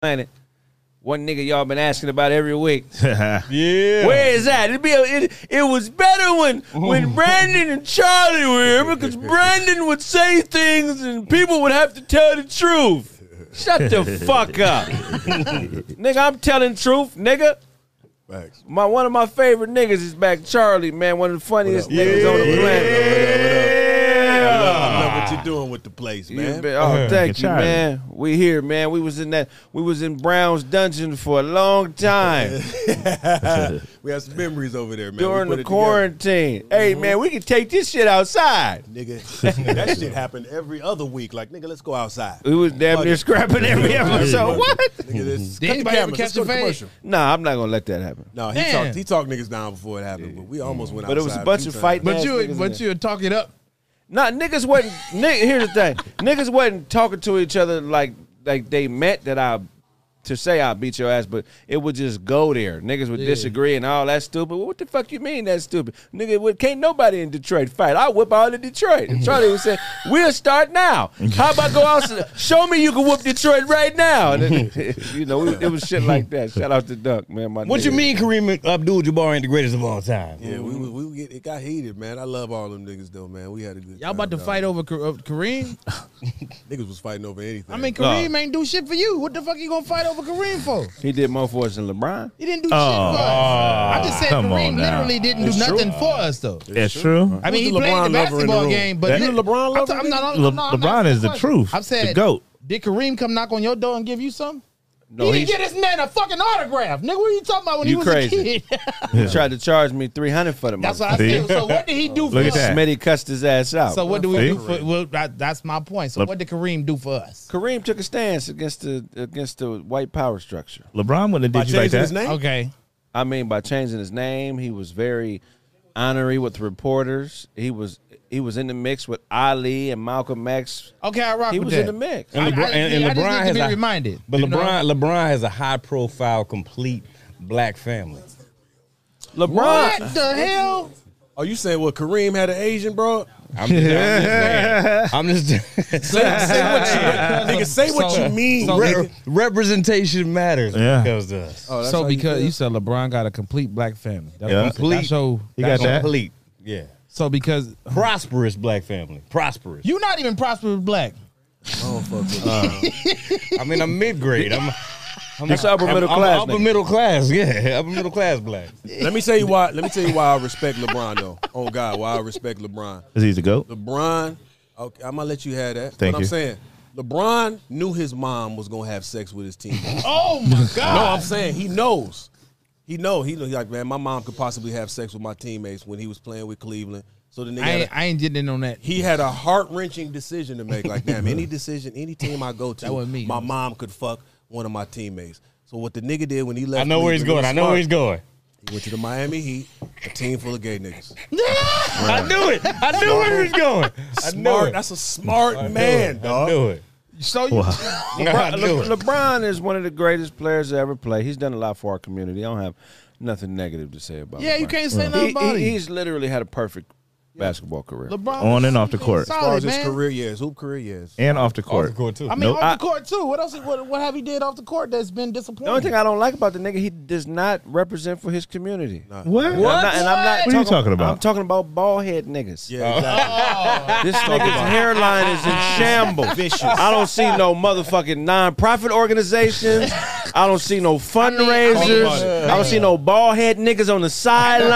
planet. One nigga y'all been asking about every week. Yeah. Where is that? It'd be a, it, it was better when when Brandon and Charlie were here because Brandon would say things and people would have to tell the truth. Shut the fuck up. nigga, I'm telling truth, nigga. Facts. My one of my favorite niggas is back Charlie, man. One of the funniest What up, niggas on what the up, what up, planet. I love, I love what you're doing with the place, Yeah, man. man. Oh, thank you, Charlie. man. We here, man. We was in that. We was in Brown's dungeon for a long time we have some memories over there, man. We during put the it together. Mm-hmm. quarantine. Hey, man, we can take this shit outside. Nigga, that shit happened every other week. Like, nigga, let's go outside. We was damn near scrapping every episode. What? Nigga, this, cut Did the anybody ever cameras. catch Let's go a to fade? commercial. Nah, I'm not gonna let that happen. No, he Damn. talked, he talked niggas down before it happened, but we almost went But it was outside. a bunch two of times. fighting. But ass you, niggas in but there. you talk it up. nah, niggas wasn't. Nigga, here's the thing: niggas wasn't talking to each other like like they meant that I to say I beat your ass, but it would just go there. Niggas would disagree and all that stupid. What the fuck you mean that's stupid, nigga? What, can't nobody in Detroit fight? I whip all of Detroit. And Charlie would say, "We'll start now. How about go outside? Show me you can whoop Detroit right now." And then, you know, it was shit like that. Shout out to Duck, man. My What you nigga. mean Kareem Abdul-Jabbar ain't the greatest of all time? Yeah, we, we, we get, it got heated, man. I love all them niggas, though, man. We had a good Y'all about time, to dog. fight over Ka- uh, Kareem? Niggas was fighting over anything. I mean, Kareem ain't do shit for you. What the fuck you gonna fight over Kareem for? He did more for us than LeBron. He didn't do Oh, shit for us. I just said come on Kareem now. literally didn't do nothing for us though. That's true. I mean, Who's he the LeBron played lover the in the basketball room? game, but You a LeBron I'm lover, t- I'm not- Le- I'm not- I'm not LeBron is the saying- truth, I've said the GOAT. Did Kareem come knock on your door and give you some? No, he he, didn't get this man a fucking autograph, nigga. What are you talking about when You he was crazy. a kid? he tried to charge me three hundred for the That's motherfucker. what I See? said. So what did he do for Look at us? that. Smitty cussed his ass out. So what do we See? do for? Well, that, that's my point. So Look- what did Kareem do for us? Kareem took a stance against the against the white power structure. LeBron wouldn't by have did you like changing that. his name? Okay. I mean, by changing his name, he was very honorary with reporters. He was he was in the mix with Ali and Malcolm X. Okay, I rock He with was that. in the mix. I- And LeBron, I- and, and I just LeBron need to has be a, reminded, But you know? LeBron, LeBron has a high-profile, complete black family. LeBron, What the hell? Are you saying, well, Kareem had an Asian, bro? I'm just, I'm just, saying. I'm just Say what you, nigga, say what So- you mean, so- nigga. Re- representation matters Yeah. yeah. because to us. Oh, that's so how you because feel? you, said LeBron got a complete black family. That's Yeah. yeah. complete. Complete. So He got that. complete. Yeah. so because Prosperous black family. Prosperous. you're not even prosperous black. I mean, I'm mid-grade. I'm, I'm That's upper I'm- middle I'm class, Upper nigga. middle class. Yeah. Upper middle class black. let me tell you why. Let me tell you why I respect LeBron though. Oh God, why I respect LeBron. Is he the goat? LeBron, okay, I'm gonna let you have that. Thank but you. I'm saying LeBron knew his mom was gonna have sex with his team. Ah. no, Oh my god! I'm saying he knows. He know. He know. He like, man, my mom could possibly have sex with my teammates when he was playing with Cleveland. So the nigga, I had a- ain't, I ain't getting in on that. he had a heart wrenching decision to make. Like, damn, any decision, any team I go to, That wasn't me. my mom could fuck one of my teammates. So what the nigga did when he left, I know where he's Cleveland, going. I know where he's going. He went to the Miami Heat, a team full of gay niggas. I knew it. I knew where he was going. I knew Smart. it. That's a smart man, I dog. knew it. So you, Wow. I knew Le- it. LeBron is one of the greatest players to ever play. He's done a lot for our community. I don't have nothing negative to say about. yeah, you LeBron. can't say nothing He- about he- it. he's literally had a perfect basketball career. LeBron On is and off the fucking court. As far Solid, as his man. career, yes. Hoop career, yes. And off the Off court. the court, too. I mean, Nope. off the court too. What else? What, what have he did off the court that's been disappointing? The only thing I don't like about the nigga, he does not represent for his community. What? And I'm not, and I'm not What? What are you talking about? I'm talking about bald head niggas. Yeah, uh, exactly. This nigga's hairline is in shambles. I don't see no motherfucking non-profit organizations. I don't see no fundraisers. I, about it. don't see no bald head niggas on the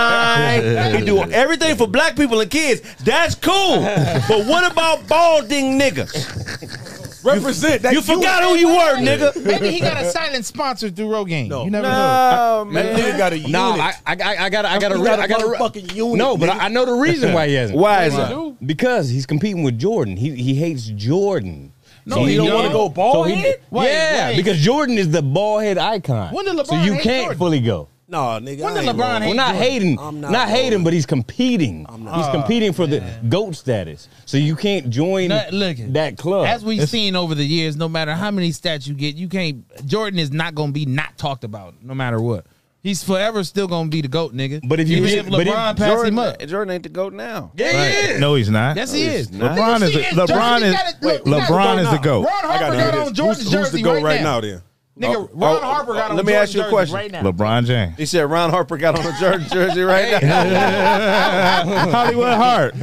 sideline. he do everything for black people and kids. That's cool. but what about balding niggas? Represent. That You forgot who you were, nigga. Oh, Maybe he got a silent sponsor through Rogaine. No. You never know. No, man. That nigga got a unit. No, I, I, I I got, I got a, You re- got a I got a re- motherfucking unit, No, but nigga. I, I know the reason why he hasn't. Why is that? Because he's competing with Jordan. He he hates Jordan. No, So he don't wanna go so he- bald-headed? Wait, yeah, wait. because Jordan is the ball head icon. When did so LeBron you hate can't Jordan? fully go. No, nigga. When I did ain't LeBron wrong. hate- Well, not Jordan. hating, I'm not not, hating, going. but he's competing. not. He's competing for the goat status. So you can't join Now, look it. that club. As we've seen over the years, no matter how many stats you get, you can't. Jordan is not going to be not talked about, no matter what. He's forever still going to be the goat, nigga. But if you Even get- if but if LeBron passed him Jordan, up, Jordan ain't the goat now. yeah, yeah. No, he's not. yes, he is. not. LeBron Nigga, is see, a- it's LeBron Jordan. is You gotta- look, you gotta LeBron is the Ron goat. I Harper gotta hear got this. on Jordan's who's, who's jersey the goat right now. then? Nigga, Oh, Ron oh, Harper got on let me Jordan ask you a jerseys question. right now. LeBron James. He said Ron Harper got on a Jordan jersey right now. Hollywood Heart.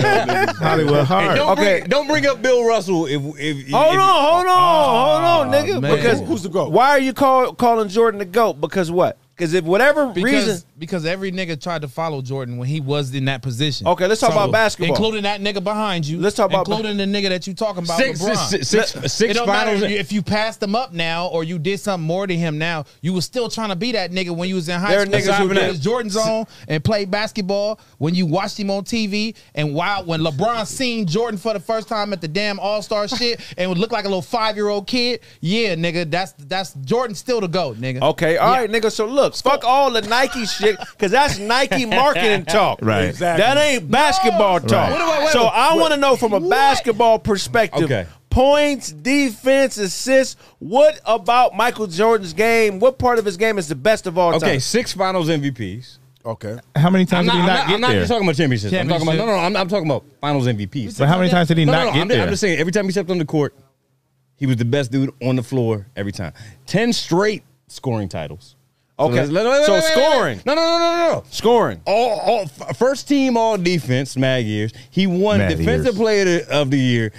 Hollywood Heart. Don't Okay. Bring, don't bring up Bill Russell if if. if Ah, Hold on, hold on, hold on, nigga. man. Because Who's the GOAT? Why are you call, calling Jordan the goat? Because what? Because if whatever Because, reason, because every nigga tried to follow Jordan when he was in that position. Okay, let's talk about basketball. Including that nigga behind you. Let's talk about- including the nigga that you talking about. Six, LeBron. six, six, six, it six don't matter finals. if you, if you passed him up now or you did something more to him now. You was still trying to be that nigga when you was in high There are school. niggas who because did- Jordan's on and played basketball when you watched him on TV and while when LeBron seen Jordan for the first time at the damn All Star shit and would look like a little five year old kid. Yeah, nigga, that's that's Jordan still the goat, nigga. okay, all right, nigga. So look, fuck all the Nike shit, because that's Nike marketing talk. Right. Exactly. That ain't basketball No. talk. Right. What about- what- so I want to know from a what? basketball perspective. Okay. Points, defense, assists. What about Michael Jordan's game? What part of his game is the best of all Okay, time? six finals MVPs. Okay. How many I'm times not, did I'm he not, not I'm get not there? just talking about championships. I'm talking about no, no, no. I'm, I'm talking about finals MVPs. But how many times did he no, no, not no, get I'm, there? I'm just saying every time he stepped on the court, he was the best dude on the floor every time. Ten straight scoring titles. Okay. let's- let- wait, wait, So wait, wait, wait, wait. scoring. No, no, no, no, no, no. Scoring. All, all f- first team all defense. Mag years. He won Mag defensive years. player of the year,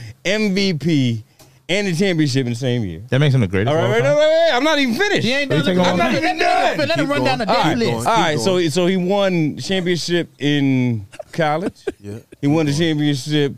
MVP, and the championship in the same year. that makes him the greatest. All right, of all wait, time? wait, wait, wait. I'm not even finished. He ain't Are you done taking I'm one? not even done. Let him Keep run down the going. damn All right. list. All right, Keep so so he won championship in college. Yeah. He won the championship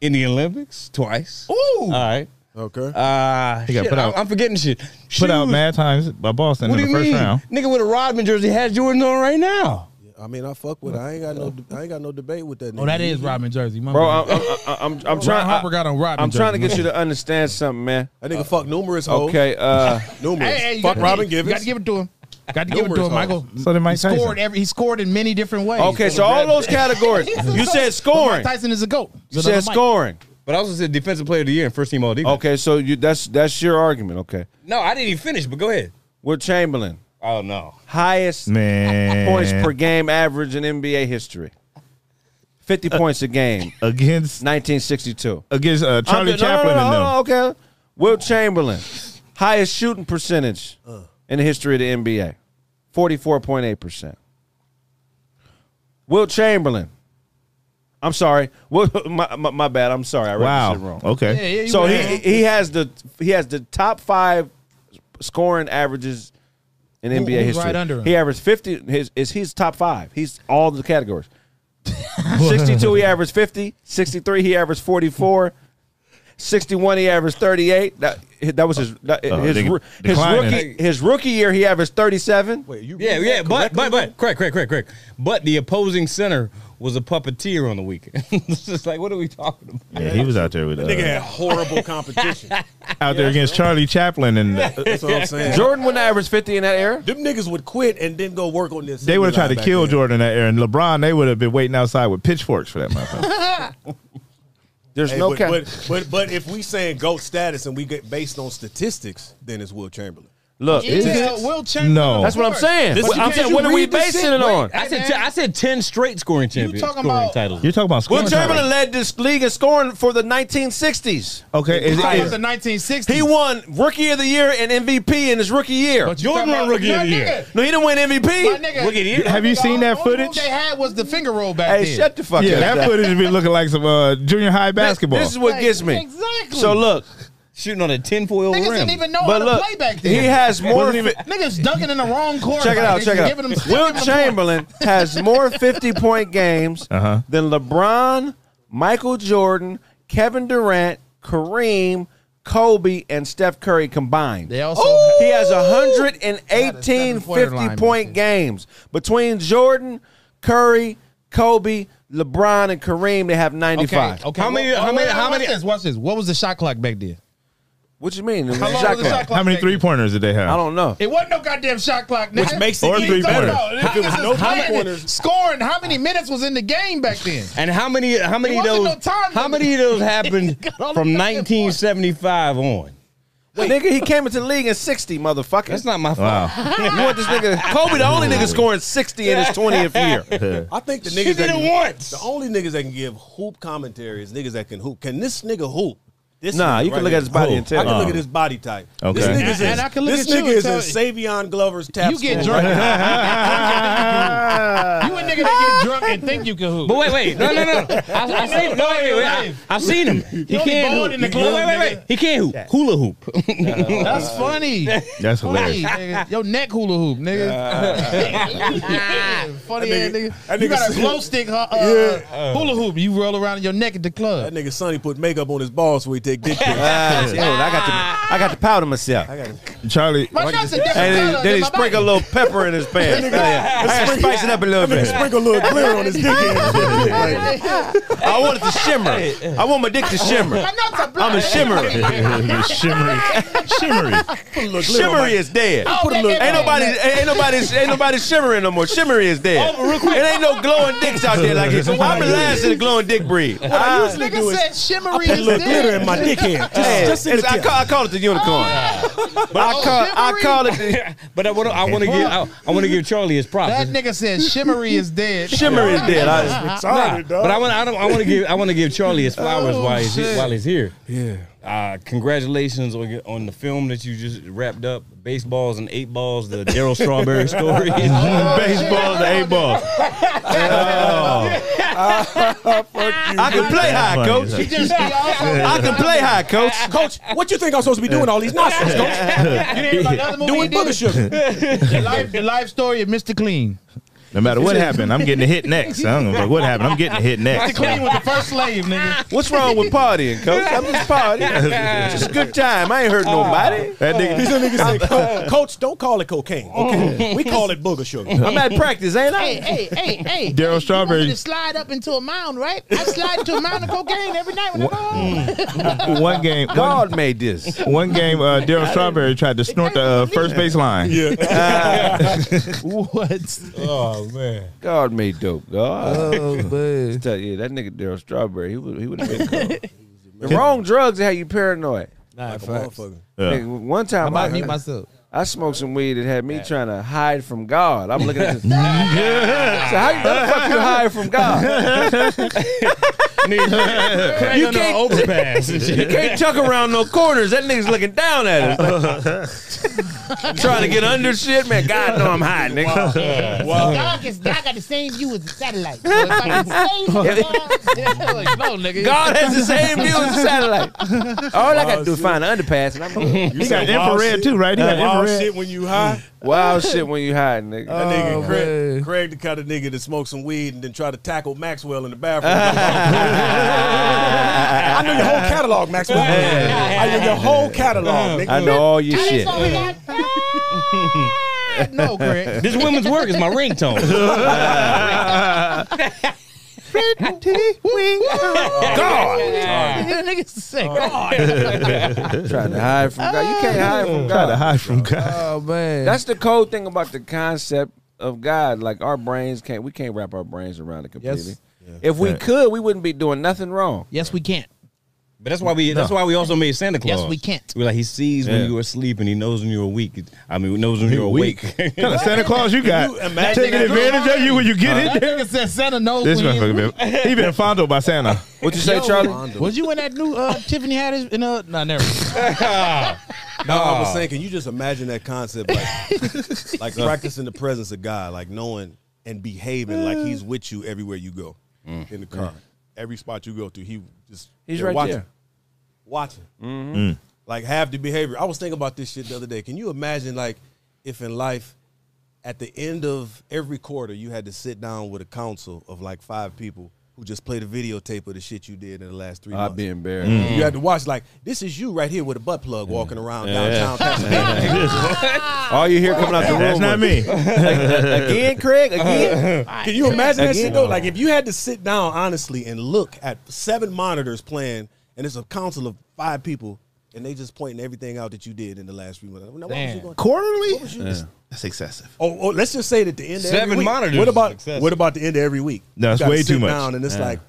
in the Olympics twice. All Ooh. right. Okay. Uh, got shit, put out- I, am forgetting shit. Put out Shoes. mad times by Boston What in do the you first mean? round. Nigga with a Rodman jersey has Jordan on right now. I mean, I fuck with. It. I ain't got no. I ain't got no debate with that. Nigga. Oh, that is Robin Jersey, my Bro, man. I'm, I'm, I'm, I'm, I'm trying. Harper got on Rodman I'm trying to jersey. get you to understand something, man. That nigga fuck numerous. Oh. hoes. Okay. Uh, Numerous. Hey, hey, you fuck gotta Robin give- You Givens. got to give it to him. Got to give it to Numerous him, Michael. So did Mike he Tyson. scored every, He scored in many different ways. okay. So all those categories. He's a You goat. said But Mike scoring. Tyson is a goat. You said scoring. But I also said defensive player of the year and first team all defense. Okay. So you that's that's your argument. Okay. No, I didn't even finish, but go ahead. We're Chamberlain. Oh no. Highest Man. points per game average in NBA history. Fifty Uh, points a game. Against, 1962. against uh, Charlie I'm- no, no, Chaplin no, and no, them. no, okay. Will Chamberlain, highest shooting percentage in the history of the NBA, forty-four point eight percent. Will Chamberlain. I'm sorry. Will, my, my, my bad. I'm sorry. I read Wow. this shit wrong. Okay. Yeah, yeah, you So were he wrong. he has the he has the top five scoring averages in NBA who's history. right under him? He averaged fifty. His is his top five. He's all the categories. Sixty two, he averaged fifty. Sixty three, he averaged forty four. Sixty one, he averaged thirty eight. That that was his that, Uh, his, they- roo- his declining. rookie his rookie year. He averaged thirty seven. Wait, you Yeah, read yeah, that but correctly? but but correct, correct, correct, correct. But the opposing center was a puppeteer on the weekend. it's just like what are we talking about? Yeah, he was out there with uh, Nigga had horrible competition. out there against Charlie Chaplin and That's what I'm saying. Jordan wouldn't average fifty in that era. Them niggas would quit and then go work on this. they would have tried to back kill then. Jordan that era and LeBron they would have been waiting outside with pitchforks for that motherfucker. There's Hey, no but, cap. but, but but if we saying goat status and we get based on statistics, then it's Will Chamberlain. Look, Yeah, Will Chamberlain. No. that's what I'm saying. This- But I'm can't saying, you what are we read this basing shit? it on? I said, t- I said ten straight scoring champions, talking scoring about- titles. You're talking about scoring. Will title. Chamberlain led this league in scoring for the 1960s. Okay, is, It was is, the 1960s. He won Rookie of the Year and MVP in his rookie year. But you Jordan talking won about- Rookie of My the Year. nigga, no, he didn't win my MVP. nigga, Look at you. have you seen that Only move footage? They had was the finger roll back Hey, then. shut the fuck Yeah, up. that footage be looking like some uh, junior high basketball. This is what gets me. Exactly. So look, shooting on a tinfoil Niggas rim. didn't even know but how look, to play back then. he has more. Wasn't even- fi- Niggas dunking in the wrong corner. check it out. They Check it giving them- out. Will Chamberlain has more 50 point games Uh-huh. than LeBron, Michael Jordan, Kevin Durant, Kareem, Kobe, and Steph Curry combined. They also He has Got a 118 seven-pointer 50 line point back games. Between Jordan, Curry, Kobe, LeBron, and Kareem, they have 95. Okay. How many- how many- how watch many- This, watch this. What was the shot clock back then? What you mean? long was Shot the clock? shot clock? How many back then? three pointers did they have? I don't know. It wasn't no goddamn shot clock, nigga. Which makes it Or even three better. pointers. If it was no How many- pointers, scoring. How many minutes was in the game back then? And how many? How many of wasn't those? no time how limit. many of those happened Got all the from goddamn 1975 on? Nigga, he came into the league in 60, motherfucker. That's not my fault. Wow. you want this nigga? Kobe, the only nigga scoring 60 in his 20th year. I think the She niggas did that it can, once. the only niggas that can give hoop commentary is niggas that can hoop. Can this nigga hoop? This Nah, nigga you can right look here. at his body and tell. I can look Oh. at his body type. Okay. This And- nigga is and as- I can look this at you nigga and is tell- as Savion Glover's tap. You get score. drunk. you a nigga that get drunk and think you can hoop. But wait, wait, no, no, no. I, I seen him. No, wait, wait, wait. I, I've seen him. He only can't bald hoop. in the No, wait, wait, wait. club, He can't hoop. Hula hoop. That's funny. That's Funny, hilarious. nigga. Your neck hula hoop, nigga. funny ass That nigga- nigga. that You nigga got a said- glow stick huh, uh, uh, hula hoop. You roll around in your neck at the That club. nigga Sonny put makeup on his balls so he take dick pics. Ah, shit, I got to, I got to powder myself. I And got it. Charlie, My shot's a then, different color then than he my sprinkle a body. little pepper in his pants. I got to spice it up a little bit. Sprinkle a little glitter on his dick. Like, I want it to shimmer. I want my dick to shimmer. My nuts are black. I'm a shimmery. shimmery, shimmery. put a little glitter on my- Shimmery is dead. Oh, Put a that little- nigga- Ain't nobody, ain't nobody, ain't nobody shimmering no more. Shimmery is dead. It ain't no glowing dicks out there like this. I'm the last of the glowing dick breed. Ah. I- What I usually do Nigga is said shimmery put a is little glitter dead. in my dick hair. Just, Hey, just in the it's- I, tip. Oh, call, I call it the unicorn. But I call, I shimmery. call it the but I want to. I want to give. I, I want to give Charlie his props. That nigga said shimmery is dead. shimmery is dead. I- Nah, Ah, but I want. I, don't- I want to give. I want to give Charlie his flowers Oh, while he's shit. here, while he's here. Yeah. Uh, congratulations on your- on the film that you just wrapped up. Baseballs and eight balls. The Daryl Strawberry story. Baseball, the A ball. Oh. I can play high, Funny as coach. hell. He just- he also- I can play high, coach. Coach, what you think I'm supposed to be doing all these nonsense, coach? You didn't hear about the other movie he doing did? booger sugar. The life, the life story of Mr. Clean. No matter what happened, I'm getting a hit next. I don't know what happened. I'm getting a hit Mr. next. Clean was the first slave, nigga. What's wrong with partying, coach? I'm just partying. It's just a good time. I ain't hurt nobody. That nigga, These little niggas say, "Co- coach, don't call it cocaine. Okay. We call it booger sugar. I'm at practice, ain't Hey, I? hey, hey, hey. Daryl hey, You want Strawberry. me to slide up into a mound, right? I slide into a mound of cocaine every night when I go home. one game, one, God made this. one game, uh, Daryl Strawberry tried to snort the uh, first baseline. Yeah. What? oh man. God made dope, dog. Oh, man. Tell you, that nigga Daryl Strawberry, he would, he would have been cold. The wrong drugs how you paranoid. Like a motherfucker. Nigga, one time I, I mute myself. I smoked some weed that had me trying to hide from God. I'm looking at this. so how you- how the fuck you hide from God? you can't overpass. and shit. You can't tuck around no corners. That nigga's looking down at us. trying to get under shit, man. God know I'm high, nigga. Dog is dog got the same view as the satellite. So if I can save If- like, no, nigga. God has the same view as the satellite. All I got to do is find an underpass, and I'm good. He got infrared too, right? He got Wild infrared. shit when you high. Wild shit when you hide, nigga. That nigga Craig, Craig, the kind of nigga that smoked some weed and then tried to tackle Maxwell in the bathroom. I know your whole catalog, Maxwell. I know your whole catalog, nigga. I know all your shit. no, Greg. This women's work is my ringtone. God, nigga's sick. trying to hide from God. You can't hide from Try to God. hide from God. Uh, Oh, man. That's the cold thing about the concept of God. Like our brains can't. We can't wrap our brains around it completely. Yes. If we could, we wouldn't be doing nothing wrong. yes, we can't. But that's why we. That's why we also made Santa Claus. Yes, we can't. We're like he sees when Yeah. you are asleep and he knows when you're awake. I mean, knows when you're awake. kind of Santa Claus you got? you imagine Taking that? Uh, advantage of you when you get in That there. nigga said Santa knows This when he- motherfucker been he been fondled by Santa. What you say, Charlie? Was you in that new uh, Tiffany Haddish? In a, nah, never. No, I was saying, can you just imagine that concept, like, like practicing the presence of God, like knowing and behaving like He's Mm. with you everywhere you go, in the car, every spot you go to, He just He's there right watching, there. Mm. watching, like have the behavior. I was thinking about this shit the other day. Can you imagine, like, if in life, at the end of every quarter, you had to sit down with a council of like five people who just played a videotape of the shit you did in the last three months. I'd be embarrassed. You had to watch like this is you right here with a butt plug walking around downtown Pasadena. All you hear coming out the room. That's not is, me. Again, Craig. Again. Can you imagine that shit though? Like if you had to sit down honestly and look at seven monitors playing, and it's a council of five people, and they just pointing everything out that you did in the last few months. Now, what was you Damn. gonna- Quarterly? what was you- this- That's excessive. Oh, oh, let's just say that the end of Seven every week. monitors What is about excessive. what about the end of every week? No, You it's gotta way sit too much. Down and it's like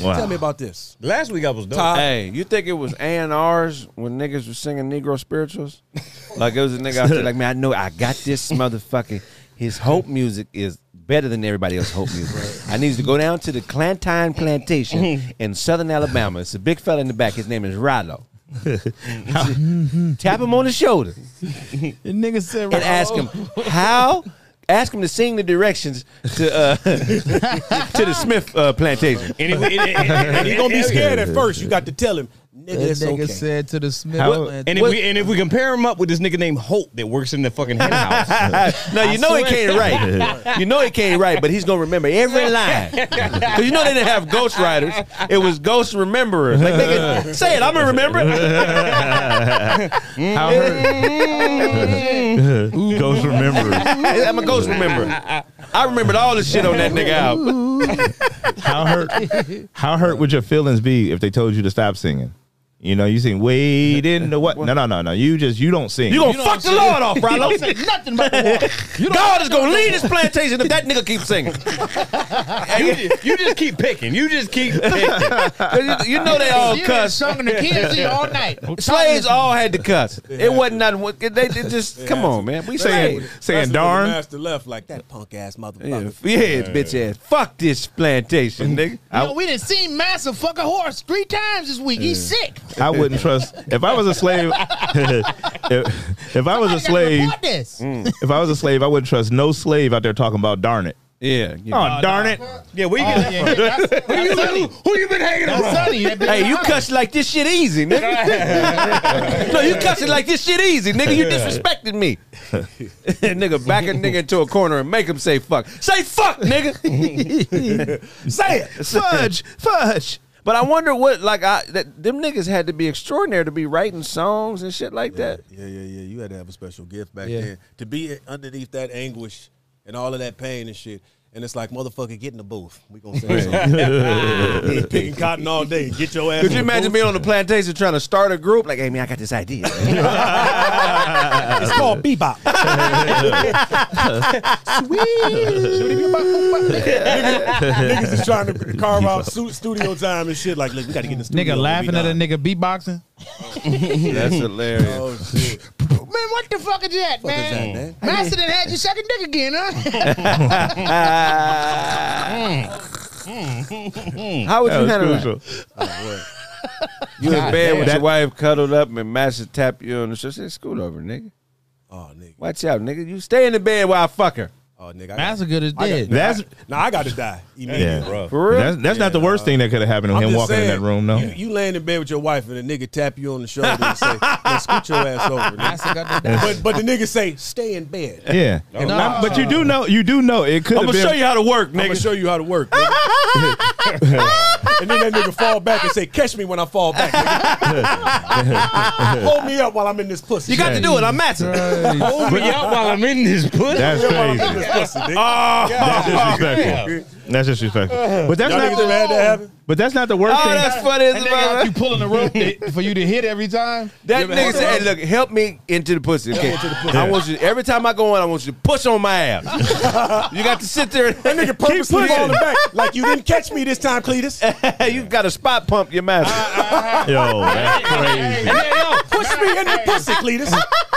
Wow. Tell me about this. Last week I was dope. Todd, Hey, you think it was A and R's when niggas was singing Negro spirituals? like it was a nigga out there like, man, I know I got this motherfucker. His hope music is better than everybody else hope music. I need you to go down to the Clantine Plantation in Southern Alabama. It's a big fella in the back. His name is Rilo. Tap him on the shoulder The nigga said, and ask him how. Ask him to sing the directions to uh, to the Smith uh, plantation. And, it, it- it- and you're you gonna be scared at at first. You got to tell him, nigga, That it's nigga okay. said to the Smith. How- man, And if, we, and if we compare him up with this nigga named Hope that works in the fucking hen house, now you know it came right. You know it came right, but he's gonna remember every line. Cause you know they didn't have ghost writers. It was ghost rememberers. Like they could say it, I'm gonna remember it. How her- Mm. Ghost remembers I'm a ghost rememberer. I remembered all this shit on that nigga album. how hurt how hurt would your feelings be if they told you to stop singing? You know, you sing wait in the what? No, no, no, no. You just you don't sing. You gonna fuck the Lord off, Don't Rilo. say nothing about the water. God is gonna leave this plantation if that nigga keeps singing. you, just, you just keep picking. You just keep picking. 'Cause you- you know they Oh, all You cuss. been singing the kids here all night. Slaves all had to cuss. It wasn't nothing. what- They, they just come on, man. We saying saying saying That's when the darn. master left like that punk ass yeah, motherfucker. yeah, bitch ass. Fuck this plantation, nigga. Yo, we done seen Master fuck a horse three times this week. He's sick. I wouldn't trust if I was a slave. if, if I was Somebody gotta a slave, report this. Mm. if I was a slave, I wouldn't trust no slave out there talking about darn it. Yeah. you know. Oh darn it! Yeah, where you Oh, get yeah, yeah, that's, that's who, you, Sonny. who you been hanging That's around? Sonny. That big Hey, you Sonny. cuss like this shit easy, nigga. no, you cussing like this shit easy, nigga. You disrespected me. nigga, back a nigga into a corner and make him say fuck. Say fuck, nigga. say it. Fudge, fudge. But I wonder what like I that, them niggas had to be extraordinary to be writing songs and shit like that. Yeah, yeah, yeah. You had to have a special gift back Yeah. then to be underneath that anguish and all of that pain and shit. And it's like, motherfucker, get in the booth. We gonna say something. Been Picking cotton all day. Get your ass. Could you in the imagine booth. me on the plantation trying to start a group? Like, hey man, I got this idea. It's called bebop. Niggas is trying to carve out su- studio time and shit. Like, look, we gotta get in the studio. Nigga We'll be laughing at a done. nigga beatboxing. That's hilarious. Oh shit! Man, what the fuck is that, man? that, Master done had you sucking dick again, huh? How Ah. would you That handle was that? crucial. You in bed with damn. your wife cuddled up and master tap you on the shoulder. Say, scoot over, nigga. Oh nigga! Watch out, nigga. You stay in the bed while I fuck her. Oh nigga! I Master got, good as I got, dead. That's- that's now I got to die immediately. Yeah. Rough. For real? That's that's not the worst thing that could have happened to I'm him just walking in that saying, room. No, you, you laying in bed with your wife and a nigga tap you on the shoulder and say, "Now scoot your ass over." nigga." Master got the But but the nigga say, "Stay in bed." yeah. No. I'm- Oh, but you do know, you do know it could I'm have gonna been. show you how to work, I'm gonna nigga. show you how to work. nigga. and then that nigga fall back and say, "Catch me when I fall back." nigga." Hold me up while I'm in this pussy. You got to do it. I'm matching. Hold me up while I'm in this pussy. That's I'm in crazy. this pussy, nigga. That's disrespectful. That's disrespectful. But that's Y'all not. niggas ever The, had that happen? but that's not the worst Oh, thing. that's funny as And they got you fuck. pulling the rope that- for you to hit every time. That nigga said, "Hey, look, help me into the pussy. Okay, I want you. Every time I go in, I want you to push on my ass. you got to sit there. That nigga purposely pushing. falling back. Like you didn't catch me this time, Cletus. you got to spot pump your master. Yo, that's crazy. Push me in the pussy, Cletus.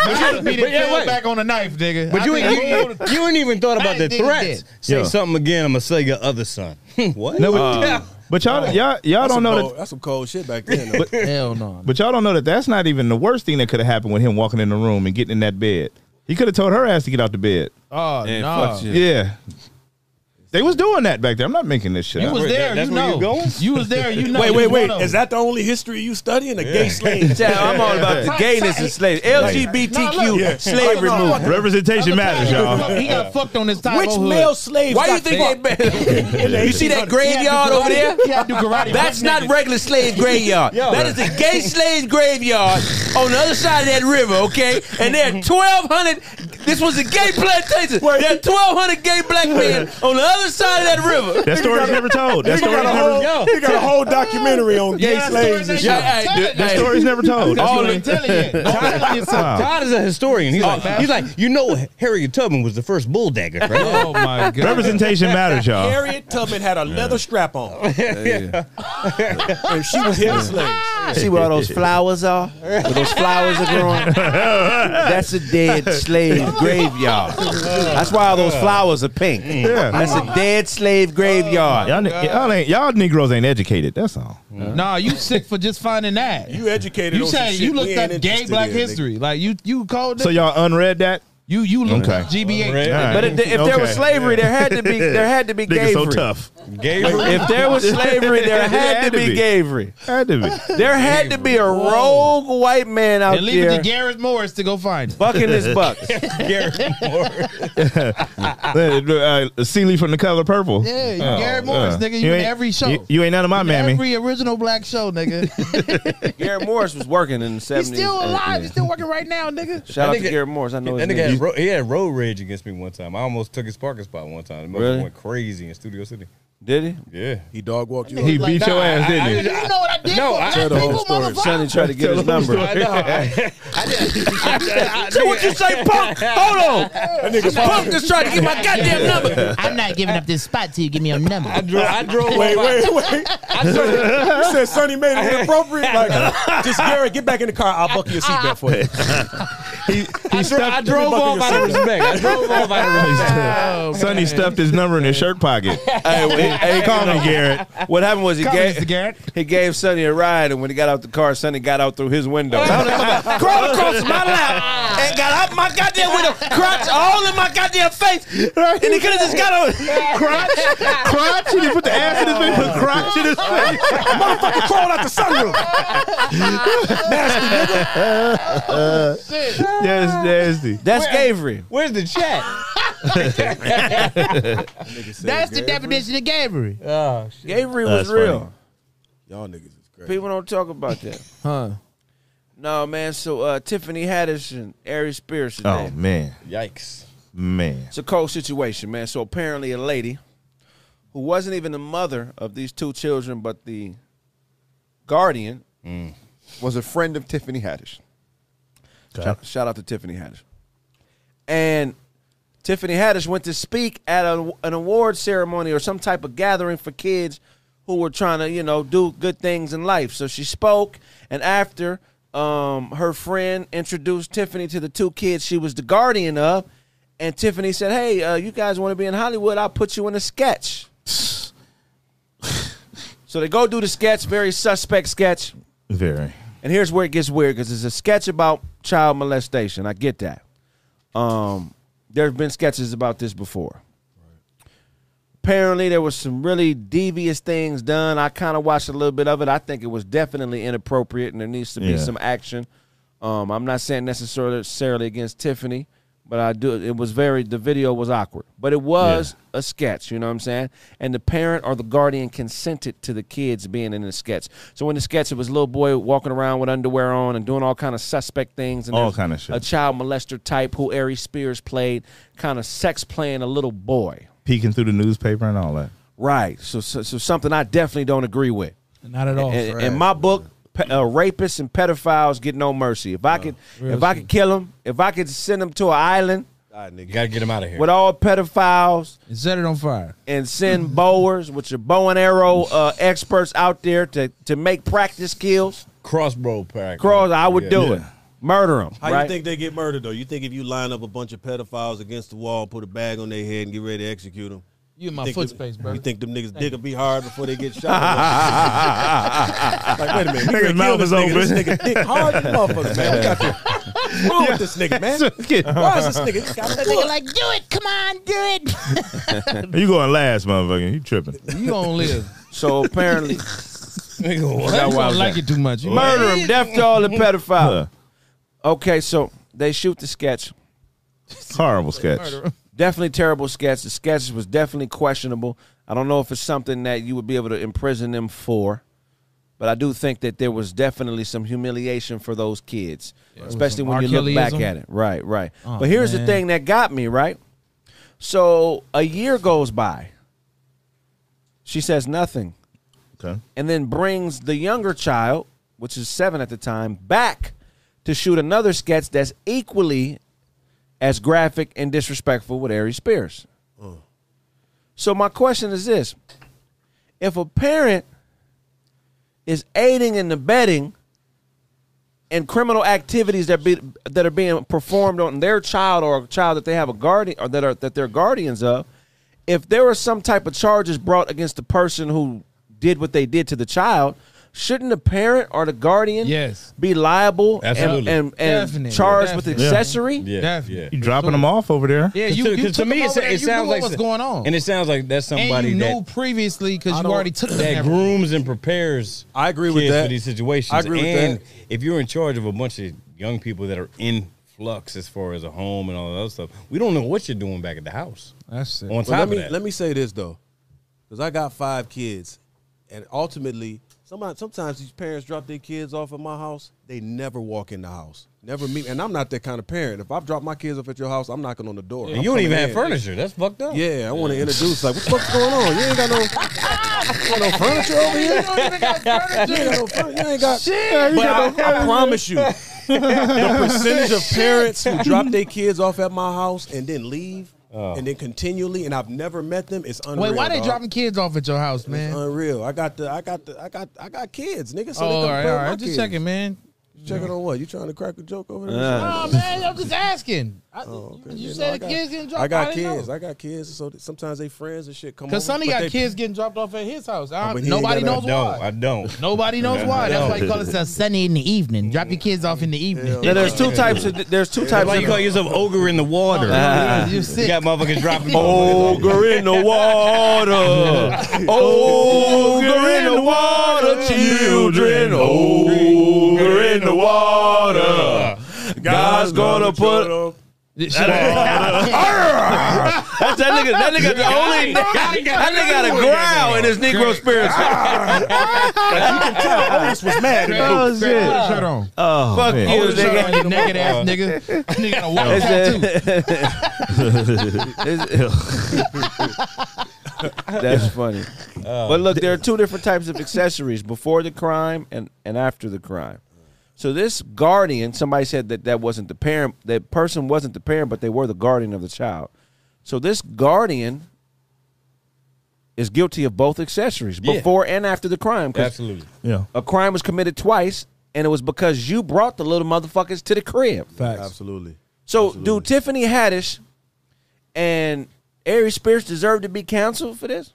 But you yeah, fell wait. back on a knife, nigga. But you ain't, you, you, ain't even thought about I the did threats. that. Say Yeah. something again, I'm gonna say your other son. what? No, but, Yeah. but y'all, y'all, y'all don't know Cold, that. that's some cold shit back then. though. Hell no. But y'all don't know that that's not even the worst thing that could have happened with him walking in the room and getting in that bed. He could have told her ass to get out the bed. Oh Yeah, no. fuck Yeah. Yeah. They was doing that back there. I'm not making this shit You up. was there. that's you where know. you going? You was there. You know. wait, wait, You wait. know. Is that the only history you study in a gay slang? Child, I'm all about the gayness of slavery, LGBTQ slavery Like, movement. Representation matters, y'all. He got fucked on his time. Which male slave? Why do you think they? ban- you see that graveyard over there? Yeah, do karate. That's Fuck not niggas. regular slave graveyard. That is the gay slave graveyard on the other side of that river, okay? And there are 1,200 This was a gay plantation. There are 1,200 gay black men on the other side of that river. That story's never told. That story's got a never. whole, he got a whole documentary on gay Yeah, slaves and that's shit. what Yeah, hey, That hey. story's never told. That's All what the- I- Tell it yet. Don't tell it yourself. Wow. God is a historian. He's like, he's like, you know, Harriet Tubman was the first bull dagger, right? Oh my god. Representation matters, y'all. Harriet Tubman had a leather strap on, and she was hitting slaves. See where all those flowers are? Where those flowers are growing? That's a dead slave graveyard. That's why all those flowers are pink. Yeah. That's a dead slave graveyard. Y'all, ni- y'all ain't y'all Negroes ain't educated. That's all. Nah, you sick for just finding that. You educated. You on some saying shit you we looked ain't up gay interested black in, nigga. history. Like you you called So it. y'all unread that. You you looked Okay. up GBH. All But if, right. if there was Okay. slavery, there had to be there had to be Niggas gavery. so tough. If there was slavery, there had, to be, gavery. Had to be. There had to be a rogue white man out And leave it there to Garrett Morris to go find it. bucking his buck. Uh, uh, Seeley from the color purple. Yeah, you Garrett Morris, uh, nigga. You, in ain't- every show. You, you ain't none of my mammy. Every original black show, nigga. Garrett Morris was working in the He's seventies. still alive. He's still working right now, nigga. Shout out to That nigga- Garrett Morris. I know his That nigga name. had, ro- he had road rage against me one time. I almost took his parking spot one time. The motherfucker Really? went crazy in Studio City. Did he? Yeah. He dog walked you. He He beat your ass, didn't he? You know what I did? No, for I- black Tell the whole people, story. motherfucker? Sonny tried to get his number. know. I, So what you say, punk? Hold on. that nigga Punk just tried to get my goddamn number. I'm not giving up this spot till you give me a number. drove. I drove. Wait, by- wait, wait. you said Sonny made it inappropriate. Like, just Garrett, get back in the car. I'll buckle your seatbelt for you. I, dro- I drove bucking off out of yourself. respect. I drove off out of respect. Sonny stuffed his number in his shirt pocket. Hey, wait, hey, Call me Garrett. What happened was he Mr. gave Garrett. he gave Sonny a ride, and when he got out the car, Sonny got out through his window. Crawled across my lap and got out my goddamn window, crotch all in my goddamn face, and he could have just got on. Crotch, crotch. He put the ass in his face. Put crotch in his face. Motherfucker crawled out the sunroof. That's nasty. That's Gavery. Where's the chat? That's the definition of gavery. Uh, Oh, shit. Gavery That's was real. funny. Y'all niggas is crazy. People don't talk about that. Huh. No, man. So uh, Tiffany Haddish and Ari Spears today. Oh man, Yikes. man. It's a cold situation, man. So apparently, a lady who wasn't even the mother of these two children, but the guardian, Mm. was a friend of Tiffany Haddish. Shout, shout out to Tiffany Haddish. And Tiffany Haddish went to speak at a, an award ceremony or some type of gathering for kids who were trying to, you know, do good things in life. So she spoke, and after um, her friend introduced Tiffany to the two kids she was the guardian of, and Tiffany said, "Hey, uh, you guys want to be in Hollywood? I'll put you in a sketch." so they go do the sketch, very suspect sketch. Very. And here's where it gets weird because it's a sketch about child molestation. I get that. Um, there have been sketches about this before. Apparently, there was some really devious things done. I kind of watched a little bit of it. I think it was definitely inappropriate, and there needs to be Yeah. some action. Um, I'm not saying necessarily necessarily against Tiffany, but I do. It was very. The video was awkward, but it was a sketch. You know what I'm saying? And the parent or the guardian consented to the kids being in the sketch. So in the sketch, it was a little boy walking around with underwear on and doing all kind of suspect things. And All there's kind of shit. A child molester type who Ari Spears played, kind of sex playing a little boy. Peeking through the newspaper and all that. Right. So, so, so something I definitely don't agree with. Not Oh, at all. In, in my book, pe- uh, rapists and pedophiles get no mercy. If Oh, I could, if I could kill them, if I could send them to an island All right, nigga. You gotta get him out of here. with all pedophiles And set it on fire. and send bowers, which are bow and arrow uh, experts out there to to make practice kills, Crossbow pack. cross, I would Yeah. do Yeah. it. Murder them. How right? you think they get murdered though? You think if you line up a bunch of pedophiles against the wall, put a bag on their head, and get ready to execute them? You in my think foot them- space, bro. You think them niggas dick will be hard before they get shot? like, wait a minute. Nigga's we finna kill mouth this is nigga. This open. nigga dick hard as motherfucker, man. We got to. What's wrong with this nigga, man? Why is this nigga? This guy, Nigga, like, do it. Come on, do it. you going last, motherfucker. You tripping. You don't live. So apparently, Nigga, what? I That's why I don't was like at. it too much. You murder them, death to all the Huh. pedophiles. Okay, so they shoot the sketch. Horrible sketch. definitely terrible sketch. The sketch was definitely questionable. I don't know if it's something that you would be able to imprison them for, But I do think that there was definitely some humiliation for those kids, especially Some when you look back Achilleism? at it. Right, right. Oh, but here's man. the thing that got me, right? So a year goes by. She says nothing Okay. and then brings the younger child, which is seven at the time, back to shoot another sketch that's equally as graphic and disrespectful with Ari Spears. So my question is this: If a parent is aiding and abetting in criminal activities that be that are being performed on their child or a child that they have a guardian or that are that they're guardians of, if there were some type of charges brought against the person who did what they did to the child, shouldn't the parent or the guardian Yes. be liable and- Absolutely. and, and, Definitely. charged with Definitely. Yeah. accessory? Yeah, Definitely. yeah. You dropping them off over there? Yeah, you, to, you 'cause took to me, them it, over sa- there, it you knew sounds what like was going on, and it sounds like that's and somebody you that knew previously because you don't- already took them that everywhere. grooms and prepares. I agree with kids that. for these situations. I agree with and that. if you're in charge of a bunch of young people that are in flux as far as a home and all that other stuff, we don't know what you're doing back at the house. That's it. On But top let of me that, let me say this though, because I got five kids, and ultimately, somebody, sometimes these parents drop their kids off at my house. They never walk in the house, never meet. And I'm not that kind of parent. If I've dropped my kids off at your house, I'm knocking on the door. I'm you don't coming even have in. furniture. That's fucked up. Yeah, I want to introduce. Like, what the fuck's going on? You ain't got no, you ain't got no furniture over here. You ain't got no furniture. You ain't got. Shit. But I, I promise you, the percentage of parents who drop their kids off at my house and then leave and then continually, and I've never met them, it's unreal. Wait, why they dog. dropping kids off at your house, It's man? unreal. I got the, I got the, I got, I got kids, nigga. So Oh, they Uh, all come right, play all with my right. Just kids. checking, man. Checking on what? You trying to crack a joke over there? Uh. Oh man, I'm just asking. I, Oh, okay. Yeah, You no, I said the got- kids getting dropped. I got didn't know. kids. I got kids. So that sometimes they friends and shit come. Cause over, Sonny but got they- kids getting dropped off at his house. I, Oh, but he ain't nobody got I knows don't. why. I don't. Nobody knows why. That's why you call it a Sunny in the evening. Drop your kids off in the evening. Now there's two types of there's two types Why of you call yourself ogre in the water? Ah. you You sick. got motherfuckers dropping. Ogre in the water. Ogre in the water, children. Ogre in the water. God's gonna put. That's that nigga. That nigga the only. That nigga got a growl in his Negro spirits. Otis was mad. Oh, shit. Shirt on. Fuck you, Put the shirt on, nigga. you naked ass nigga. Nigga got a water tattoo. That's funny. But look, there are two different types of accessories before the crime and, and after the crime. So this guardian, somebody said that that wasn't the parent, that person wasn't the parent, but they were the guardian of the child. So this guardian is guilty of both accessories Yeah. before and after the crime. 'cause Absolutely. Yeah. A crime was committed twice, and it was because you brought the little motherfuckers to the crib. Absolutely. So, do Tiffany Haddish and Ari Spears deserve to be canceled for this?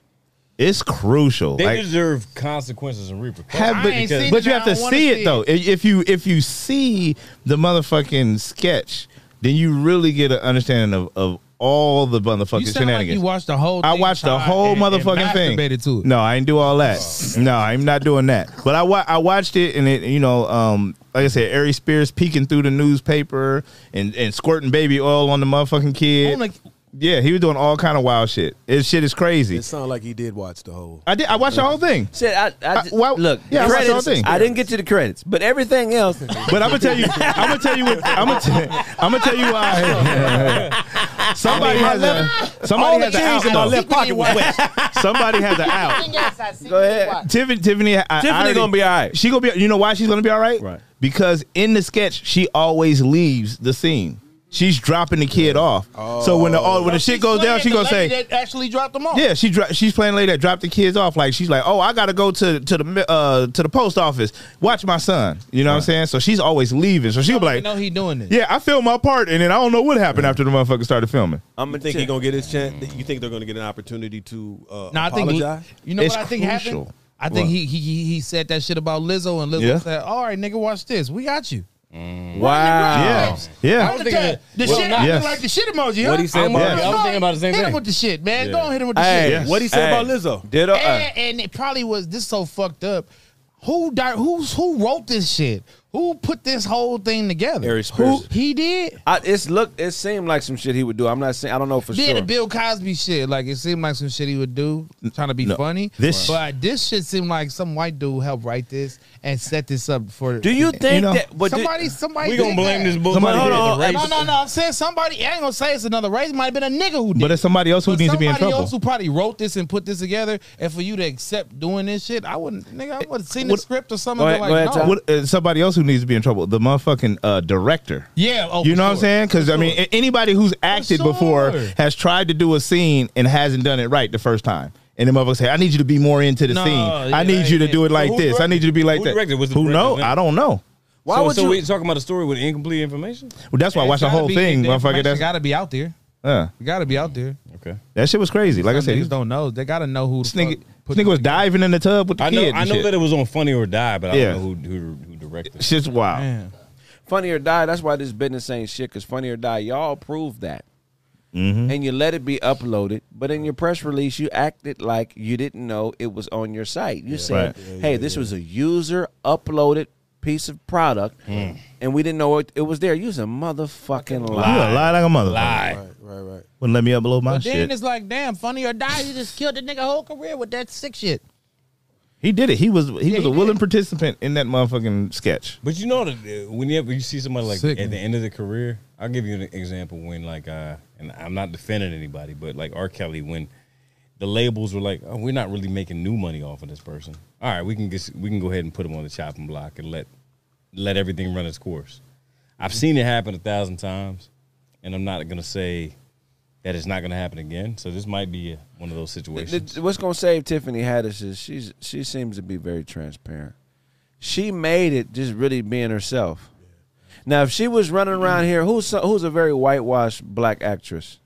It's crucial. They Like, deserve consequences and repercussions. have, I but ain't seen but it, you I have to don't wanna see see it though. I- If you if you see the motherfucking sketch, then you really get an understanding of, of all the motherfucking You sound like shenanigans. you watched the whole. I thing, watched the Todd, whole and- and motherfucking thing. masturbated to it. No, I didn't do all that. no, I'm not doing that. But I wa- I watched it and it, you know, um, like I said, Ari Spears peeking through the newspaper and, and squirting baby oil on the motherfucking kid. On the- yeah, he was doing all kind of wild shit. This shit is crazy. It sounded like he did watch the whole. I did. I watched the whole thing. Said I, I, Uh, well, look. yeah, I watched the whole credits, thing. I didn't get to the credits, but everything else. But I'm gonna tell you, I'm gonna tell you what, I'm gonna, i I'm gonna tell you why. somebody has a, somebody has an out. though. pocket was wet. Somebody has an out. Everything else I see. Go ahead. Tiffany, Tiffany, I, Tiffany gonna be all right. She gonna be. You know why she's gonna be all right? Right. Because in the sketch, she always leaves the scene. She's dropping the kid off. So when the all when the shit goes down, she gonna say, that actually dropped them off. yeah, she dro- she's playing lady that dropped the kids off. Like she's like, oh, I gotta go to to the mi- uh to the post office. Watch my son. You know what I'm saying? So she's always leaving. So she'll be like, like, know he doing this. yeah, I filmed my part, and then I don't know what happened after the motherfucker started filming. I'm gonna Think tell- he gonna get his chance? You think they're gonna get an opportunity to uh, No, I think apologize? you know It's what I think crucial. happened. I think What? he, he he he said that shit about Lizzo and Lizzo Yeah. said, "All right, nigga, watch this. We got you." Wow. Ah. Yeah, yeah. I'm thinking tell you, that- the well, shit I yes. look like the shit emoji. What huh? he said I'm about- like, I was thinking about the same hit him thing. with the shit, man. Go and hit him with the Hey, shit. What he said Hey. about Lizzo? Did I? And, and it probably was this so fucked up. Who di- who's who wrote this shit? Who put this whole thing together? Harry Spears. Who- he did. I, it's look. It seemed like some shit he would do. I'm not saying. I don't know for Did sure. the Bill Cosby shit. Like it seemed like some shit he would do, trying to be funny. This- but this shit seemed like some white dude helped write this and set this up for. do you think know, that? But do- somebody, somebody, We gonna did that. blame this book. Somebody- Hold on, No, no, no. I'm saying somebody. I ain't gonna say it's another race. It might have been a nigga who did. But it's somebody else who But needs to be in somebody trouble. else who probably wrote this and put this together, and for you to accept doing this shit, I wouldn't, nigga. I would have seen the What- script or something. Go and ahead- go been ahead, like, no. Ty. What, uh, somebody else who needs to be in trouble. The motherfucking uh, director. Yeah, oh, You for know what I'm sure. saying? Because I mean, a- anybody who's acted before sure. has tried to do a scene and hasn't done it right the first time. And the motherfucker say, "I need you to be more into the No, scene. yeah, I need that you to ain't do it like who this. I directed- need you to be like who that." directed? Was the who director knows? him? I don't know. why so, would so you? we talking about a story with incomplete information? Well, that's why I It's watched the gotta whole be- thing, the motherfucker. information That's, gotta be out there. uh, It gotta be out there. Okay. that shit was crazy. Like I said, Niggas this don't know. They gotta know who. the nigga, fuck this put nigga this was diving in the tub with the I know. kid. I know that it it was on Funny or Die, but I Yeah. don't know who who, who directed. it. shit's wild. Man. Funny or die. That's why this business ain't shit. Cause funny or die, y'all proved that. And you let it be uploaded, but in your press release, you acted like you didn't know it was on your site. You said, Right. "Hey, this was a user uploaded piece of product, and we didn't know it, it was there." You was a motherfucking You a lie. lie like a motherfucker. Lie. Right, right. Wouldn't let me upload my But then shit. it's like, damn, funny or die, you just killed the nigga whole career with that sick shit. He did it. He was he was he a willing did. participant in that motherfucking sketch. But you know that uh, when you, have, you see somebody like Sick, at the man. end of the career, I'll give you an example when like uh and I'm not defending anybody, but like R. Kelly when the labels were like, oh, we're not really making new money off of this person. All right, we can get, we can go ahead and put him on the chopping block and let let everything run its course. I've seen it happen a thousand times, and I'm not gonna say that it's not gonna happen again. So this might be uh, one of those situations. Th- What's gonna save Tiffany Haddish is she's she seems to be very transparent. She made it just really being herself. Now, if she was running around here, who's so- who's a very whitewashed black actress?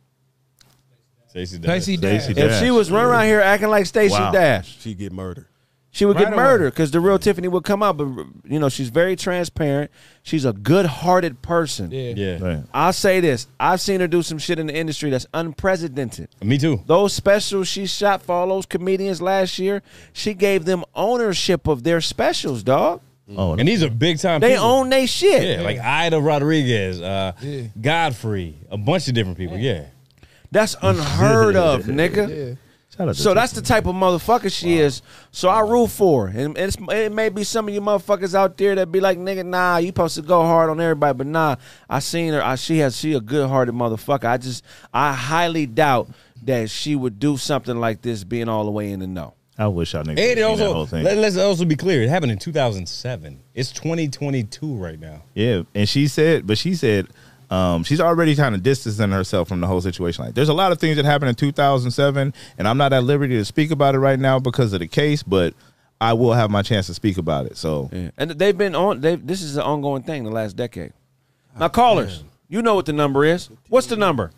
Stacey Dash. Tracy Stacey Dash. Dash. If she was running around here acting like Stacey Wow. Dash, She get murdered. she would Right get away. murdered because the real Tiffany would come out. But you know, she's very transparent. She's a good-hearted person. Yeah. Yeah, Right. I'll say this: I've seen her do some shit in the industry that's unprecedented. me too. Those specials she shot for all those comedians last year, she gave them ownership of their specials, dog. Oh, And these are big time. They people. own they shit. Yeah, like Ida Rodriguez, uh, Yeah. Godfrey, a bunch of different people. Yeah. That's unheard of, nigga. shout out to So that's the type of motherfucker she is. So I root for her. And it's, it may be some of you motherfuckers out there that be like, nigga, nah, you supposed to go hard on everybody, but nah, I seen her. I, she has she a good hearted motherfucker. I just I highly doubt that she would do something like this, being all the way in the know. I wish y'all niggas And had it seen that also whole thing. let, us also be clear, it happened in 2007. It's 2022 right now. yeah, and she said, but she said, um, she's already kind of distancing herself from the whole situation. Like, there's a lot of things that happened in 2007, and I'm not at liberty to speak about it right now because of the case, but I will have my chance to speak about it. So, And they've been on. They this is an ongoing thing the last decade. Now callers, you know what the number is. What's the number?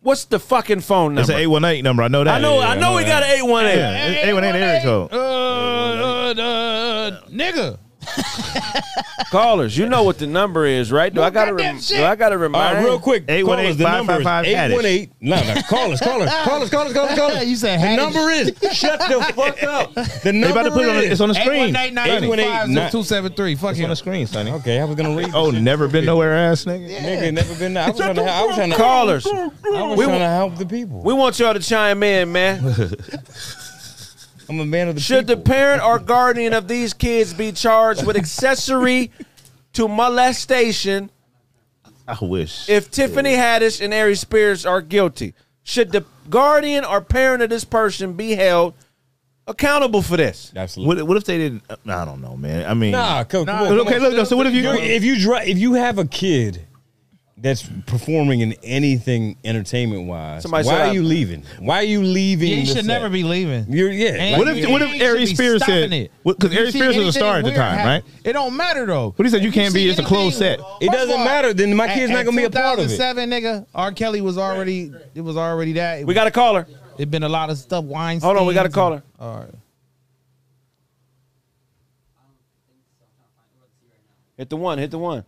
What's the fucking phone it's number? an 818 number. I know that. I know. yeah, I know I we know got an eight one eight. Yeah, it's 818 area code. Uh, uh, uh, nigga. Callers, you know what the number is, right? Do I gotta? goddamn Rem- shit. do I gotta All right, remind? real quick. call us. The number is 818-555-Haddish. 818. No, no. Call us. Call us. Call us. Call us. Call us. Call us. You said the Haddish. number is. Shut the fuck up. The number They about to put it on, is. it's on the screen. 818-985-0273. Fuck It's on him. the screen, Sonny. Okay, I was gonna read. Oh, never been nowhere ass nigga. nigga, never been. there. I was trying to. I was trying to. Callers, I was We- trying to help the people. we want y'all to chime in, man. I'm a man of the Should the people. parent or guardian of these kids be charged with accessory to molestation I wish. if Tiffany Haddish and Ari Spears are guilty? Should the guardian or parent of this person be held accountable for this? Absolutely. What, what if they didn't? I don't know, man. I mean, Nah, come, come on. But okay, look. though, So what if you? You're- if you dri if you have a kid that's performing in anything entertainment wise, Somebody why said are I- you leaving? Why are you leaving? You the should set? never be leaving. You're yeah. And like, What if- what if you Ari should be Spears said- stopping it. what- 'cause You Ari see Spears was a anything star at the weird time, happen- right? It don't matter though. What he said, you can't see be, it's a closed set. anything- First It doesn't of all, matter, then my kid's not gonna be a part of it. 2007, nigga, R. Kelly was already. It was already that. It, We got a caller. it been a lot of stuff. Wine. Hold on, we got a caller. All right. Hit the one. Hit the one.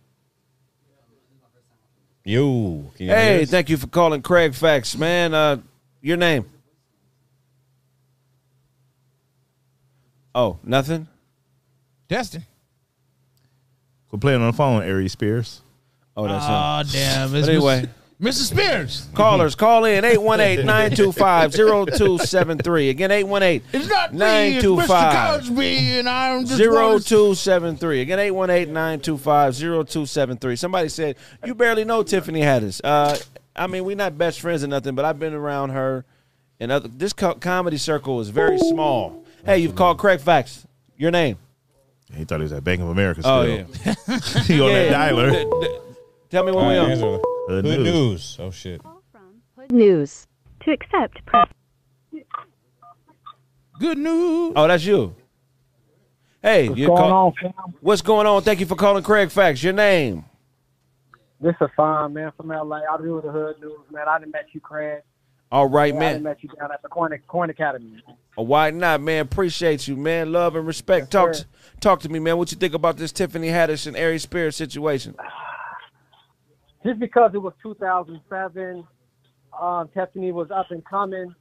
yo, can you hear Hey, us? thank you for calling Craig Facts, man. Uh, your name? Oh, nothing. Destin. Quit playing on the phone, Aries Spears. Oh, that's him. Oh damn! It's But anyway. Mr. Spears, Callers, call in 818-925-0273. Again, 818 it's not me. It's Mr. Cosby, and I'm just Zero wanna- two seven three again eight one eight nine two five zero two seven three. Somebody said you barely know Tiffany Haddish. Uh, I mean we're not best friends or nothing, but I've been around her, and other, this co- comedy circle is very small. Hey, you've called Craig Facts. Your name? He thought he was at Bank of America. Still. Oh he on that Yeah. dialer. Tell me when All we right, on. answer. Good Good news. news. Oh shit. call from Hood News. To accept, press Good news. Oh, that's you. Hey, what's going on, fam? What's going on? Thank you for calling Craig Facts. Your name? This is fine, man, from LA. I do the hood news, man. I didn't met you, Craig. All right, Yeah, I didn't man. met you down at the Coin, Coin Academy. Why not, man? Appreciate you, man. Love and respect. talk, sir. to, talk to me, man. What you think about this Tiffany Haddish and Ari Spirit situation? Just because it was 2007, um, Tiffany was up and coming.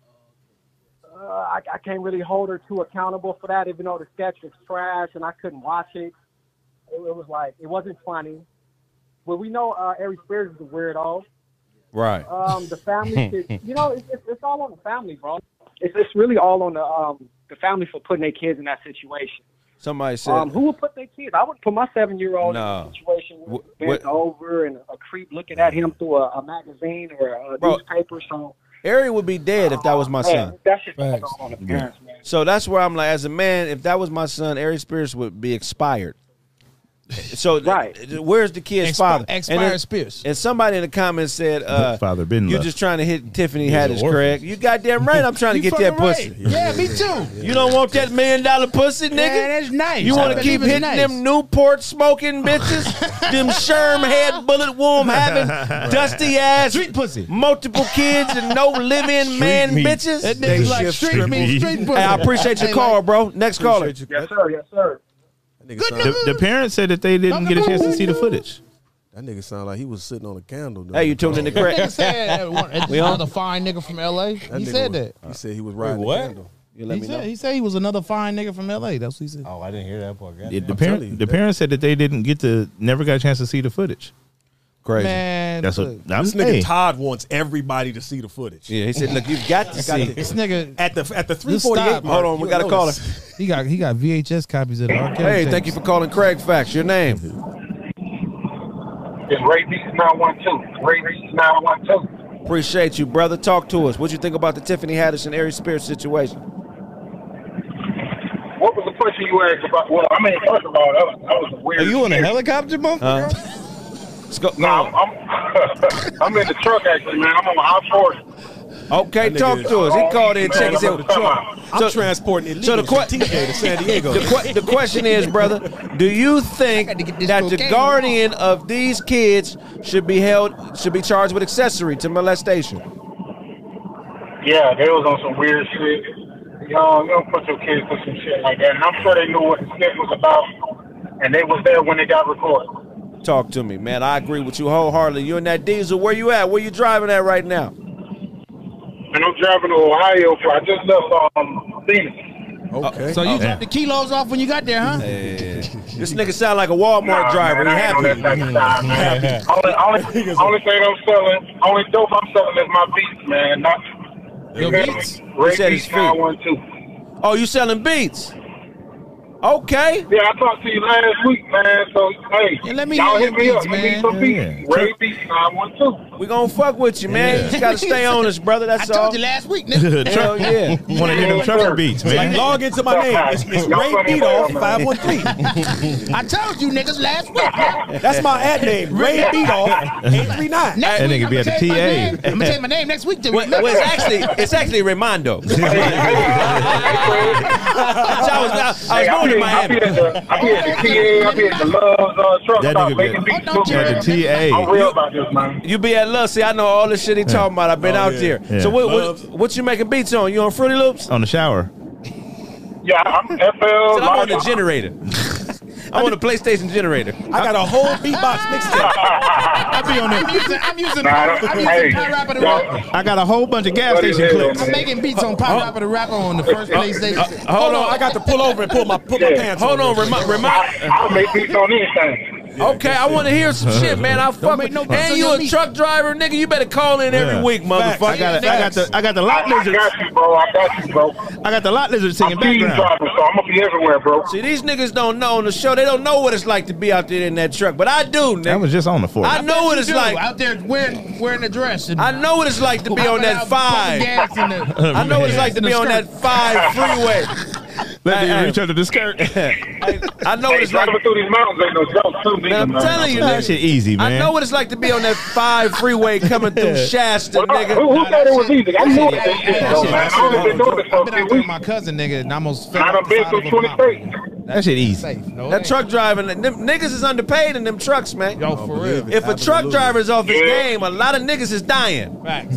Uh, I, I can't really hold her too accountable for that, even though the sketch was trash and I couldn't watch it. It, it was like it wasn't funny. But we know uh, Ari Spears is a weirdo. Right. um, the family should, you know, it's, it's, it's all on the family, bro. It's, it's really all on the um, the family for putting their kids in that situation. Somebody said. Um, who would put their kids? I wouldn't put my seven year old in No. a situation where Wh- he's bent what- over and a creep looking at him through a, a magazine or a, Bro. newspaper. So Ari would be dead if that was my Oh, man, son. That's just Facts. on the parents, man. So that's where I'm like, as a man, if that was my son, Ari Spears would be expired. So Right. th- th- where's the kid's Expi- father? And expired then- Spears. And somebody in the comments said, uh, Father been "You left." just trying to hit Tiffany an Haddish, orphan. Craig. You goddamn right. I'm trying to You get that fucking right. pussy. Yeah, me too. You don't want that million dollar pussy, nigga. Yeah, that's nice. You I want to believe keep it's hitting nice. them Newport smoking bitches, them Sherm head bullet womb having dusty ass Street pussy. multiple kids and no living man meat. bitches. That nigga like shift straight me, straight pussy. Hey, I appreciate your Hey, call, bro. Next caller. Appreciate you. Yes, sir. Yes, sir. That nigga, Good sound, news. The, the parents said that they didn't get a chance to see the footage. that nigga sound like he was sitting on a candle. dude. Hey, you tuned in to Nigga Craig. said that one- that's another fine nigga from LA. That he nigga said was- that. He said he was riding what? a candle. You He let me said, know. he said he was another fine nigga from LA. That's what he said. Oh, I didn't hear that part. God It- the damn. parent, telling you, the that- parents said that they didn't get to, never got a chance to see the footage. Crazy. Man, That's what look, I'm This nigga saying. Todd wants everybody to see the footage. Yeah, he said, look, you've got to see. this nigga. At the at the three Just stop. forty eight. Hold on, we got a caller. He got he got VHS copies of the arcade. Hey, thank you for calling Craig Facts. Your name? It's Ray Beats 912. Ray Beats 912. Appreciate you, brother. Talk to us. What you think about the Tiffany Haddish and Ari Spears situation? What was the question you asked about? Well, I mean, first of all, that was, that was a weird. Are you on a shit. helicopter, motherfucker? Huh? Let's go. No, I'm, I'm, I'm in the truck, actually, man. I'm on I 40. Okay, That nigga talk is- to us. He called in, check his Man, I'm out. talking about- I'm So- transporting so the illegals que- from TJ to San Diego. The, que- the question is, brother, do you think got to get this that the cocaine. guardian of these kids should be held, should be charged with accessory to molestation? Yeah, they was on some weird shit. Y'all, you don't put your kids through some shit like that. And I'm sure they knew what the skit was about, and they was there when it got recorded. Talk to me, man. I agree with you wholeheartedly. You in that diesel? Where you at? Where you driving at right now? And I'm driving to Ohio for, I just left um, Phoenix. okay. Oh, So you dropped the kilos off when you got there, huh? This nigga sound like a Walmart Nah, driver. man, He I ain't on happy. that type of time, man. only, only, only thing I'm selling, only dope I'm selling is my beats, man. Not Your Red beats? He Red said his Beats feet. 912. Oh, you selling beats? Okay. Yeah, I talked to you last week, man. So hey, Yeah, let me y'all hear hit your me beats, up. Let me man. get some Yeah, beats. Ray Beats 912. We gonna fuck with you, man. You just gotta stay on us, brother. I That's all. told you last week, nigga. Hell yeah. Want to hear them trucker beats, man? Log into my name. It's, it's Y'all Ray funny as hell, Beadoff man. five one three. I told you niggas last week. Now, That's my ad name. Ray Beadoff eight three nine. next That week, nigga I'ma be at the change my TA. name. I'm gonna change my name next week. To Well, well, it's actually it's actually Raimondo. I, was, I, Hey, was I going be to I Miami. be at the I be at the TA. I be at the Love's uh, truck That stop nigga making be beats. Oh, don't too, you- at man. the I'm TA. real about this, man. You be at Love. See, I know all this shit he talking about. I've been Oh, out yeah. there. Yeah. So what, Love's. what what you making beats on? You on Fruity Loops? On the shower. Yeah, I'm FL. Oh, Said, I'm on the Logic. generator. I'm on the PlayStation generator. I got a whole beatbox mixtape. I be on I'm there. using, I'm using, Nah, I I'm don't- using hey, Pie Rapper the y'all- Rapper. I got a whole bunch of gas What is station it, clips. Oh. man? I'm making beats on Pie Rapper the Rapper on the Oh, first PlayStation. Hold on, I got to pull over and pull my pull my Yeah. pants. hold over. on. Remind, remind. I, I'll make beats on anything. okay, I want to hear some shit, man. I fuck with. no bets And on you your a meat. truck driver, nigga. You better call in every Yeah. week, Facts. motherfucker. I got, I got the, I got the I, lot I lizards. got you, bro. I got you, bro. I got the lot lizards I'm singing feeding background. drivers, so I'm gonna be everywhere, bro. See, these niggas don't know on the show. They don't know what it's like to be out there in that truck, but I do, nigga. That was just on the fourth. I know what oh, it's Dude, like. out there wearing wearing a dress. And I know what it's like to be on that five. Gas in the, I know what it's like to be on that five freeway. Let Hey, me hey. reach under the skirt. that I, I know what Hey, it's like. driving through these mountains ain't no joke, too, neither, Man, I'm man. telling you, shit nigga. easy, man. I know what it's like to be on that five freeway coming through Shasta, Well, I- nigga. Who, who thought it was easy? I knew it. was easy, bro, man. I only been doing this for I've a been out few there with weeks. my cousin, nigga, and almost fell I off done the been side through of a 20 mountain. states. That shit easy. Safe, no, That it truck driving, them niggas is underpaid in them trucks, man. ain't. Yo, for real. If a truck Absolutely. driver's off his Yeah. game, a lot of niggas is dying. Facts.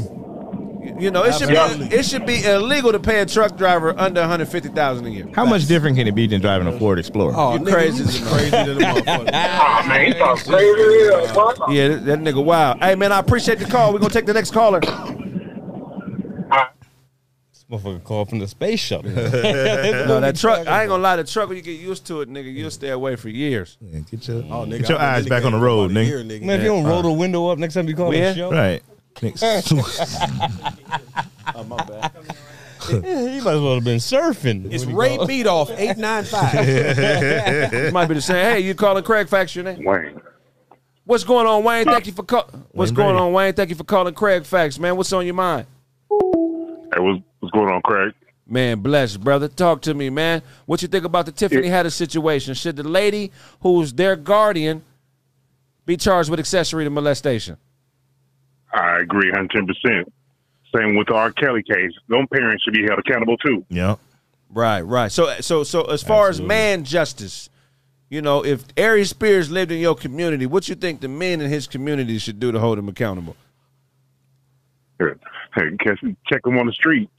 You know, it should be Absolutely. it should be illegal to pay a truck driver under one hundred fifty thousand a year. How much different can it be than driving a Ford Explorer? Oh, You nigga, crazy you as a crazy than a motherfucker. Ah, man, you talk crazy. uh, boy. Yeah, that, that nigga wild. Hey man, I appreciate the call. We're gonna take the next caller. Ah, This motherfucker called from the space shuttle. No, that truck. I ain't gonna lie. The truck. When you get used to it, nigga, you'll stay away for years. Man, Get your, Oh, nigga, get your I eyes really back on can't the road, come out of nigga. here, Man, if you don't roll the window up next time you call Yeah. the show, Right. Nigga. he might as well have been surfing. It's What he Ray called- Beat off 895. It might be the same. Hey, you calling Craig Facts? Your name? Wayne. What's going on, Wayne? Thank you for call- What's Wayne going Brady. on, Wayne? Thank you for calling Craig Facts, man. What's on your mind? Hey, what's, what's going on, Craig? Man, bless, brother. Talk to me, man. What you think about the Tiffany Haddish situation? Should the lady who's their guardian be charged with accessory to molestation? I agree 110%. Same with the R. Kelly case. Them parents should be held accountable, too. yeah. Right, right. So, so, so as far as man justice, you know, if Ari Spears lived in your community, what you think the men in his community should do to hold him accountable? Hey, catch, check them on the street.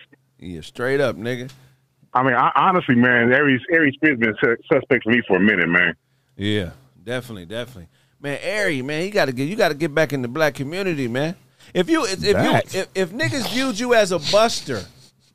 Yeah, straight up, nigga. I mean, I, honestly, man, Aries, Aries Spears been su- suspect for me for a minute, man. Yeah, definitely, definitely. Man, Ari, man, you gotta get you gotta get back in the black community, man. If you if, if Back. you if, if niggas viewed you as a buster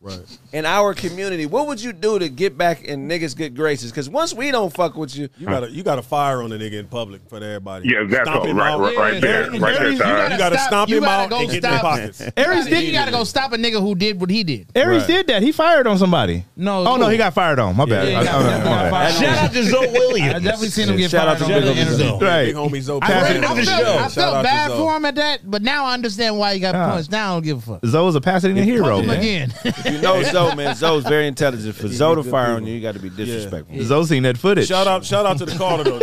right. in our community, what would you do to get back in niggas good graces? Because once we don't fuck with you, You got to you got to fire on the nigga in public for everybody. Yeah, that's Stomp all. him Right, out. right, right there. Yeah. Right there, You Ty. You got to Stop. stomp You him gotta out go and get in their stop. pockets. Aries Then did you gotta go stop a nigga who did what he did. Aries Right. did that. He fired on somebody. No, Oh no, dude. he got fired on. My Yeah, bad. he I- got- I- my definitely bad. got fired Shout on. out to Zoe I Williams. definitely seen him get Shout out fired to on Big the Ol' Zoe. interview. Right. Big homie's open. I, Pass it really- to I the felt, show. I Shout out felt to bad Zoe. For him at that, but now I understand why he got Ah. punched. Now I don't give a fuck. Zoe was a Pasadena hero, Punch him man. again. you know Zoe, man, Zoe's very intelligent. For Zoe to good fire people. on you, you got to be disrespectful. Zoe seen that footage. Shout out, shout out to the caller though.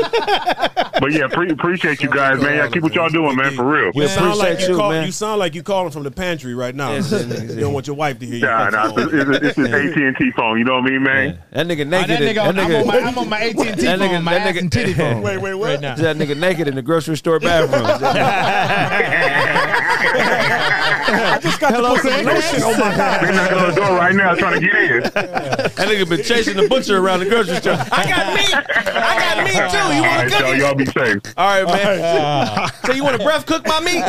But yeah, pre- appreciate you guys, man. Y'all keep what y'all doing, man, for real. We sound like appreciate you, you, call, man. you sound like you calling from the pantry right now. Yes, yes, yes. you don't want your wife to hear you. Nah, nah, it's, it's, it's this AT&T phone, you know what I mean, man? That nigga Oh, that naked. in- nigga, That I'm, on my, nigga. I'm on my AT&T That phone, nigga- my that ass nigga- and titty phone. Wait, wait, what? Right now. That nigga naked in the grocery store bathroom. I just got Hello, to put some lotion on my They're not going to the door right now trying to get in. that nigga been chasing the butcher around the grocery store. I got meat. I got meat Oh, too. You All want right, to so cook it? y'all be safe. All right, man. so you want to breath cook my meat?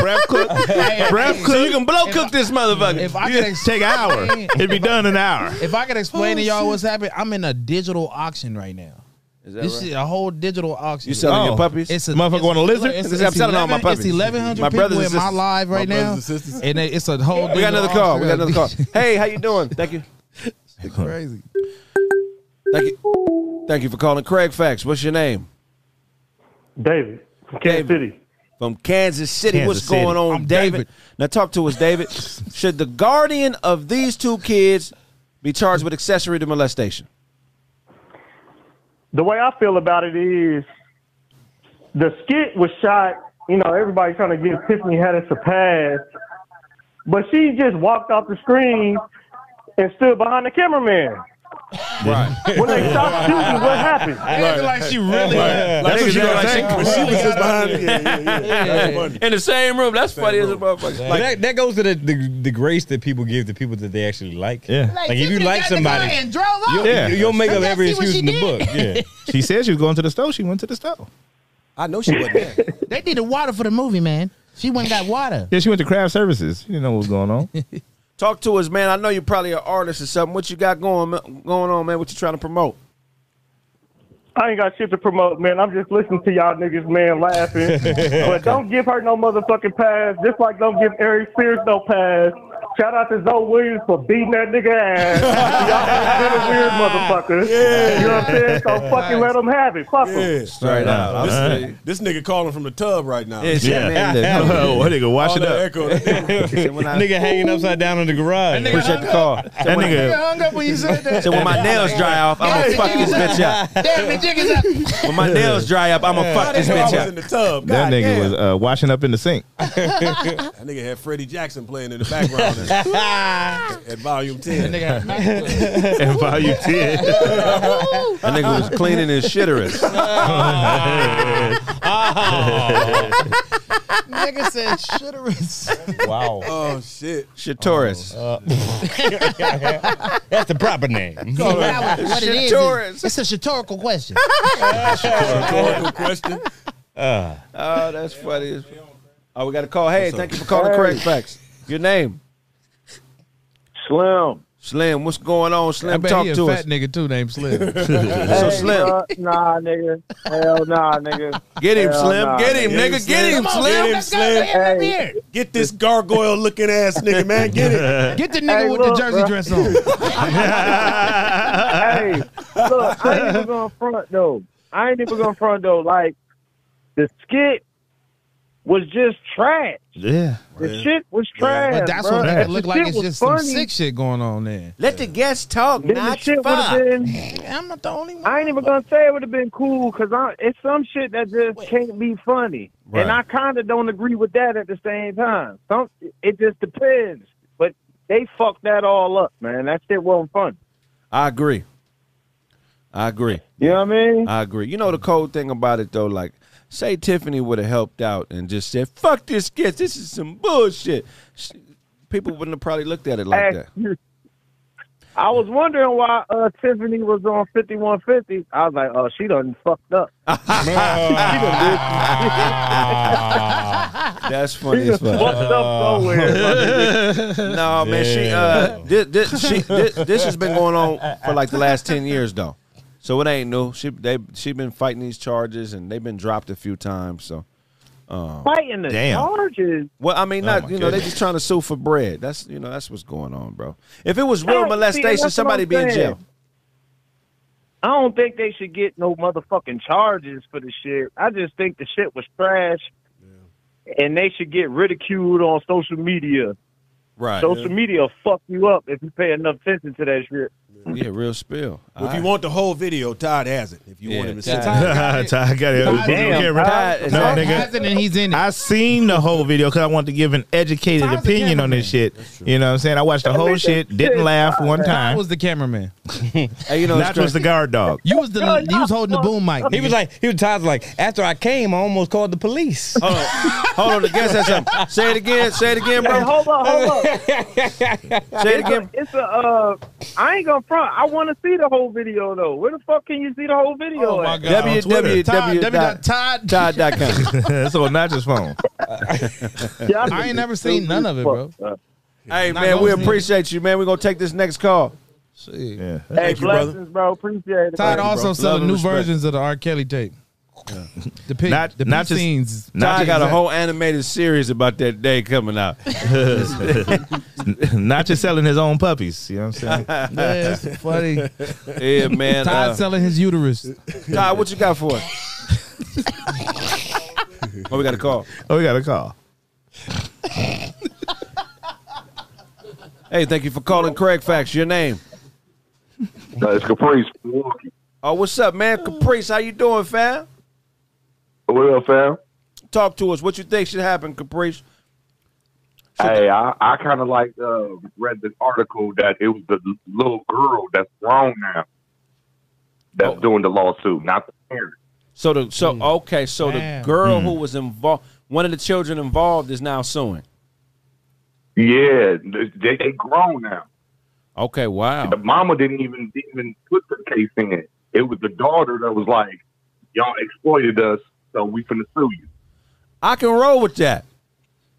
breath cook. Hey, breath so cook. you can blow cook this motherfucker. If I You could ex- take an hour. It'd be done in an hour. if I could explain to y'all what's happening, I'm in a digital auction right now. Is that This right? is a whole digital auction. You selling your Oh. puppies? It's a Motherfucker it's- want a lizard? It's, I'm selling all my puppies. eleven hundred My people brothers in and my sisters. live right My now, brothers and sisters. and it- it's a whole. we got digital another call. We got auction. another call. Hey, how you doing? Thank you. Crazy. Thank you. Thank you for calling Craig Facts. What's your name? David from David. Kansas City. From Kansas City. Kansas What's City. going on, I'm David? David. Now talk to us, David. Should the guardian of these two kids be charged with accessory to molestation? The way I feel about it is the skit was shot, you know, everybody trying to give Tiffany Haddish a pass, but she just walked off the screen and stood behind the cameraman. Right. when they stopped shooting, what happened? Acting like she really. That's what you Exactly. gonna say. But she was just behind. Yeah, yeah, yeah. That's funny. In the same room. That's funny as a room. motherfucker. Like, that, that goes to the, the the grace that people give to people that they actually like. Yeah. Like, if you like somebody, and drove off. you'll, Yeah. you- you'll make up Let's every see what excuse she in the did. book. Yeah. She said she was going to the store. She went to the store. I know she wasn't there. They needed water for the movie, man. She went and got water. Yeah, she went to craft services. She didn't know what was going on. Talk to us, man. I know you're probably an artist or something. What you got going going on, man? What you trying to promote? I ain't got shit to promote, man. I'm just listening to y'all niggas, man, laughing. but don't give her no motherfucking pass. Just like don't give Eric Spears no pass. Shout out to Zoe Williams for beating that nigga ass. y'all been a weird motherfucker. You know what I'm saying? So fucking let them have it. Fuck 'em. Straight up. This, Uh-huh. nigga, this nigga calling from the tub right now. Yeah, shit, man, look, Yeah. hold on. What nigga, wash All it that up. echo. That nigga hanging upside down in the garage. Appreciate the call. That nigga, hung up when you said that. So when my nails dry off, I'm gonna fuck this bitch up. Damn, the jig is up. When my nails dry up, I'm gonna fuck this nigga bitch was in up. the tub. that God nigga damn. was uh, washing up in the sink. That nigga had Freddie Jackson playing in the background at, at volume ten. Nigga, man, and volume ten. That nigga was Oh, uh, cleaning his shitterus. nigga said shitterous. Wow. Oh shit! Shitterus. That's the proper name. What I- what it is, Shitterus. is- It's a rhetorical question. Rhetorical question. Oh, that's funny. as- Oh, we got a call. Hey, thank you for calling Craig Facts. Your name? Slim. Slim. What's going on, I Slim? bet Talk he a to fat us. nigga too named Slim. So, Slim. bruh, nah, nigga. Hell nah, nigga. Get him, Hell Slim. nah, Get him, Get him, nigga. Get Slim. him, Come on, Slim. get him, Slim. Hey. Get this gargoyle looking ass nigga, man. Get it. Get the nigga Hey, with look, the jersey bruh. dress on. hey, look, I ain't even gonna front though. I ain't even gonna front though. Like the skit was just trash. Yeah. The shit was trash. But that's bruh. what If that the look like. shit It's was just some funny, sick shit going on there. Let the guests talk, Then the not shit would have fuck. been. I'm not the only one. I ain't even gonna say it would have been cool because it's some shit that just can't be funny, and I kind of don't agree with that at the same time. Some it just depends, but they fucked that all up, man. That shit wasn't funny. I agree. I agree. You know what I mean? I agree. You know the cold thing about it though, like say Tiffany would have helped out and just said, "Fuck this skit. This is some bullshit." Sh- People wouldn't have probably looked at it like that. Hey, I was wondering why uh, Tiffany was on fifty one fifty. I was like, oh, she done fucked up. That's funny as fuck. Fucked up somewhere. No man, she uh, this, this she this, this has been going on for like the last ten years though, so it ain't new. She they she been fighting these charges and they've been dropped a few times. So Fighting the Damn. charges. well, I mean, not Oh my you know they goodness. just trying to sue for bread. That's you know that's what's going on, bro. If it was real Hey, see, that's molestation, what somebody I'm be in saying. jail. I don't think they should get no motherfucking charges for the shit. I just think the shit was trash. And they should get ridiculed on social media. Right. social media will fuck you up if you pay enough attention to that shit. Yeah, real spill. Well, if Alright. you want the whole video, Todd has it. If you want him to see it. Ty got it. It was on Damn, camera. Ty is no, on- nigga. Has it and he's in it. I seen the whole video because I wanted to give an educated Ty's a opinion on this shit. You know what I'm saying? I watched the whole shit, didn't laugh one I time. was the cameraman. Hey, Oh, you know, it's Not was the guard dog. You was the you was holding the boom mic. He was like, he was Todd's like, after I came, I almost called the police. Hold on. Oh, Hold on. The guest has something. Say it again. Say it again, Hey, bro. hold up, hold Say up. it It's a, again. it's a uh, I ain't gonna front. I want to see the whole video though. Where the fuck can you see the whole video? Oh my at? Uh, God. on Twitter. www.todd.com. Todd. That's on Nacho's phone. Y'all I ain't niggas never seen stupid none of it, bro. as fuck, Hey, man, we appreciate you, man. We're going to take this next call. Yeah. Hey, you, brother. blessings, bro. Appreciate it. Todd man. also selling and new respect. versions of the R. Kelly tape. The pic, Not- the not pic just- scenes. Todd just- got a whole animated series about that day coming out. Not just selling his own puppies. You know what I'm saying? Yeah, it's funny. Yeah, man. Todd Uh, selling his uterus. Todd, what you got for us? oh, we got a call. Oh, we got a call. Hey, thank you for calling Craig Facts. Your name? No, it's Caprice. Milwaukee. Oh, what's up, man? Caprice, how you doing, fam? What up, fam? Talk to us. What you think should happen, Caprice? Hey, I, I kind of like uh, read this article that it was the little girl that's grown now that's Oh. doing the lawsuit, not the parent. So the so okay, so Mm. Damn. Mm. the girl who was involved, one of the children involved, is now suing. Yeah, they, they grown now. Okay, wow. The mama didn't even didn't even put the case in. It was the daughter that was like, "Y'all exploited us, so we finna sue you." I can roll with that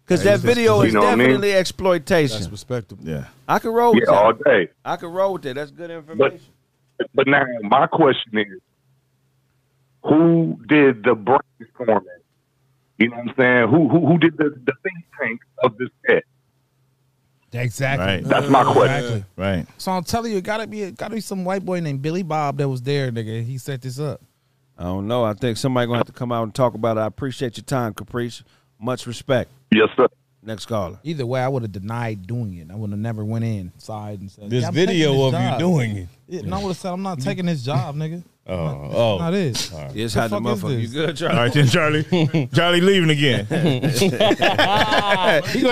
because that video you is know what I mean? definitely exploitation. That's respectable. Yeah. I can roll with Yeah, all that. day. I can roll with that. That's good information. But now my question is, Who did the brainstorming? You know what I'm saying? Who who, who did the, the think tank of this set? Exactly. That's my question. Exactly. Right. So I'm telling you, it gotta be it gotta be some white boy named Billy Bob that was there, nigga. He set this up. I don't know. I think somebody gonna have to come out and talk about it. I appreciate your time, Caprice. Much respect. Yes, sir. Next caller. Either way, I would have denied doing it. I would have never went inside and said This "Yeah, I'm video taking of this you job." doing it. Yeah, and I would have said, "I'm not taking this job, nigga." Oh, That's oh. not it. All right. It's The how the fuck is motherfucker. You this? good, All Charlie? right, then Charlie. Charlie leaving again.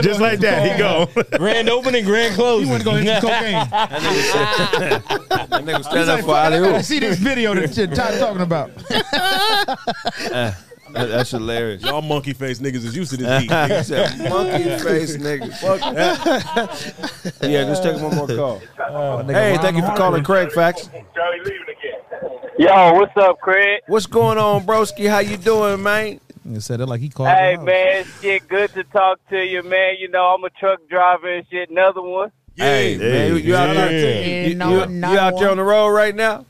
Just like that, he go. Grand opening, grand closing. He went to go hit some cocaine. That nigga He's stand up for like, "Fuck, I gotta alley-oop. see this video that you're talking about. That- That's hilarious. Y'all monkey face niggas is used to this he heat. nigga. said, monkey face nigga. Fuck that. yeah, let's take one more call. hey, thank you for calling Craig Facts. Yo, what's up, Craig? What's going on, broski? How you doing, man? Nigga said it like he called. Hey, it out. man, shit, good to talk to you, man. You know, I'm a truck driver and shit. Another one. Hey, man, you, you out there? Yeah. You, you- you out there on the road right now?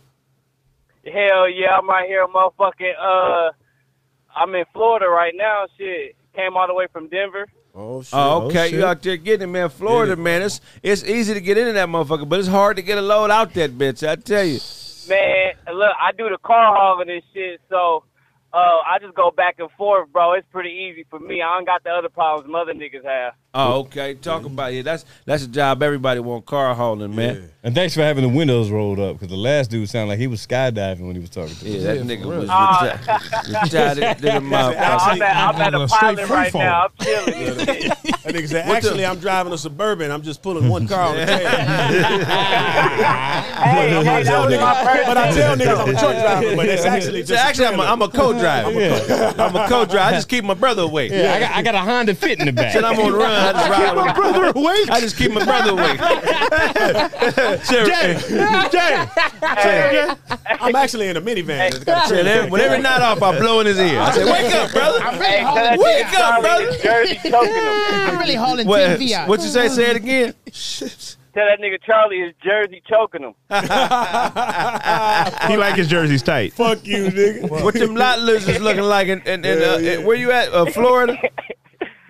Hell yeah, I'm out here, motherfucking. Uh, I'm in Florida right now. Shit, came all the way from Denver. Oh shit. Oh, okay. shit. you out there getting it, man. Florida, man. It's it's easy to get into that motherfucker, but it's hard to get a load out that bitch. I tell you. Man, look, I do the car hauling and shit, so uh, I just go back and forth, bro. It's pretty easy for me. I don't got the other problems mother niggas have. Oh, okay. Talk about it. That's that's a job everybody want car hauling, man. And thanks for having the windows rolled up because the last dude sounded like he was skydiving when he was talking to Yeah, me. that nigga was Ah. reti- retired to the motherfucker. I'm, at, I'm at a straight pilot free right fall. now. I'm chilling. and shit. That nigga said, actually, I'm driving a suburban. I'm just pulling one car on the table. hey, hey, that I tell was my niggas, first but I tell niggas I'm a truck driver, but it's actually So just actually, I'm a, I'm a co-driver. I'm a co-driver. I just keep my brother away. Yeah, I got, I got a Honda Fit in the back. Shit, I'm on the run. I just ride with him. brother awake. I just keep my brother away. Shit, Jay. I'm actually in a minivan. It's got a shit, every- whenever he not off, I blow in his ear. I said, "Wake up, brother." Hey, Holy cuz, wake niggas up, probably brother. in Jersey choking him. I'm really hauling What, TV out. what you say? Say it again. Tell that nigga Charlie his Jersey choking him. He like his jerseys tight. Fuck you, nigga. What them lot losers looking like? And and, and, uh, and where you at? Uh, Florida.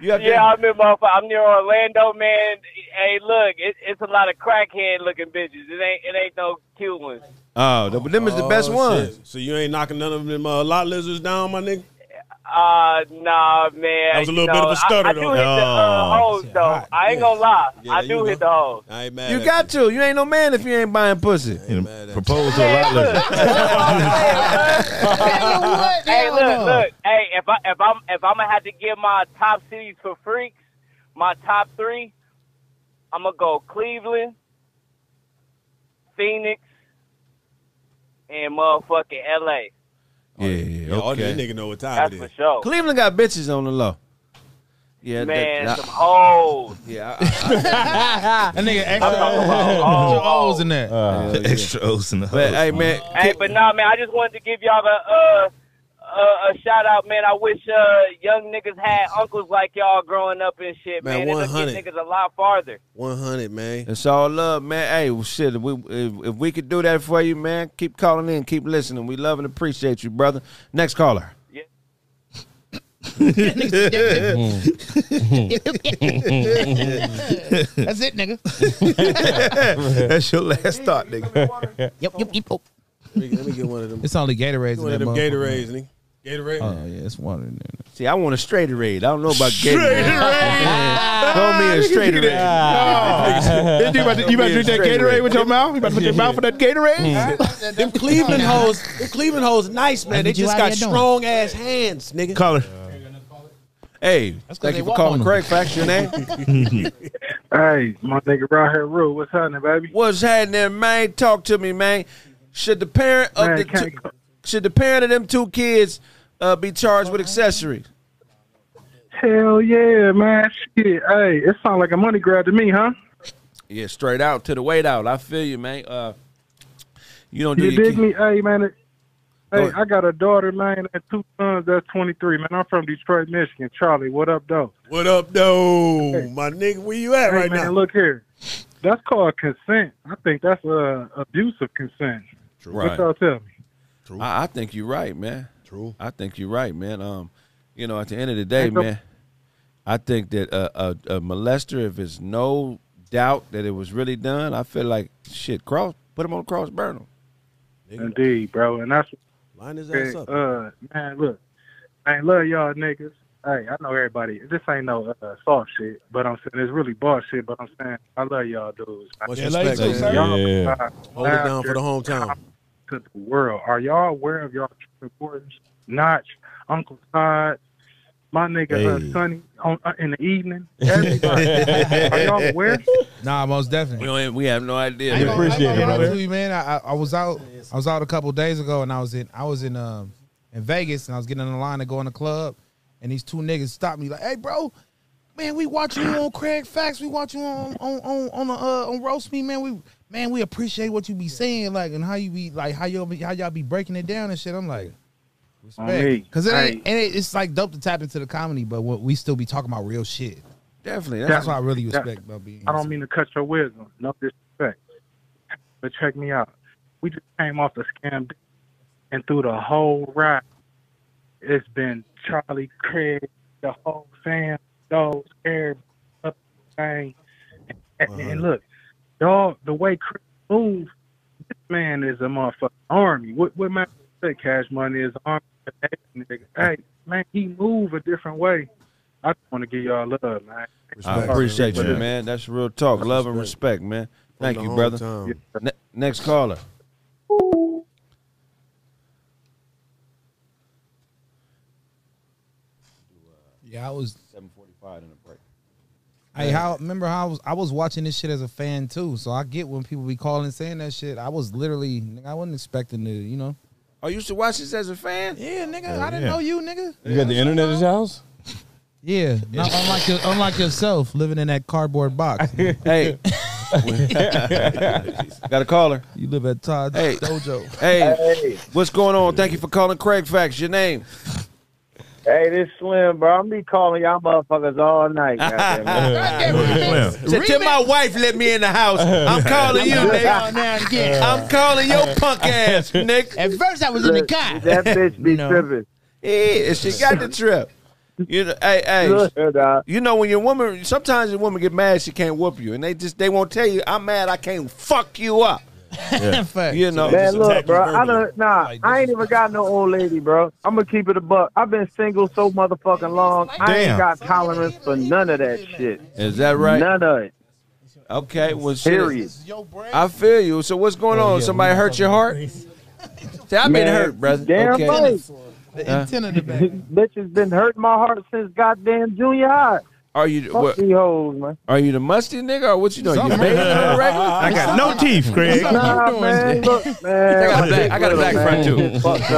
You out Yeah, I'm in motherfucker. I'm near Orlando, man. Hey, look, it, it's a lot of crackhead looking bitches. It ain't it ain't no cute ones. Oh, the- but them is the best Oh, ones. shit. So you ain't knocking none of them uh, lot lizards down, my nigga? Uh, nah, man. That was a you little bit know, of a stutter, I, I do though. hit the uh, Oh, hoes, though. I ain't gonna lie. Yeah, I you do know. hit the hoes. I ain't mad You at got to. You ain't no man if you ain't buying pussy. Propose to a lot lizard. Hey, look, look. Hey, if I if I'm if I'm gonna have to give my top cities for freaks, my top three, I'm gonna go Cleveland, Phoenix, and motherfucking L.A. Yeah, yeah, Yeah, all these okay. niggas know what time That's it for is. sure. Cleveland got bitches on the low. Yeah, Man, that, some hoes. I, yeah. I, That nigga I'm talking about extra hoes. O's in there. Oh, Extra O's in the but hey, man, Hey, but nah, man, I just wanted to give y'all a uh, a, a shout out, man. I wish uh, young niggas had uncles like y'all growing up and shit, Man, man. It'll 100. get niggas a lot farther. 100, man. It's all love, man. Hey, well, shit, if we, if, if we could do that for you, man, keep calling in, keep listening. We love and appreciate you, brother. Next caller. That's it, nigga. That's your last thought, nigga. Yep, yep, yep. Oh. Let me, let me get one of them. It's only Gatorades in One that of them motherfucker. Gatorades, nigga. Gatorade. Oh yeah, it's water in there. See, I want a straight raid. I don't know about getting Throw me a straight raid. you about to, you about to drink that Gatorade with your mouth? You about to put your mouth in that Gatorade? Them Cleveland hoes, them Cleveland hoes nice, man. They That's what you just out got here doing. strong ass hands, nigga. Caller. Hey, they thank you for walk calling on them. Craig Facts. Your name? Hey, my nigga, right here, Rue. What's happening, baby? What's happening, man? Talk to me, man. Should the parent of Man, the can't- two, should the parent of them two kids uh, be charged with accessories? Hell yeah, man. Shit. Hey, it sounds like a money grab to me, huh? Yeah, straight out to the weight out. I feel you, man. Uh, you don't do You your dig kid- me? Hey, man. It, Go hey, ahead. I got a daughter, man, and two sons. That's 23, man. I'm from Detroit, Michigan. Charlie, what up, though? What up, though, my nigga? Where you at Hey, right man, now? look here. That's called consent. I think that's uh, abuse of consent. What Right. y'all tell me? I, I think you're right, man. True. I think you're right, man. Um, you know, at the end of the day, Ain't no- man, I think that a, a, a molester, if it's no doubt that it was really done, I feel like shit. Cross, put him on cross, burn him. Indeed, bro. And that's Line his ass Hey, up. uh, man, look, I love y'all niggas. Hey, I know everybody. This ain't no uh, soft shit, but I'm saying it's really boss shit. But I'm saying I love y'all dudes. Much Yeah, respect, ladies, man. y'all Yeah. provide Hold it down for the laughter hometown. To the world, are y'all aware of y'all true importance? Notch, Uncle Todd, my nigga Hey. uh, Sonny on, uh, in the evening. Everybody, are y'all aware? Nah, most definitely. We don't, we have no idea. I ain't gonna- I ain't gonna lie to you, man. I, I- I was out. I was out a couple days ago, and I was in. I was in um in Vegas, and I was getting in the line to go in the club, and these two niggas stopped me like, "Hey, bro, man, we watch you on Craig Facts. We watch you on on on on, the, uh, on roast me, man. We man, we appreciate what you be saying, like, and how you be like how you how y'all be breaking it down and shit. I'm like. me. Because it ain't, Hey. and it, it's like dope to tap into the comedy, but what, we still be talking about real shit. Definitely, that's, what I really respect about being. I don't mean to cut your wisdom, no disrespect, but check me out. We just came off the scam, d- and through the whole ride, it's been Charlie, Craig, the whole fam, those air up the thing, and, and- and look, y'all, the way Craig moves, this man is a motherfucking army. What what man said? Cash money is army. Nigga. Hey man, he move a different way. I just want to give y'all love, man. I appreciate you, man. That's real talk. Love and respect, man. Thank the you, brother. hometown. Ne- next caller. Yeah, I was seven forty five in a break. Hey, how remember how I was, I was watching this shit as a fan too, so I get when people be calling saying that shit. I was literally, nigga, I wasn't expecting to, you know. Oh, you used to watch this as a fan? Yeah, nigga. Hell I didn't yeah. know you, nigga. You got the internet at your house? Yeah, not unlike your, unlike yourself, living in that cardboard box. hey, Got a caller. You live at Todd's dojo. Hey, what's going on? Thank you for calling Craig Facts. Your name? Hey, this Slim, bro. I'm be calling y'all motherfuckers all night. goddamn it. Said, Tell my wife let me in the house. I'm calling you, I'm nigga. going now and get- I'm calling your punk ass, nigga. At first I was in the car. That bitch be tripping. Yeah, she got the trip. You know, hey, uh, hey. You know when your woman, sometimes your woman get mad, she can't whoop you, and they just they won't tell you. I'm mad, I can't fuck you up. You know, man, look, bro. I don't. Nah, I ain't even got no old lady, bro. I'm gonna keep it a buck. I've been single so motherfucking long. I Damn. ain't got tolerance for none of that shit. Is that right? None of it. Okay, well, shit. Period. I feel you. So what's going Oh, on? Somebody hurt your heart? See, I've been Man, hurt, brother. Damn okay. right. The intent of the bitch has been hurting my heart since goddamn junior high. Are you Fuck what, these hoes, man? Are you the musty nigga or what you doing? You Something. bathing her regular? I got no teeth, Craig. Nah, man, look, man. I got a black, I got a black man. front too.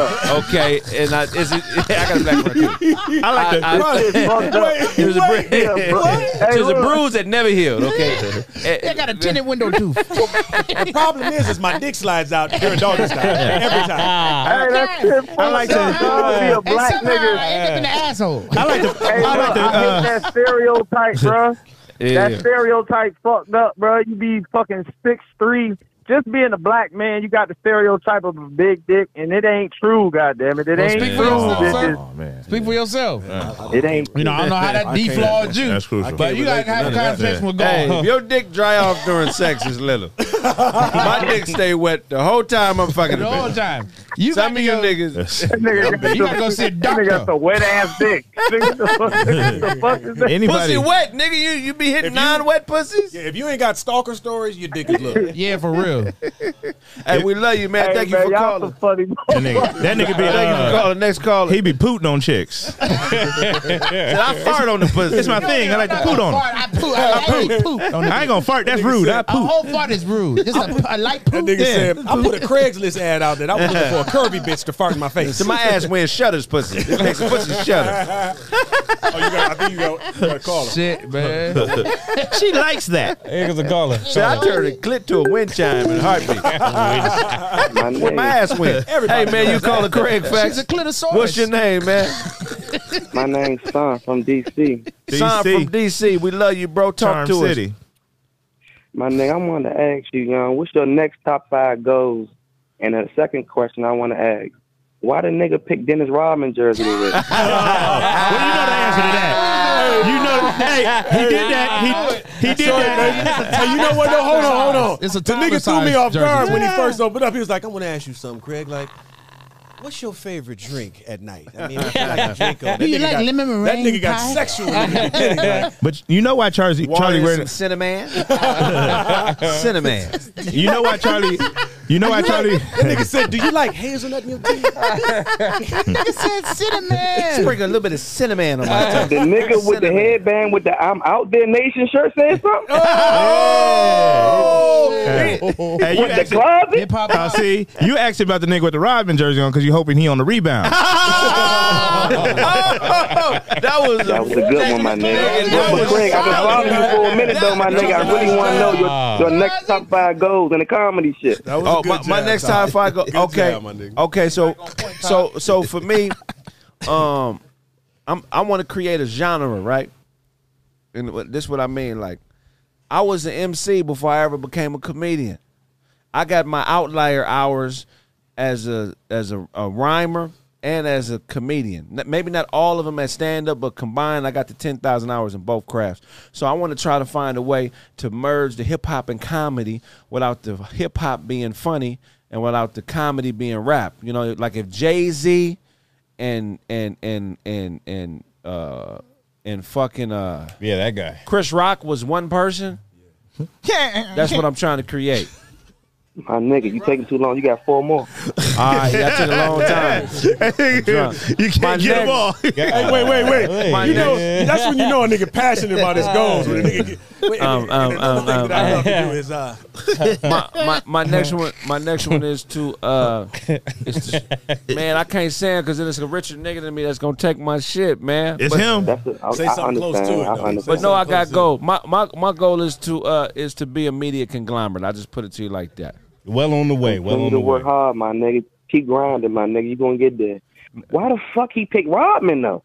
okay, and I, is it, I got a black front too. I like the front. Fucked up. It was a, bru- Wait, yeah, bro. it was a bruise that never healed. Okay, They got a tinted window too. the problem is, is my dick slides out during doggy style every time. Hey, that's it. I like to- Somehow be a And black somehow nigga. I end up in the asshole. I like to. I Hey, I like to, I hate that stereotype, bro. Yeah. That stereotype fucked up, bro. You be fucking six three. Just being a black man, you got the stereotype of a big dick, and it ain't true. Goddamn it, it Well, ain't speak for true. yourself, This sir. is- Oh, Speak for yourself. It ain't. You know, I don't know how that I can't- deflawed you. that's crucial. But you gotta have a conversation with God. Hey, if your dick dry off during sex is little. My dick stay wet the whole time I'm fucking The whole time. You Some of you niggas. You gotta go see a doctor. That's a wet ass dick. Nigga, the fuck is that? Pussy wet, nigga. You you be hitting non wet pussies. Yeah, if you ain't got stalker stories, your dick is little. yeah, for real. Hey, we love you, man. Hey, Thank man, you for y'all calling. some funny That nigga, that nigga be. Uh, Thank you for calling. Next caller. He be pooting on chicks. I fart on the pussy. It's my thing. I like to poot on them. I poop. I, I poop. I ain't gonna fart. That's rude. I A poot. whole fart is rude. Just a, a light poop. That nigga said, I put a Craigslist ad out that I was looking for a curvy bitch to fart in my face. So my ass wearing shutters, pussy. It makes the pussy shudder. Oh, Shit, man. she likes that. Here goes a caller. So I turned a clit to a wind chime in a heartbeat. Where my ass went. Everybody Hey man, you knows calling that. Craig Facts? She's a clitosaurus. What's your name, man? My name's Son from DC. Son from DC. We love you, bro. Talk Charm to City. us. My nigga, I want to ask you, young, what's your next top five goals? And the second question I want to ask, Why the nigga pick Dennis Rodman jersey to wear? You know, hey, he did that. He, he did that. Hey, you know what? No, hold on, hold on. It's a the Thomas nigga threw me size off jersey. guard when he Yeah. first opened up. He was like, "I'm going to ask you something, Craig." Like, what's your favorite drink at night? I mean, what you like to drink on? Do you That nigga like got- lemon That meringue nigga got pie? sexual. in the beginning, like, But you know why Charlie Charlie Red cinnamon. cinnamon. You know why Charlie? You know why Charlie? that nigga said, "Do you like hazelnut in your tea?" Nigga said cinnamon. Sprinkle a little bit of cinnamon on my the nigga with the headband with the "I'm Out There Nation" shirt saying something. Oh! Oh, Hey, hey, you With the asked- Now, see, you asked about the nigga with the Rodman jersey on because you hoping he on the rebound. Oh! that was that was a good one, my nigga. that But, was but Craig, I've been solid, following you for a minute though, my nigga. I really want to know your, your next top five goals in the comedy shit. That was oh, my, my next time if I go, okay, job, my nigga. okay, so, so, so for me, um, I'm I want to create a genre, right? And what- this what I mean, like, I was an MC before I ever became a comedian. I got my outlier hours as a as a, a rhymer and as a comedian. N- Maybe not all of them at stand up, but combined, I got the ten thousand hours in both crafts. So I want to try to find a way to merge the hip hop and comedy without the hip hop being funny and without the comedy being rap. You know, like if Jay Z and and and and and uh and fucking uh yeah that guy Chris Rock was one person. That's what I'm trying to create. My Ah, nigga, you taking too long. You got four more. All right, y'all took a long time. I'm drunk. You can't My get 'em next- all. Yeah. Wait, wait, wait. My you know, next- that's when you know a nigga passionate about his goals. When a nigga get, wait, Um, um, another um, thing um, that I love to um. do is uh, my, my my next one my next one is to uh it's to- man I can't say because it's a richer nigga than me that's gonna take my shit man It's him. That's it. I- Say I something close understand. to it, I though. understand. but no I got Say something goal my, my my goal is to uh is to be a media conglomerate I just put it to you like that well on the way Continue to work hard, my nigga. Keep grinding, my nigga. You gonna get there. Why the fuck he picked Rodman though?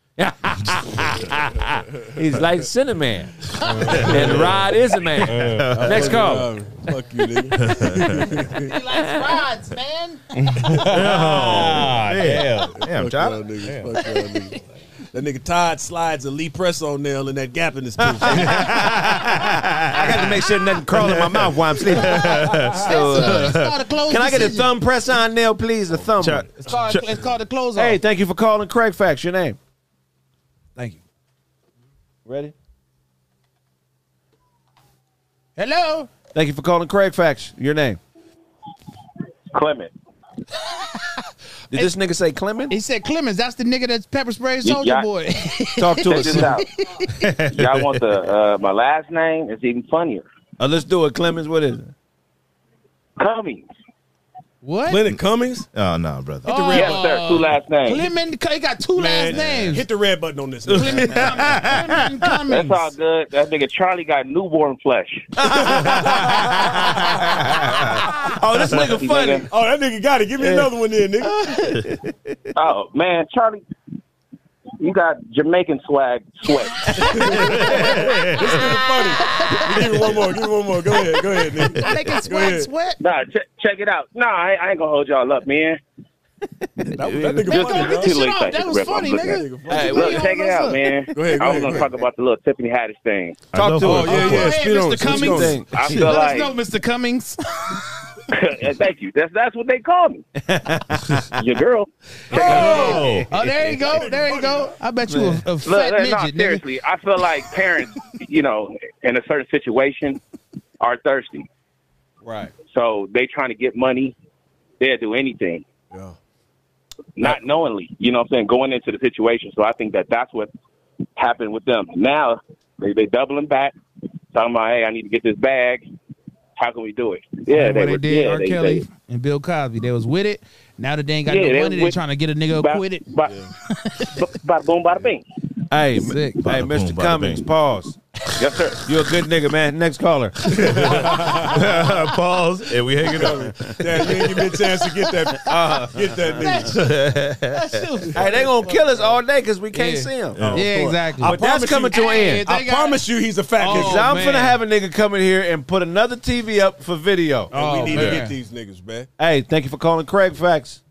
he's like cinnamon and Rod is a man Uh, next fuck call you, uh, Fuck you, nigga. He likes rods, man. Ah, damn. Oh, Damn, Fuck John. y'all niggas. Fuck y'all niggas. That nigga Todd slides a Lee Presso nail in that gap in his tooth. I got to make sure nothing crawls in my mouth while I'm sleeping. So, uh, can I get a thumb press on nail, please? A thumb. one. It's called, it's called the close off. Hey, thank you for calling Craig Facts. Your name? Thank you. Ready? Hello. Thank you for calling Craig Facts. Your name? Clement. Did this nigga say Clement? He said Clemens. That's the nigga that's pepper spray Y- soldier y'all- boy. Talk to Check us. this out. Y'all want the uh, my last name? It's even funnier. Uh, let's do it, Clemens. What is it? Cummings. What? Clement Cummings? Oh no, brother. Oh, yes, sir. Two last names. Clement, he got two Man, last names. Hit the red button on this. nigga. That's all good. That nigga Charlie got newborn flesh. oh, this nigga funny. oh, that nigga got it. Give me another one there, nigga. Oh man, Charlie, you got Jamaican swag sweat. this nigga funny. Give me one more. Give me one more. Go ahead. Go ahead, nigga. Jamaican Go ahead. sweat. Nah, check check it out. Nah, I, I ain't gonna hold y'all up, man. That, that nigga Just- funny, just bro. too late, thank you, Grandpa. I'm looking at it. Hey, Look, wait. check it out, man. Go ahead, go I was ahead, gonna go talk about the little Tiffany Haddish thing. Talk to Oh, us. yeah, yeah. Talk to us. Spit on Mr. us. What you Cummings. gonna- I feel Let like, us know, Mr. Cummings. thank you. That's that's what they call me. Your girl. Oh, oh, there you go. There you go. I bet you a, a Look, fat look, midget. no, nigga. seriously, I feel like parents, you know, in a certain situation, are thirsty. Right. So they trying to get money. They'll do anything. Not knowingly, you know what I'm saying, going into the situation. So I think that that's what happened with them. Now they they doubling back, talking about, hey, I need to get this bag. How can we do it? Yeah, Like what they, were- did yeah, R. they- Kelly they- and Bill Cosby. They was with it. Now that they ain't got Yeah, no they money, they with- trying to get a nigga Ba- to quit it. ba- ba- Bada boom, bada bing. Hey, m- hey, Mr. Cummings. Pause. Yes, sir. You're a good nigga, man. Next caller. Pause, and we hanging up. Damn, you didn't give me a chance to get that. Uh-huh. get that nigga. Hey, they gonna kill us all day because we can't Yeah. see him. Yeah, exactly. But that's promise coming you- to an Hey, end. they I got- promise you, he's a fat Oh, nigga. Cause I'm man. finna have a nigga come in here and put another TV up for video. And Oh, we need to man. get these niggas, man. Hey, thank you for calling Craig Facts.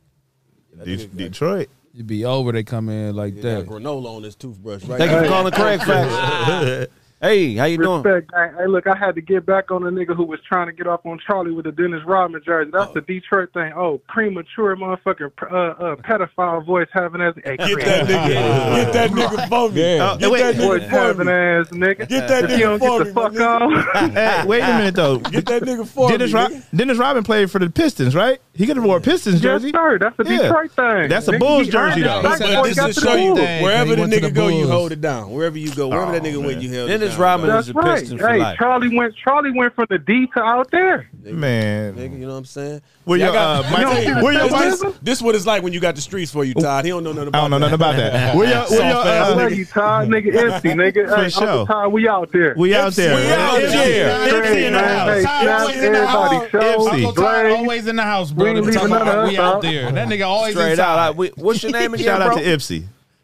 De- Detroit. You be over. They come in like Yeah, that. got granola on his toothbrush right Thank you now. for calling Craig Facts. Hey, how you doing? Respect. Hey, hey, look, I had to get back on the nigga who was trying to get off on Charlie with the Dennis Rodman jersey. That's the Detroit thing. Oh, premature motherfucking uh, uh, pedophile voice having as hey, Get that nigga. Get that nigga for me. Oh, Get wait. that voice nigga for having me. ass nigga. Get that If you don't nigga get for me. the fuck my nigga. on. hey, wait a minute though. Get that nigga for Dennis, me. Rob- nigga. Dennis Robin played for the Pistons, right? He could have wore a Pistons Yes, jersey. sir. That's a Detroit thing. That's a Nigga, Bulls he jersey earned it. though. He said But this is show you Wherever the nigga go, you hold it down. Wherever you go, wherever Oh, that nigga went, you held it Dennis down. Rodman dog. is a Piston for hey, life. Charlie went. Charlie went from the D to out there. Man, Nigga, you know what I'm saying? Where Y'all your, uh, Mike- I'll tell where your this, wife- this, this what it's like when you got the streets for you, Todd. He don't know nothing about I don't know nothing about that. Where your, Soft where your, ass uh, I love you, Todd. Nigga, empty, nigga. For hey, sure. Uncle Todd, we out there. We out there. We out Ipsy. there. Ipsy in the Hey, house. hey, Todd shout always in the out house. everybody. Show, Ipsy. Blaze. Todd always in the house, bro. ain't We, leaving none of we us out out. there. That nigga always Straight inside. out. I- we- what's your name again, Shout bro? out to Ipsy.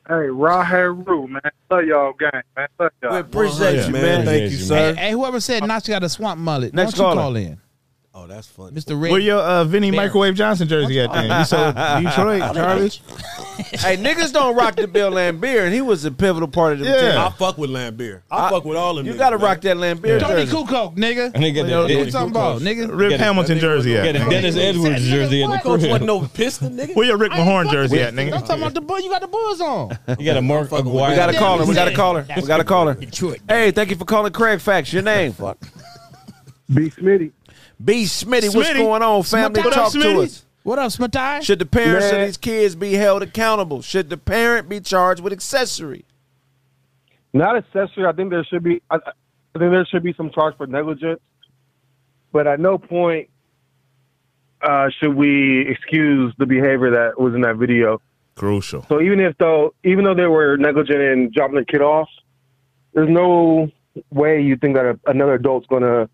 Hey, Rahad Rue, man. Love y'all, gang, man. Love y'all. We appreciate Yeah. you, man. Man, Thank you, sir. Hey, hey, whoever said Nacho got a swamp mullet, Next why don't you caller. call in? Oh, that's funny. Mr. Red. Where your uh, Vinny Bear. Microwave Johnson jersey at then? You sold Detroit, Charlie? hey, niggas don't rock the Bill Lambier, and he was a pivotal part of the Yeah. team. I fuck with Lambeer. I, fuck with all of You niggas, gotta man. rock that Lambier Tony jersey. Kukoc, nigga. And they got What that you Dennis, talking about, nigga? Rip Got a- Hamilton jersey got at? a nigga? Dennis Edwards jersey at the Coach wasn't crib. no piston, nigga. Where your Rick Mahorn jersey at, I'm nigga? talking about the bull. You got the bulls on. You got a Mark Aguirre. We got a Damn, caller. We he got a said caller. We got a caller. Hey, thank you for calling Craig Facts. Your name? B. Smitty. B. Smitty. What's Smitty. going on, family? What Talk up, to Smitty? us. What up, Smatai? Should the parents of Man. these kids be held accountable? Should the parent be charged with accessory? Not accessory. I think there should be. I, I think there should be some charge for negligence. But at no point uh, should we excuse the behavior that was in that video. Crucial. So even if though, even though they were negligent in dropping the kid off, there's no way you think that a, another adult's gonna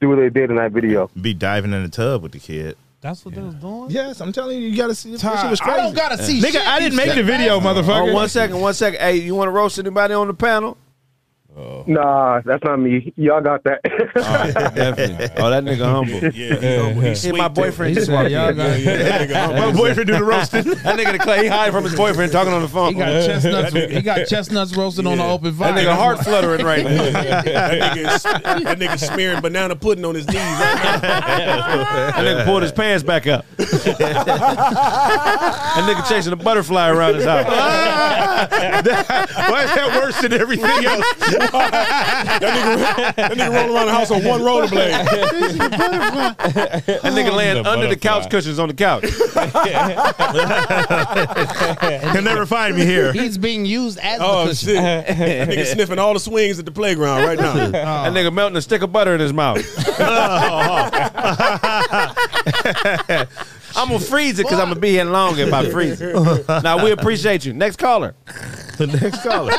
do what they did in that video. Be diving in the tub with the kid. That's what they was doing. Yes, I'm telling you, you gotta see. Todd, She was I crazy. don't gotta see Nigga, shit, I didn't you make the stupid video, Oh, motherfucker. one second, one second. Hey, you want to roast anybody on the panel? Nah, that's not me. Y'all got that. Definitely. Oh, that nigga humble. Yeah, he humble. He Hit sweet my too. boyfriend He just said, walked "Y'all in. got- Yeah, yeah, My boyfriend do the roasting. That nigga the clay, he hiding from his boyfriend talking on the phone. He got chestnuts. he got chestnuts roasted on the open fire. that nigga heart fluttering right now. that, nigga is, that nigga smearing banana pudding on his knees. Right now. That nigga pulled his pants back up. that nigga chasing a butterfly around his house. Why is that worse than everything else? That nigga rolling around the house on one rollerblade. That nigga laying The under the couch butterfly. cushions on the couch. He'll never find me here. He's being used as the Oh cushion. shit! That nigga sniffing all the swings at the playground right now. That nigga melting a stick of butter in his mouth. I'm gonna freeze it because I'm gonna be here long if I freeze it. Now we appreciate you. Next caller. The next caller.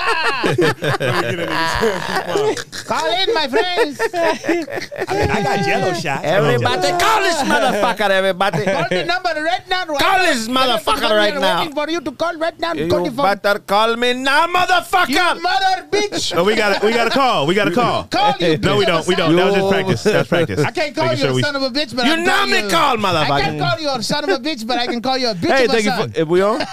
Call in, my friends. I got yellow shot. Everybody, call this motherfucker. Everybody, Call the number right now. Call this motherfucker right now. Waiting for you to call right now. you 24. better call me now, You motherfucker. mother bitch. Oh. No, we got we got a call. We got a call. Call you. No, we don't. We don't. That was just practice. That's practice. I can't call Making you sure a we- son of a bitch, but You I can know me you- call, I can't motherfucker. call you a son of a bitch, but I can call you a bitch. Hey, of a thank you. son. For, if we on,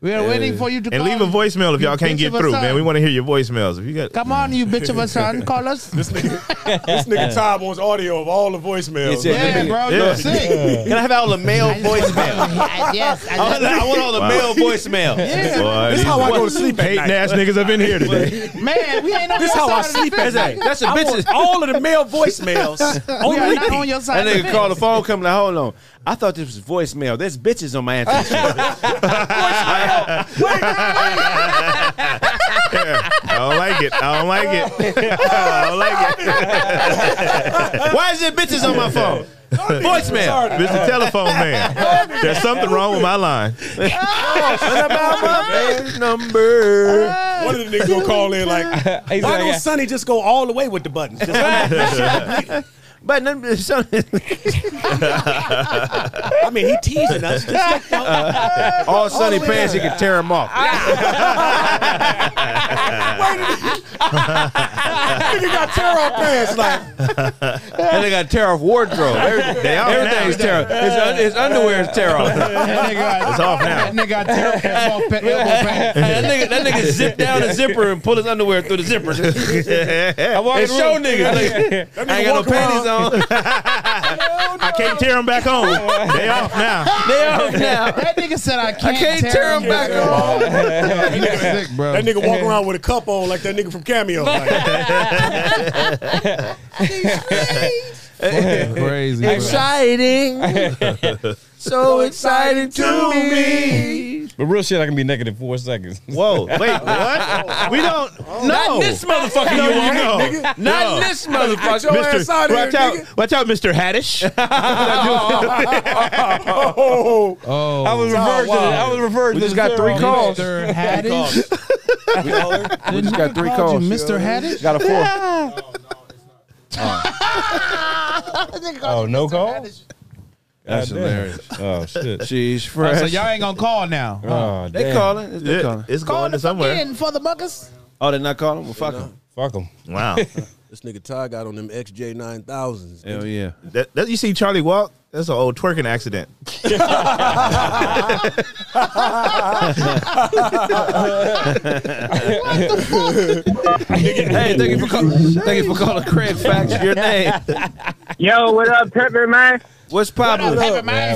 We are waiting for you to And call. leave a voicemail if You y'all can't bitch get of a through, son. man. We want to hear your voicemails. If you got Come on, you bitch of a son. Call us. This nigga, this nigga Todd wants audio of all the voicemails. Yeah, Yeah, bro, Yeah. you're sick. can I have all the male voicemail? I, yes, I want, I I want all the Wow. male voicemail. Boy, This these how I boys- go to sleep at Hating night. ass niggas up in here today. Man, we ain't on This your how I side of the sleep fence. at night. That's a I want bitch. all of the male voicemails. We on are not repeat. on your side. That of the nigga called the fence. phone coming. Like, Hold on, I thought this was voicemail. There's bitches on my answering service. Yeah. I don't like it. I don't like it. I don't like it. Why is there bitches on my phone? Voicemail. This is telephone man. There's something wrong with my line. What about my man number? One of the niggas gonna call in like, He's why like, don't Sonny just go all the way with the buttons? Just- But none- so- I mean, he teasing us. Just, Oh, all Sunny pants, he Ah. could tear them off. Nigga got tear off pants. Like, and they got tear off wardrobe. Everything- They off now. everything's tear off. His, un- his underwear is tear off. That nigga, it's off now. That nigga got tear off elbow pa- elbow pants. that nigga, that nigga zip down the zipper and pull his underwear through the zipper. I walk in and the show room. niggas. Like, That nigga I ain't got walk no panties around. on. I can't tear them back on. They off now. They off now. That nigga said I can't, can't tear 'em back on. Sick, bro. That nigga walk around with a cup on like that nigga from Cameo. Crazy. bro. Exciting. so exciting to me. But real shit, I can be naked in four seconds. Whoa, wait, what? we don't. No, Not this motherfucker No, you you want. don't. Not No. this motherfucker. Mister, watch out, watch out, Mister Haddish. oh, I was referred to. The, I was referred we to. We just got three calls. Mr. Haddish. We just got three Called calls. you Mr. Haddish. Got a four. Oh, no call? That's Goddamn. hilarious. Oh, shit. She's Oh, fresh. so y'all ain't gonna call now. huh? Oh, They damn. calling. It's- They Yeah, calling. it's going to somewhere. In for the buckers. Oh, they not calling. Well, fuck them. Fuck them. Wow. This nigga Ty got on them XJ nine thousands. Hell yeah. That, that you see Charlie walk? That's an old twerking accident. Hey, thank you for calling. Thank you for calling Craig Facts. Your name. Yo, what up, Pepper man? What's poppin'?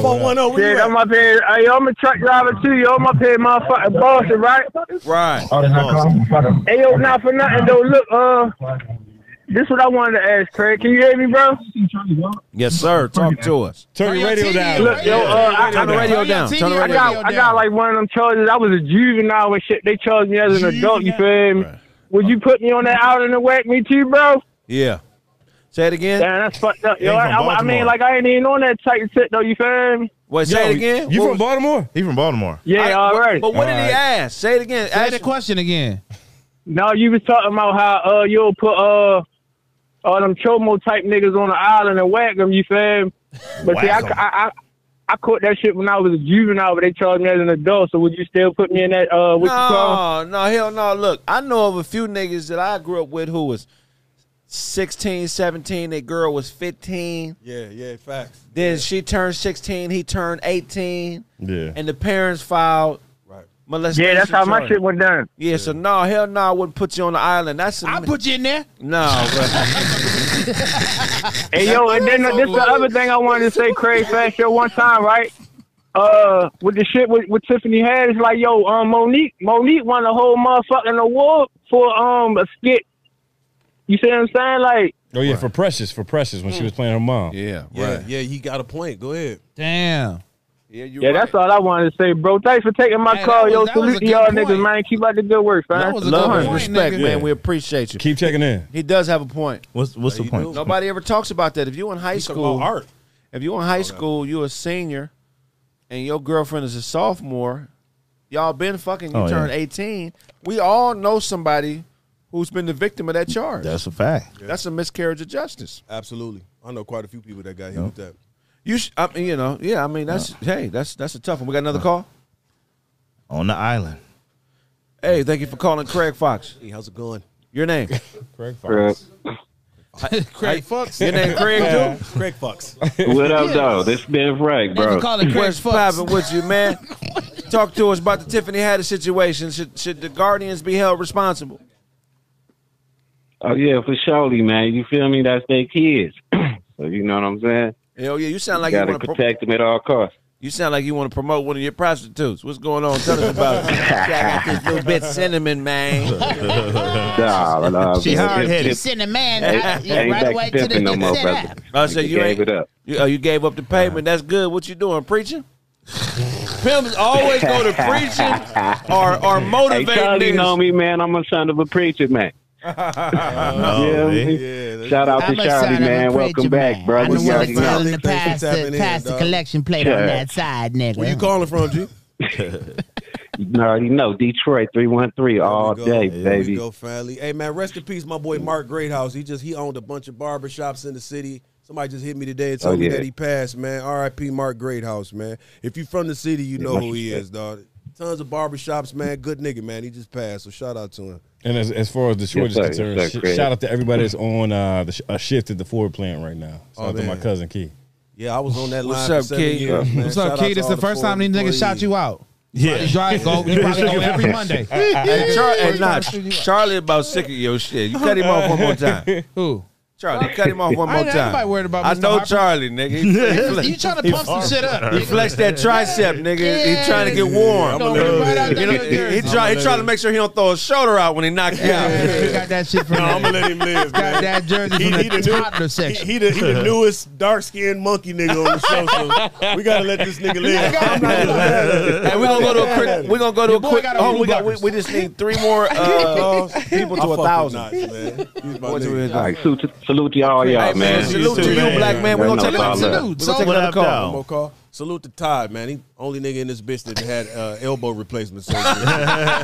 Four one zero. Shit, I'm up here. Hey, yo, I'm a truck driver too. Yo, I'm up here, in motherfucking Boston, right? Right. Hey, yo, not for nothing though. Look, uh, this what I wanted to ask, Craig. Can you hear me, bro? Yes, sir. Talk to us. Turn your radio down. Look, yo, uh, I, Turn the radio down. Turn the I radio down. got, I got like one of them charges. I was a juvenile and shit. They charged me as an adult. You feel me? Would you put me on that out and whack me too, bro? Yeah. Say it again. Damn, that's fucked up. Yo, You I, ain't from I, I mean, Baltimore. like I ain't even on that type of shit though. You feel me? What? Say it again. You What from was- Baltimore? He from Baltimore. Yeah, I- all what- right. But what did he Alright. ask? Say it again. Say Ask the question again. No, you was talking about how uh you'll put uh all them chomo type niggas on the island and whack them. You feel me? But see, I, Whack 'em. I, I I caught that shit when I was a juvenile, but they charged me as an adult. So would you still put me in that uh what you call? No, no, hell no. Look, I know of a few niggas that I grew up with who was 16, 17. That girl was 15. Yeah, yeah, facts. Then she turned 16. He turned 18. Yeah. And the parents filed Right. molestation. Yeah, that's how my charges. shit went down. Yeah, so no, hell no, I wouldn't put you on the island. That's a, I put you in there. no, bro. Hey yo, and then this the other thing I wanted to say, Craig Fast Show one time, right? Uh, with the shit with, with Tiffany Haddish, like yo, um, Monique, Monique won a whole motherfucking award for um a skit. You see what I'm saying? Like, Oh, yeah, for Precious, for Precious when she was playing her mom. yeah, Yeah, right. yeah, he got a point. Go ahead. Damn. Yeah, you yeah, that's all I wanted to say, bro. Thanks for taking my Hey, call, that yo. was- that was Salute a to good y'all point. niggas, man. Keep out the good work, man. That was a love good and point, respect, nigga. man. We appreciate you. Keep checking in. He does have a point. What's what's the point? Nobody ever talks about that. If you in high He's talking school, about art. If you in high school, you a senior, and your girlfriend is a sophomore, y'all been fucking. You Oh, yeah. turned eighteen. We all know somebody who's been the victim of that charge. That's, That's a fact. a miscarriage of justice. Absolutely. I know quite a few people that got hit with that. You, sh- I mean, you know, yeah. I mean, that's hey, that's that's a tough one. We got another call. On the island. Hey, thank you for calling Craig Fox. Hey, how's it going? Your name, Craig Fox. Crap. Craig Fox. your name, Craig. Too? Craig Fox. What up, though? This been Frank, They bro. call it Craig What's Fox. poppin' with you, man? Talk to us about the Tiffany Haddish situation. Should should the guardians be held responsible? Oh yeah, for surely, man. You feel me? That's their kids. so you know what I'm saying? Hell yeah, you sound like you, Gotta want to protect them at all costs. You sound like you want to promote one of your prostitutes. What's going on? Tell us about it. I got this little bit cinnamon, man. Nah, uh, nah, She man. hard headed. You send a man Ain't, out, you ain't right back away to the stepping no more, set brother. up. I said you gave ain't. it up. You, oh, you gave up the payment. That's good. What you doing, preaching? Pimps always go to preaching or or Hey, motivate Charlie, niggas. know me, man. I'm a son of a preacher, man. Oh, yeah. man. Yeah, Shout out to I'm a son Charlie, of a man. preacher Welcome man. back, brother. I'm the You one already know. telling the Thanks for tapping pastor, in, pastor dog. collection plate Yeah. on that side, nigga. Where you calling from, G? You already know. Detroit 313 all There we go. day, There we baby. go, family. Hey, man, rest in peace, my boy Mark Greathouse. He just he owned a bunch of barber shops in the city. Somebody just hit me today and told Oh, me yeah. that he passed, man. R.I.P. Mark Greathouse, man. If you from the city, you know who he is, dog. tons of barbershops, man. Good nigga, man. He just passed, so shout out to him. And as, as far as the short Yes, sir. is concerned, Yes, sir, sh- Craig. shout out to everybody that's on uh, the sh- uh, shift at the Ford plant right now. Shout Oh, out to my man. cousin Key. Yeah, I was on that What's line. up, for seven Key? Years, man. What's up, Shout Key? out to This all the First time these niggas shot you out. Yeah. You probably go, you probably go every Monday. Hey, Char- hey, nah, First time you out. Charlie about sick of your shit. You cut him off one more time. Who? Charlie, cut him off one I more ain't- ain't time. nobody worried about I Mr. know Harper. Charlie, nigga. He- he You flex- trying to he- pump some shit up. He nigga. flexed that tricep, nigga. Yeah. He trying to get warm. Don't worry about that, You know, don't worry. he trying he trying to make sure he don't throw his shoulder out when he knock you out. Got that shit from No, that- I'ma let him live, Got man. that jersey He- from he the the new- toddler section. He the, he the newest dark skinned monkey nigga on the show, so we gotta let this nigga live. I'm not gonna let him live. Hey, we're gonna go to a quick. We're gonna go to a quick. Oh, we got. We, we just need three more uh, people to I fuck a with thousand. Knox, man. He's my What you nigga. is- All right, salute, salute to y'all, y'all, Hey, man. Salute to you, black man. We're gonna take another Salute. salute. We're So gonna take what another up, call. though? One more call. Salute to Todd, man. He only nigga in this bitch that had uh, elbow replacement surgery.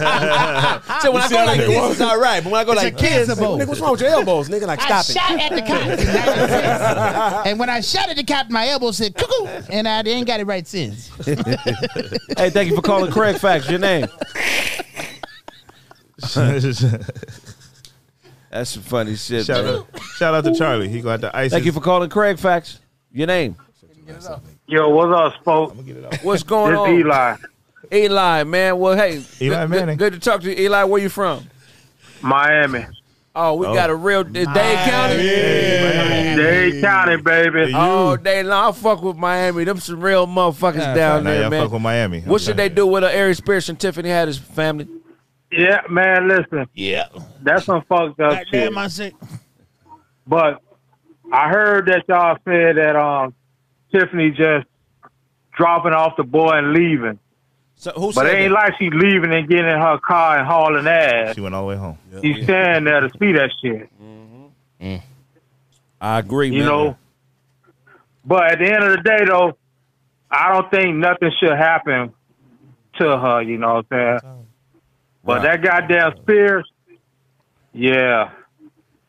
So when I go like this, it's all right. But when I go It's like a cancer this, like, bowl. nigga, what's wrong with your elbows? Nigga, like I stop shot it. at the cop. and when I shot at the cop, my elbow said cuckoo, and I ain't got it right since. hey, thank you for calling Craig Facts. Your name. That's some funny shit. Shout man. out, shout out to Charlie. He got the ice. Thank you for calling Craig Facts. Your name. Yo, what's up, Spoke? What's going This on? Eli. Eli, man. Well, hey, Eli good, Manning. Good, good to talk to you, Eli. Where you from? Miami. Oh, we Oh. got a real Dade County. Yeah. Dade County, baby. All day long. I fuck with Miami. Them some real motherfuckers Yeah, down nah, there, y'all man. fuck with Miami. What should they do with uh, Aries Pierce and Tiffany Haddish family? Yeah, man, listen. Yeah. That's some fucked up shit. Goddamn, I But I heard that y'all said that um Tiffany just dropping off the boy and leaving. So who said but it ain't that? like she leaving and getting in her car and hauling ass. She went all the way home. She's standing there to see that shit. I agree, You man. know. But at the end of the day, though, I don't think nothing should happen to her. You know what I'm saying? But that goddamn Spears, yeah,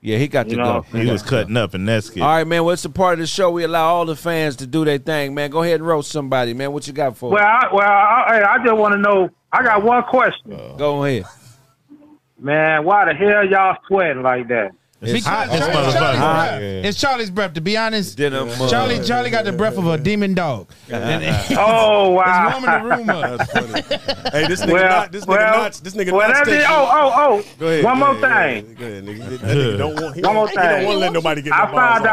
Yeah, he got You to know, go. He was cutting up in that skit. All right, man. What's the part of the show we allow all the fans to do their thing, man? Go ahead and roast somebody, man. What you got for? Well, I, well, I, hey, I just want to know. I got one question, Uh. us? Go ahead. man. Why the hell y'all sweating like that? Because Charlie- Charlie's breath. It's Charlie's breath. To be honest, mud. Charlie Charlie got the breath of a demon dog. oh wow! It's warming the room up. Hey, this nigga, Well, not, this nigga, well, not, this nigga, well, not that's station. it. Oh, oh, oh. Go ahead, One go more ahead, thing. Go ahead, nigga. That nigga don't want. He One don't, more He thing. don't want to let nobody get. I no balls found on.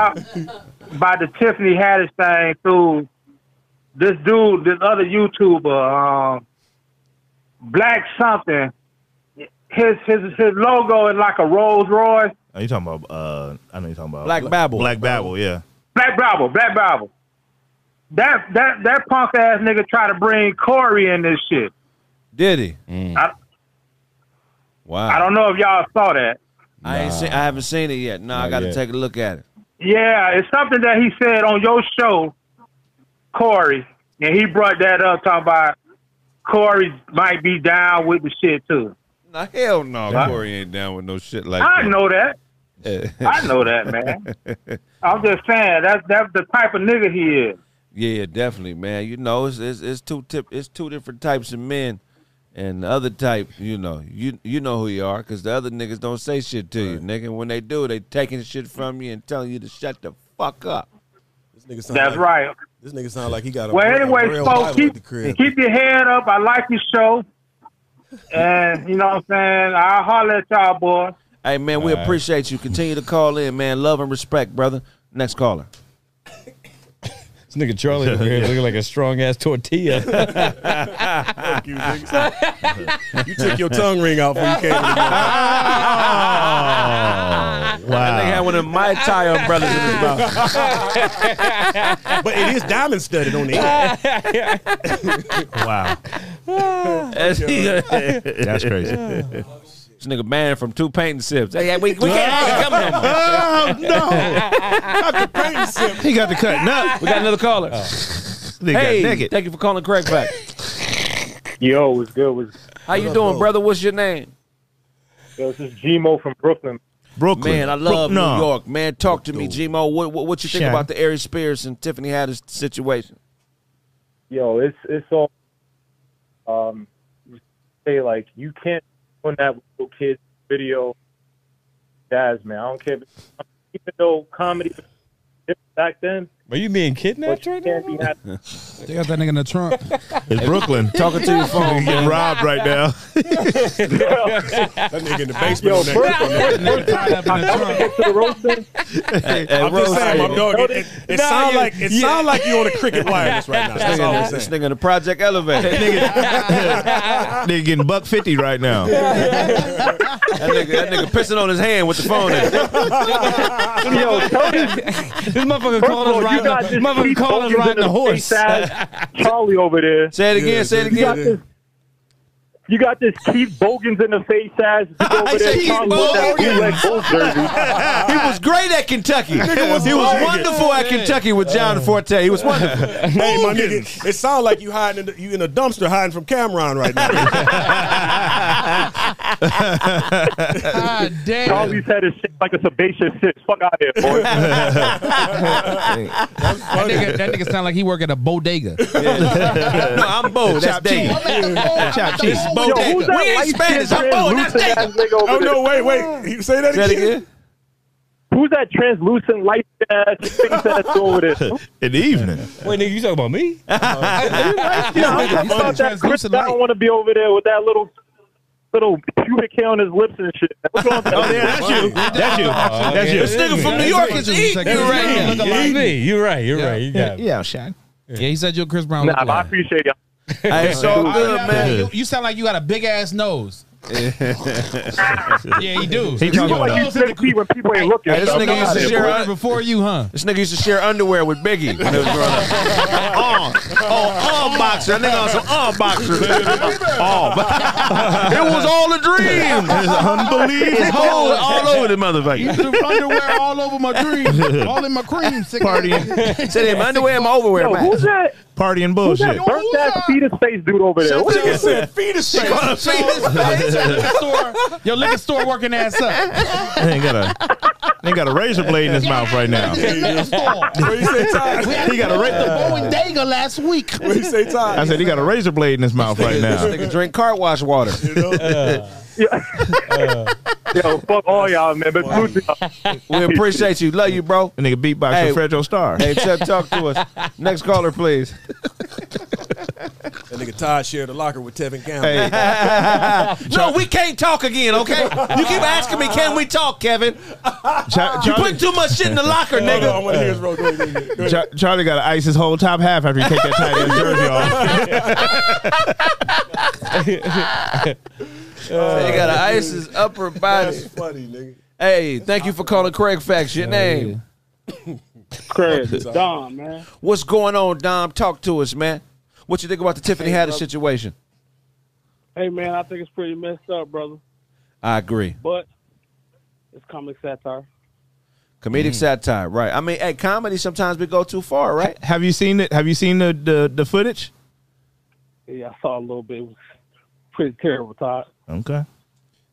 out about the Tiffany Haddish thing through this dude, this other YouTuber, um, Black something. His his his logo is like a Rolls Royce. Are you talking about? Uh, I know you're talking about Black Babel. Black Babel, yeah. Black Bible, Black Bible. That that that punk ass nigga tried to bring Corey in this shit. Did he? I, Wow. I don't know if y'all saw that. I ain't seen. I haven't seen it yet. No, I got to take a look at it. Yeah, it's something that he said on your show, Corey, and he brought that up talking about Corey might be down with the shit too. No, hell no. Huh? Corey ain't down with no shit like I that. know that. Yeah. I know that, man. I'm just saying that's that's the type of nigga he is. Yeah, definitely, man. You know, it's it's, it's two tip. It's two different types of men, and the other type, you know, you you know who you are, cause the other niggas don't say shit to you, nigga. When they do, they taking shit from you and telling you to shut the fuck up. This nigga sound That's like- right. This nigga sound like he got Uh, a. Well, real- a anyway, real folks, Bible at the keep crib. keep your head up. I like your show, and you know what I'm saying. I'll holler at y'all, boy. Hey, man, we All right. appreciate you. Continue to call in, man. Love and respect, brother. Next caller. This nigga Charlie over here looking like a strong ass tortilla. Fuck you, nigga. you took your tongue ring out before you came. Wow. That nigga had one of my tie umbrellas in his mouth. but it is diamond studded on the end. wow. That's, That's crazy. This nigga banned from two painting sips. Hey, we, we can't have it coming no more. Oh no! he got the cutting up. We got Oh. another caller. They got hey, naked. thank you for calling Craig back. Yo, what's good? What's How you doing, brother? What's your name? Yo, this is Gmo from Brooklyn. Brooklyn. Man, I love Brooklyn. New York. Man, talk to me, Gmo. What, what, what you think Sure. about the Aries Spears and Tiffany Haddish situation? Yo, it's it's all um say like you can't do that with little kids video. Guys, man, I don't care. If, even though comedy was different back then, Are you being kidnapped but you right now? can't be happy. They got that nigga in the trunk. It's Brooklyn. Talking to your phone. Getting robbed right now. that nigga in the basement. on that. Hey, I'm just saying, my dog. It, it, it Nah, sound yeah, like it yeah. sound like you on a cricket wireless right now. That's all I'm saying. This nigga in the Project Elevator. They're getting buck fifty right now. That nigga, that nigga pissing on his hand with the phone in. Yo, this motherfucker called us riding. got this Motherfucker Steve called us Hogan riding a little horse. face-ass Charlie over there. Say it again, Yeah, say it You got again. this, you got this Keith Bogans in the face ass over there Keith talking about that Bogans. bootleg Bulls jersey. he was great at Kentucky. Nigga was he was bugging. wonderful at Kentucky with John Forte. He was wonderful. Hey, my nigga, it sound like you hiding in the, you in a dumpster hiding from Cameron right now. Ah, God damn. Charlie's had his shit like a sebaceous cyst. Fuck out here, boy. That nigga, that nigga sound like he work at a bodega. no, I'm Bo. That's Dave. Chop This is Bo. Dave. who's that We ain't Spanish. light-skinned I'm Bo. That's translucent Dave. ass nigga over Oh no, wait, there? wait. You say that Say it again? again. Who's that translucent light ass face ass over there? In the evening. Wait, nigga, you talking about me? Yeah, I'm talking about that Chris. I don't want to be over there with that little little pubic hair on his lips and shit. What's wrong with that? That's you. That's you. That's you. This nigga from New York is eating right It's me. You're right. You're right. You got it. Yeah, Shaq. Yeah, he said you're Chris Brown. Nah, look but I alike. appreciate y'all. Hey, it's all good, Yeah, man. You, you sound like you got a big ass nose. yeah, you do. He You talking got about- a You nose in six feet when people ain't looking. Hey, this so nigga used to the- share born before you, huh? This nigga used to share underwear with Biggie when he was growing up. on, on, on boxer. That nigga on some on boxer. on. it was all a dream. It's His unbelievable. hole all over the motherfucker. Used to underwear all over my dreams, all in my cream. Sick Partying, Said him underwear, my overwear, Yo, man. who's that? partying Who's that bullshit. burnt ass fetus face dude over there? What Nigga is this? said fetus She face. called him fetus. liquor store, your liquor store working ass up. Ain't got a, ain't got a razor blade in his mouth right now. Liquor store. What you say, Todd? He got a ra- Bodega last week. What you say, Todd? I said he got a razor blade in his mouth right now. Nigga drink cart wash water. Yo, fuck all y'all, man. But salute to y'all. We appreciate you. Love you, bro. That nigga Hey. beatboxing Fredro Star. Hey, Chuck, talk to us. Next caller, please. That nigga Todd shared a locker with Tevin Campbell. Hey, No, we can't talk again, okay? You keep asking me, can we talk, Kevin? Char- You Charlie, putting too much shit in the locker, Hold on, I nigga. want to hear his real quick. Go ahead, go ahead. Char- Charlie got to ice his whole top half after he take that tight end jersey off. They got to ice his upper body. That's funny, nigga. Hey, thank you for calling Craig Facts. Your name. Craig, Dom, man. What's going on, Dom? Talk to us, man. What you think about the Tiffany Hey, Haddish brother. situation? Hey, man, I think it's pretty messed up, brother. I agree. But it's comic satire. Comedic satire, right? I mean, at comedy, sometimes we go too far, right? Have you seen it? Have you seen the the, the footage? Yeah, I saw a little bit. It was pretty terrible, Todd. Okay.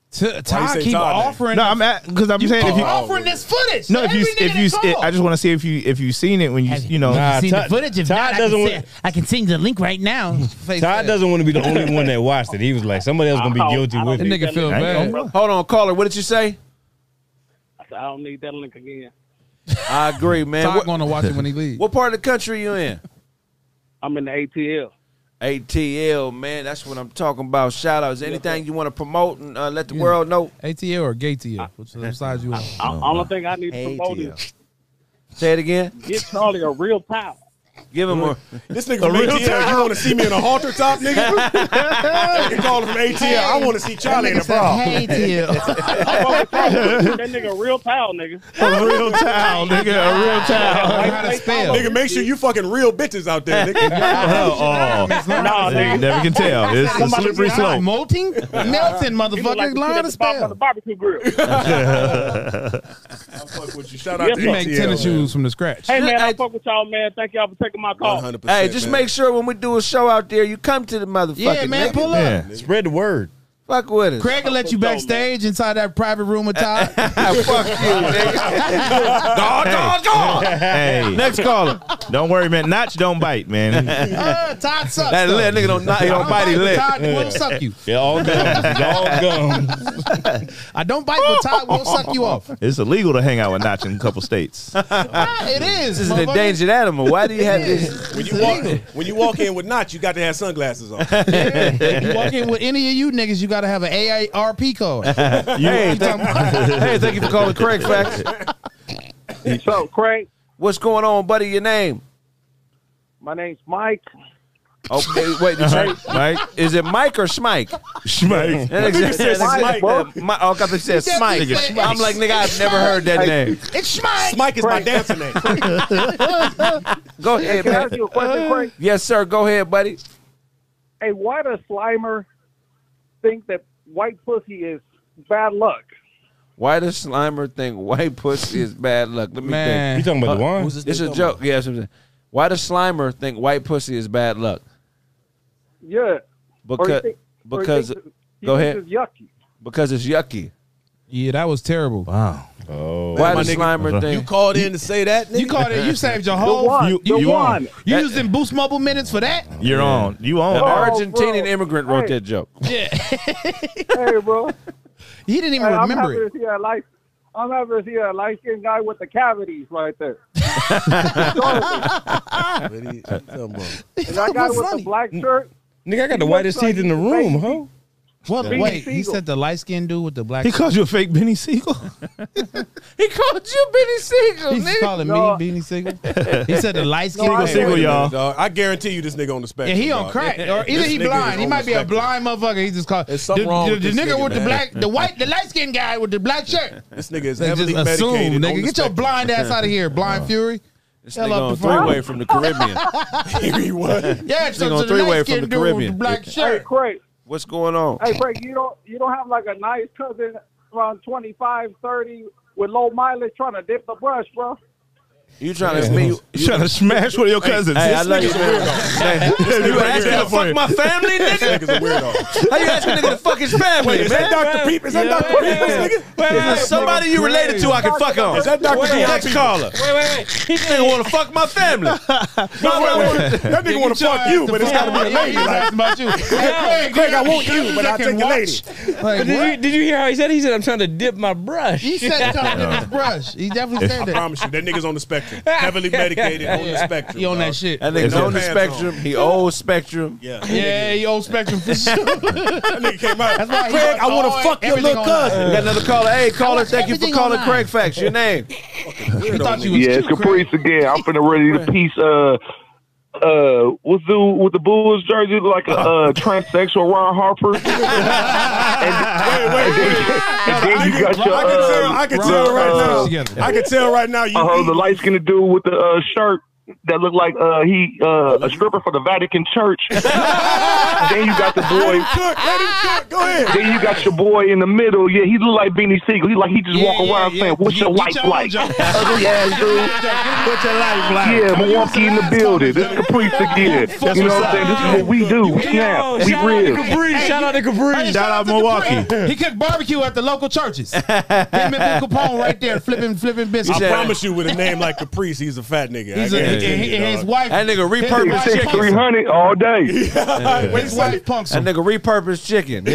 T- say Todd keep Todd, man? offering. No, I'm at because I'm saying if you Offering this footage. no to if you every nigga if you that it, called. I just want to see if you if you seen it when you you know Nah, seen Todd- the footage. If Todd not, I can, doesn't send, want- I can send you the link right now. Face Todd ass. doesn't want to be the only one that watched it. He was like, somebody else gonna be I don't- guilty I don't with That it. think nigga feel link, bad. brother. Hold on, caller. What did you say? I said, I don't need that link again. I agree, man. Todd What, gonna watch it when he leaves. what part of the country you in? I'm in the ATL. ATL, man. That's what I'm talking about. Shout outs. Anything you want to promote and uh, let the world know? ATL or gay TL? Which which side you on? I, only thing I need to promote is Say it again. get Charlie a real pal. Give him a. This nigga from ATL, you want to see me in a halter top, nigga? you calling from ATL, I want to see Charlie in a bra. Hey, TL. I'm always talking to that nigga a real pal, nigga. a real towel, nigga, a real towel. How to spell? Nigga, make sure you fucking real bitches out there, nigga. Oh, Nah, you nigga. never can tell. It's a slippery slope. Molting, melting, He look motherfucker. like the kid Learn at to the bottom of spell. the barbecue grill. I fuck with you. Shout out Yes, to sir. You make ATL, tennis man. shoes from the scratch. Hey, man, I Hey. fuck with y'all, man. Thank y'all for taking my call. 100%. Oh, Hey, just man. make sure when we do a show out there, you come to the motherfucker. Yeah, man, nigga. pull up. Yeah. Spread the word. Fuck with us. Craig will let you backstage inside that private room with Todd. Fuck you, nigga. God, God, God. Hey. Next caller. Don't worry, man. Notch don't bite, man. Ah, Todd sucks. That though. lit nigga don't not- he don't I bite, he but lit. Todd will suck you. Yeah, all gums. It's all gums. I don't bite, but Todd will suck you off. It's illegal to hang out with Notch in a couple states. Ah, it This is. is an motherfucker. endangered animal. Why do you have this? When you walk when you walk in with Notch, you got to have sunglasses on. You walk in with any of you niggas, you got to have an AARP card. hey, thank, hey, thank you for calling Craig Facts. So, Craig, what's going on, buddy? Your name? My name's Mike. Okay, wait, did you, Mike? Is it Mike or Smike? Smike. That nigga Nigga said said Smike, Smike. bro. that- Mi- oh, I thought they said He said Smike. nigga Smike. I'm like, nigga, I've never heard that Hey, name. It's Smike. Smike is my dancer name. Go ahead, Can I man. ask you a question, Craig? Yes, sir. Go ahead, buddy. Uh. Hey, why does Slimer think that white pussy is bad luck? Why does Slimer think white pussy is bad luck? Let me Man. You think. talking about the Huh? wine? Who's this It's dude a talking joke. Yeah, that's what I'm saying. Why does Slimer think white pussy is bad luck? Yeah. Or you Because think- or you because think he go thinks ahead. it's yucky. Because it's yucky. Yeah, that was terrible. Wow. Oh. Why My does nigga- Uh-huh. Slimer You think? called in to say that? Nigga? You called it. You saved your whole. one, you the you, one. you using Boost Mobile minutes for that? You're on. You An on. Argentinian Oh, bro. immigrant wrote Hey. that joke. hey, bro. He didn't even Hey, I'm remember happy it. to see a light. I'm happy to see a light skinned guy with the cavities right there. And I got with the black shirt. Nigga, I got the whitest teeth in the room, huh? What? Beanie Wait, he Siegel. said the light skinned dude with the black. He called you a fake Benny Siegel. He called you Benny Siegel, He's calling No. me Beanie Siegel. He said the light skinned Siegel, dude. Siegel, y'all. Dog, I guarantee you this nigga on the Yeah, spectrum. he on dog. crack, or either This he nigga is blind. He on might the be a spectrum. blind motherfucker. He just called There's something the, wrong the, with the this nigga, nigga, with the man. black, the white, the light skinned guy with the black shirt. This nigga is They just heavily assume, medicated. nigga. on the Get your spectrum. Uh, blind ass out of here, blind fury. This Hell nigga up on the front. three way from the Caribbean. He was. Yeah, so nigga to on the three-way light from skinned the dude with the Caribbean. black Hey, shirt. Craig. What's going on? Hey, Craig, you don't you don't have like a nice cousin around 25, 30 with low mileage trying to dip the brush, bro. You trying to me? You trying to smash one of your cousins. Hey, I love you, man. Hey, you asking to fuck my family, nigga? This nigga's a weirdo. How you asking nigga to fuck his family, Wait, is man? that Dr. Peep? Is that Dr. Peep, this nigga? If there's somebody you related to, I can fuck on. Is that Dr. Wait, Peep? Next caller. Wait, wait, wait. This nigga want to fuck my family. That nigga want to fuck you, but it's got to be a lady. He's Like, asking about you. Hey, Craig, Craig, I want you, but I'll can take a lady. watch. Like, But did, what? you, did you hear how he said? it? He said, "I'm trying to dip my brush." He said trying to dip his brush. He definitely I said that. promise you, that nigga's on the spectrum. Heavily medicated on the spectrum. He on that dog. shit. That Is nigga's that- on the spectrum. He old spectrum. Yeah. Yeah, he old spectrum for sure. That nigga came out. That's why he Craig, watch I want all- to fuck your everything little online. We cousin. got another caller. Hey, caller, watch thank you for everything calling online. Craig Facts. Your name? He thought you was Yeah, it's cute, Craig. Caprice again. I'm finna ready to piece uh uh what's the with the Bulls jersey look like a uh, transsexual Ron Harper. and, wait, wait, wait. And then you got your I can tell. uh, I can tell right now. I can tell right now. You uh, the light skinned dude with the uh, shirt that looked like uh he uh a stripper for the Vatican Church. then you got the boy cook. Let him cook. Go ahead. then you got your boy in the middle. Yeah, he look like Beanie Siegel. He like he just Yeah, walk yeah, around yeah. saying, "What's Get- your get life your own like?" job. Ugly ass dude. What's your life like? Yeah, Milwaukee in the building. This is Caprice again. You know what I'm saying? This is what we do. Yo, Snap. We shout out to real. Capri. Shout out to Capri. Shout out Milwaukee. He cooked barbecue at the local churches. Him and Bill Capone right there flipping flipping biscuits. I promise you, with a name like Caprice, he's a fat nigga. He's I a, and- guarantee and- you, and dog. his wife. That nigga his repurposed wife chicken. punks him. 300 all day. uh, His wife punks That him. nigga repurposed chicken.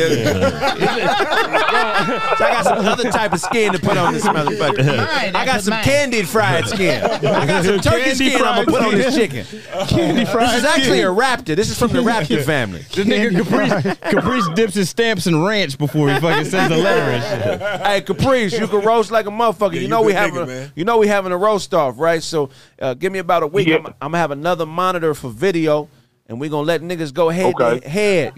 So I got some other type of skin to put on this motherfucker. Mine, I got that's some mine. candied fried skin. I got some turkey Candy skin I'm fried gonna put on this skin. chicken. Candy fried This is actually skin. a raptor. This is from the raptor family. This nigga Caprice, Caprice dips his stamps in ranch before he fucking sends a letter and shit. Hey Caprice, you can roast like a motherfucker. you you know we good having nigga, a- man. you know we having a roast off, right? So uh, give me about a week. Yeah. I'm, I'm gonna have another monitor for video, and we gonna let niggas go head Okay. to head.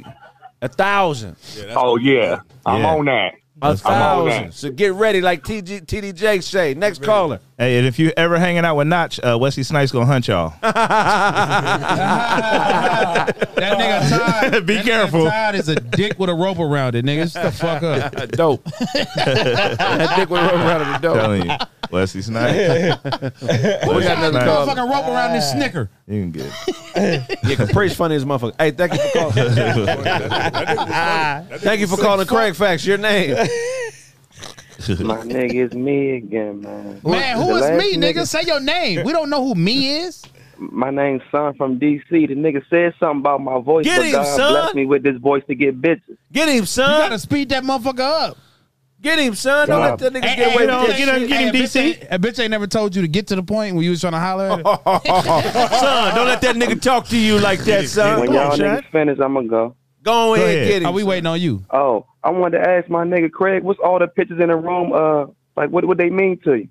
A thousand. Oh, yeah. I'm Yeah. on that. A all thousand. that. So get ready, like TG, TD Jakes say. Next caller. Hey, and if you ever hanging out with Notch, uh, Wesley Snipes gonna hunt y'all. That nigga Todd. Be that nigga careful. Todd is a dick with a rope around it, nigga. Shut the fuck up. Dope. that dick went right around the dope. Telling you. Wesley Snipes. We got another call. Fucking rope around this snicker. You can get it. yeah, Capri's funny as a motherfucker. Hey, thank you for calling. thank you for calling Craig Facts. Your name. My nigga, it's me again, man. Man, The who is last me, nigga? Say your name. We don't know who me is. My name's Son from DC. The nigga said something about my voice, Get but him, God son. blessed me with this voice to get bitches. Get him, son. You gotta speed that motherfucker up. Get him, son. Don't let that nigga get away with that shit. Hey, a bitch ain't- A bitch ain't never told you to get to the point when you was trying to holler at her. son, don't let that nigga talk to you like that, son. When Come y'all on, son. niggas finish, I'ma go. Go ahead, ahead. get him, Are Are we we son. waiting on you? Oh, I wanted to ask my nigga Craig, what's all the pictures in the room? Uh, like what what they mean to you?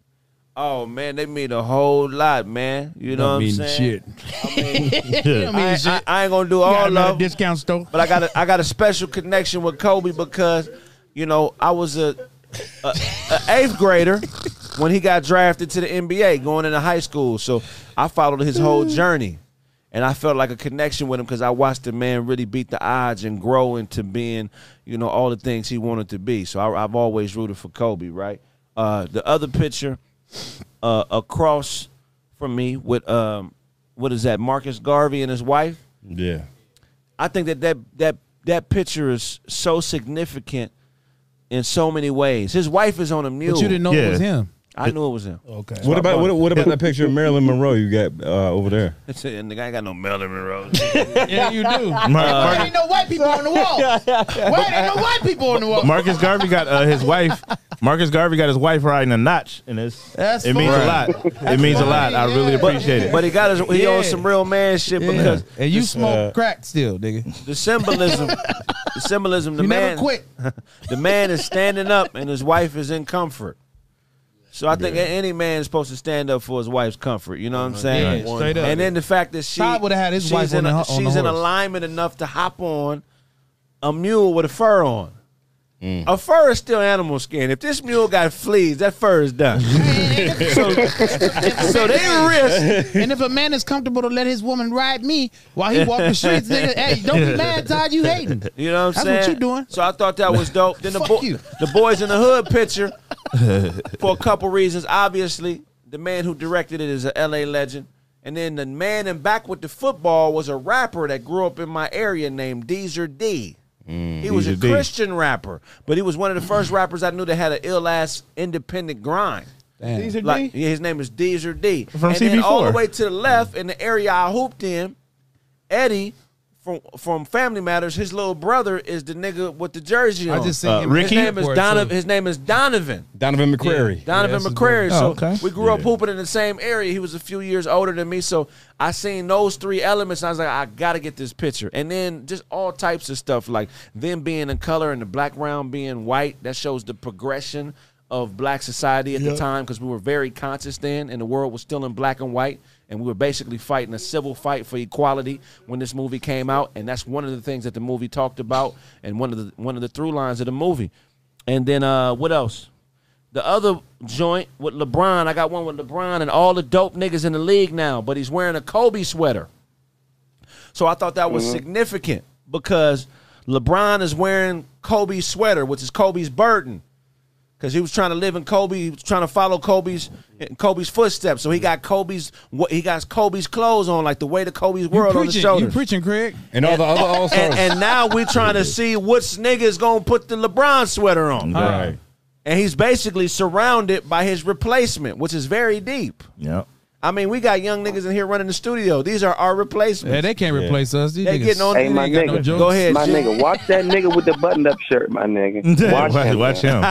Oh man, they mean a whole lot, man. You know Don't what I'm mean saying? I mean, Don't mean I, ain't- I- I ain't gonna do all another of them. discount store. But I got a, I got a special connection with Kobe because, you know, I was a, a, a eighth grader when he got drafted to the NBA, going into high school. So I followed his whole journey, and I felt like a connection with him because I watched the man really beat the odds and grow into being, you know, all the things he wanted to be. So I, I've always rooted for Kobe, right? Uh, the other picture uh, across from me with um, what is that? Marcus Garvey and his wife. Yeah. I think that that that that picture is so significant in so many ways. His wife is on a mule. But you didn't know it was him. I knew it was him. Okay. What about what, what about that picture of Marilyn Monroe you got uh, over there? That's it. And the guy ain't got no Marilyn Monroe. yeah, you do. Mar- Why ain't no white people on the wall? Why ain't no white people on the wall? Marcus Garvey got uh, his wife. Marcus Garvey got his wife riding a notch, and it's That's it means funny. a lot. It means a lot. I really appreciate it. But he got his, he Yeah. owns some real man shit Yeah. because uh, and you the- smoke crack still, nigga. the symbolism. the symbolism. The You never man quit. the man is standing up and his wife is in comfort. So I think any man is supposed to stand up for his wife's comfort. You know what I'm saying? Uh-huh. Yeah, straight up. And then the fact that she Todd would've had his she's wife on in, the a- ho- on the she's in horse. alignment enough to hop on a mule with a fur on. Mm. A fur is still animal skin. If this mule got fleas, that fur is done. so, so they risk And if a man is comfortable to let his woman ride me while he walk the streets, nigga, hey, don't be mad, Todd. You hating? You know what I'm That's what saying? you doing. So I thought that was dope. Then the, Fuck bo- you. the boys in the hood picture, for a couple reasons. Obviously, the man who directed it is a LA legend. And then the man in back with the football was a rapper that grew up in my area named Deezer D. Mm, He was a Deezer D. Christian rapper, but he was one of the first rappers I knew that had an ill ass independent grind. Damn. Deezer D? Like, yeah, his name is Deezer D. From and then all the CB4. way to the left in the area I hooped in, Eddie from from Family Matters, his little brother is the nigga with the jersey I on. just seen Uh, him His Ricky? name is before, Donovan. too. His name is Donovan. Donovan McCrary. Donovan McCrary. So Oh, okay. we grew up hooping in the same area. He was a few years older than me, so I seen those three elements. And I was like, I gotta get this picture. And then just all types of stuff like them being in color and the black round being white. That shows the progression of black society at Yeah. the time because we were very conscious then, and the world was still in black and white. And we were basically fighting a civil fight for equality when this movie came out, and that's one of the things that the movie talked about, and one of the one of the through lines of the movie. And then uh, what else? The other joint with LeBron, I got one with LeBron and all the dope niggas in the league now, but he's wearing a Kobe sweater. So I thought that was Mhm. significant because LeBron is wearing Kobe's sweater, which is Kobe's burden. Cause he was trying to live in Kobe, he was trying to follow Kobe's Kobe's footsteps. So he got Kobe's what he got Kobe's clothes on, like the way to Kobe's world on his preaching, you shoulders. preaching, Craig. And all the other all And, and now we're trying to see which nigga's gonna put the LeBron sweater on. Right. And he's basically surrounded by his replacement, which is very deep. Yep. I mean, we got young niggas in here running the studio. These are our replacements. Yeah, they can't replace us. These They niggas- getting on. Hey, my they ain't got nigga, no jokes. Go ahead, my Jim. nigga, watch that nigga with the button-up shirt, my nigga. Watch, Watch- him. watch him.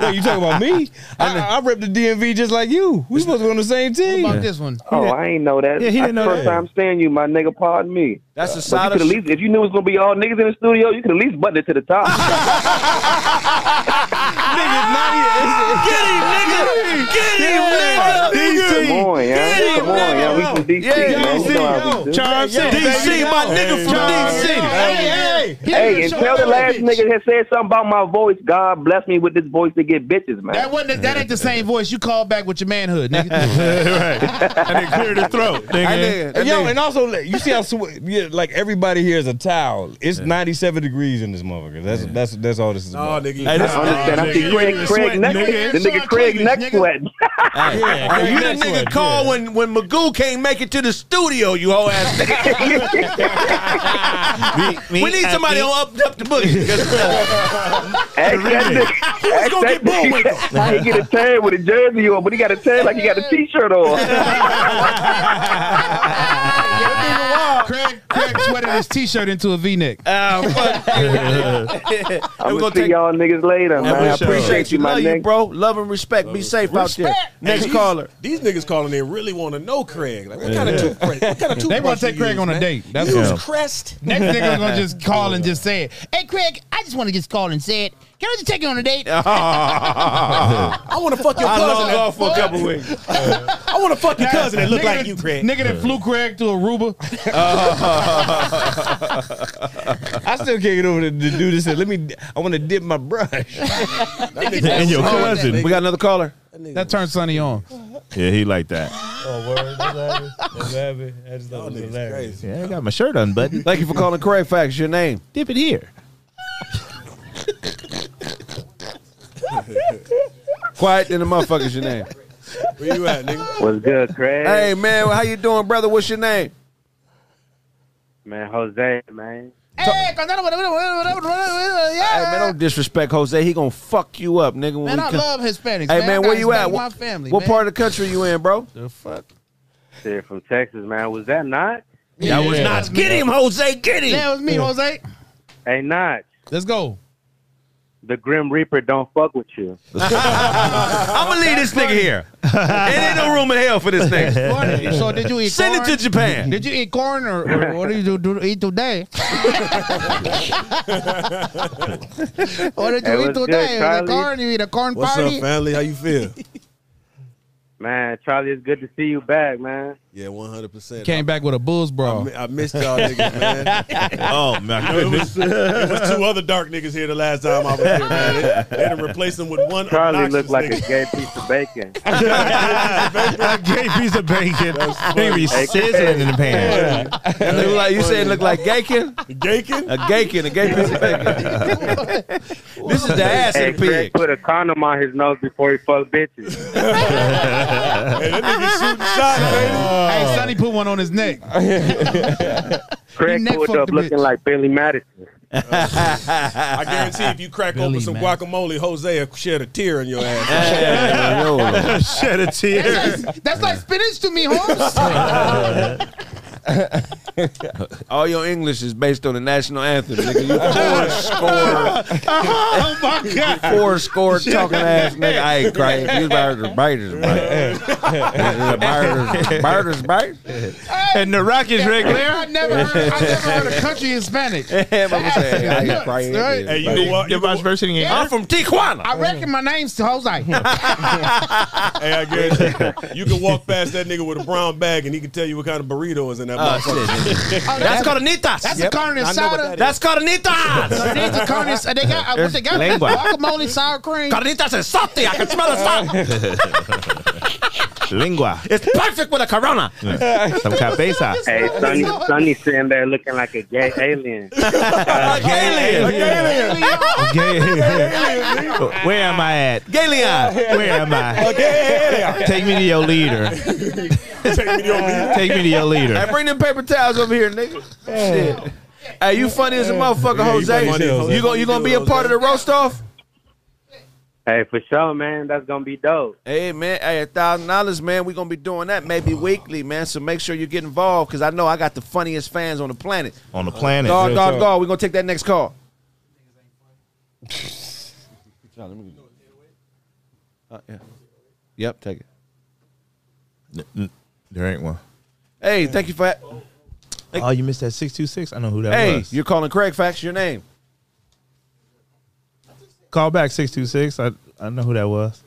Wait, you talking about me? I, I rep the DMV just like you. We supposed to be on the same team. What about this one? Oh, I ain't know that. Yeah, he didn't That's know the first that. time seeing you, my nigga. Pardon me. That's a But you side could of- at least- If you knew it was gonna be all niggas in the studio, you could at least button it to the top. Get him, nigga. Get him, nigga. Come on, yeah. Come on, yeah. We I'm from DC. man. You know how we do. Hey, Hey, and tell the last nigga that said something about my voice. God bless me with this voice to get bitches, man. That wasn't. That ain't the same voice you called back with your manhood, nigga. And it cleared the throat, And yo, and also like, you see how swe- yeah, like everybody here is a towel. It's ninety seven degrees in this motherfucker. That's that's that's all this is about. nigga, Hey, this- I understand. I see Craig, Craig neck, the nigga Craig neck sweating. Yeah, you the nigga call when when Magoo can't make it to the studio. You whole ass nigga. we need somebody on up up the boogie. Ask that nigga. Who's gonna get bone with him? He get a tag with a jersey on, but he got a tag like he got a t-shirt on. Craig, Craig sweated his t-shirt into a V-neck. Oh, I'm gonna see y'all niggas later, man. I appreciate you, my Love you, nigga. bro. Love and respect. Be safe out there. Next caller. These niggas calling in really want to know Craig. Like, what kind of Yeah. toothbrush? What kind of They toothbrush? wanna take you Craig use, on a man? date. That's- use Yeah. Crest. Next nigga gonna just call and just say it. Hey, Craig, I just want to just call and say it. Can I just take you on a date? I want to fuck your I cousin. logged off for a couple weeks. I want to fuck your cousin that look Nigga like that- you, Craig. Nigga that flew Craig to Aruba. I still can't get over the, the dude that said, "Let me. I want to dip my brush." And your cousin. We got another caller. That turned Sonny on. Yeah, he like that. Oh, word. That's happened. That's hilarious. Yeah, I got my shirt unbuttoned. Thank you for calling Craig Facts. Your name. Dip it here. Quiet in the motherfuckers. Your name. Where you at, nigga? What's good, Craig? Hey man, how you doing, brother? What's your name? Man, Jose, man. Hey, con- Hey yeah. man, don't disrespect Jose. He gonna fuck you up, nigga. When Man, we I come- love Hispanics, Hey man. man, I got where you Hispanic at? in my What- family, what man. part of the country you in, bro? The fuck? They're from Texas, man. Was that not? That was Yeah. Knots. Get him, Jose. Get him. That was me, Jose. Hey, not. Let's go. The Grim Reaper don't fuck with you. I'm gonna leave this nigga here. It ain't no room in hell for this nigga. So did you eat Send corn? it to Japan. Did you eat corn or, or what did you do, do, eat today? what did Hey, you eat what's good, today? Was it Charlie? corn? You eat a corn party? family? How you feel? Man, Charlie, it's good to see you back, man. Yeah, one hundred percent. Came back with a bull's bra. I missed y'all niggas, man. Oh my It was, it was two other dark niggas here the last time I was here, man. They, they done replaced them with one. Charlie looked obnoxious like a nigga. gay piece of bacon. a gay piece of bacon. Nigga be sizzling in the pan. That look like you said it look like gaykin? Gaykin? A gaykin, a gay piece of bacon. this is the ass hey, of the Craig pig. put a condom on his nose before he fucked bitches. hey, that nigga shooting shots, man. Hey, Sonny put one on his neck. Craig neck pulled fucked up the looking bitch. like Billy Madison. I guarantee if you crack open some guacamole, Jose will shed a tear in your ass. Shed a tear. That's like spinach to me, Holmes. All your English is based on the national anthem, nigga. You oh my god. four score, four score talking ass nigga. I ain't crying. You barters, biters, biters. Barters, barters, biters. And the Rockets I never heard, I never heard a country Hispanic. Damn, I'm saying, I ain't crying. Right. Hey, you know what? The vice versa in Yeah. I'm from Tijuana. I reckon my name's Jose. Hey, I guarantee you, you can walk past that nigga with a brown bag and he can tell you what kind of burrito is in that Oh, motherfucker. That's carnitas. That's Yep. a carne I know what asada. that That's carnitas. That's a carne asada. They got uh, what they got? Lengua. Guacamole, sour cream. Carnitas and salty. I can smell the salt. Lingua. It's perfect with a corona. Some cabeza. Hey, Sonny, Sonny sitting there looking like a gay alien. Uh, Gay- Where am I at? Galeon. Where am I? Take me to your leader. Take me to your Hey, leader. bring them paper towels over here, nigga. Shit. Hey, you funny as a motherfucker, Yeah, you Jose. funny as hell, You gonna you gonna be a part of the roast off? Hey, for sure, man. That's gonna be dope. Hey man, hey, a thousand dollars, man. We gonna be doing that maybe weekly, man. So make sure you get involved because I know I got the funniest fans on the planet. On the planet. God, Real God, talk. God. We gonna take that next call. Uh, yeah. Yep, take it. There ain't one. Hey, thank you for. Oh, you missed that six two six. I know who that Hey, was. you're calling Craig Facts. Your name. Call back six two six. I I know who that was.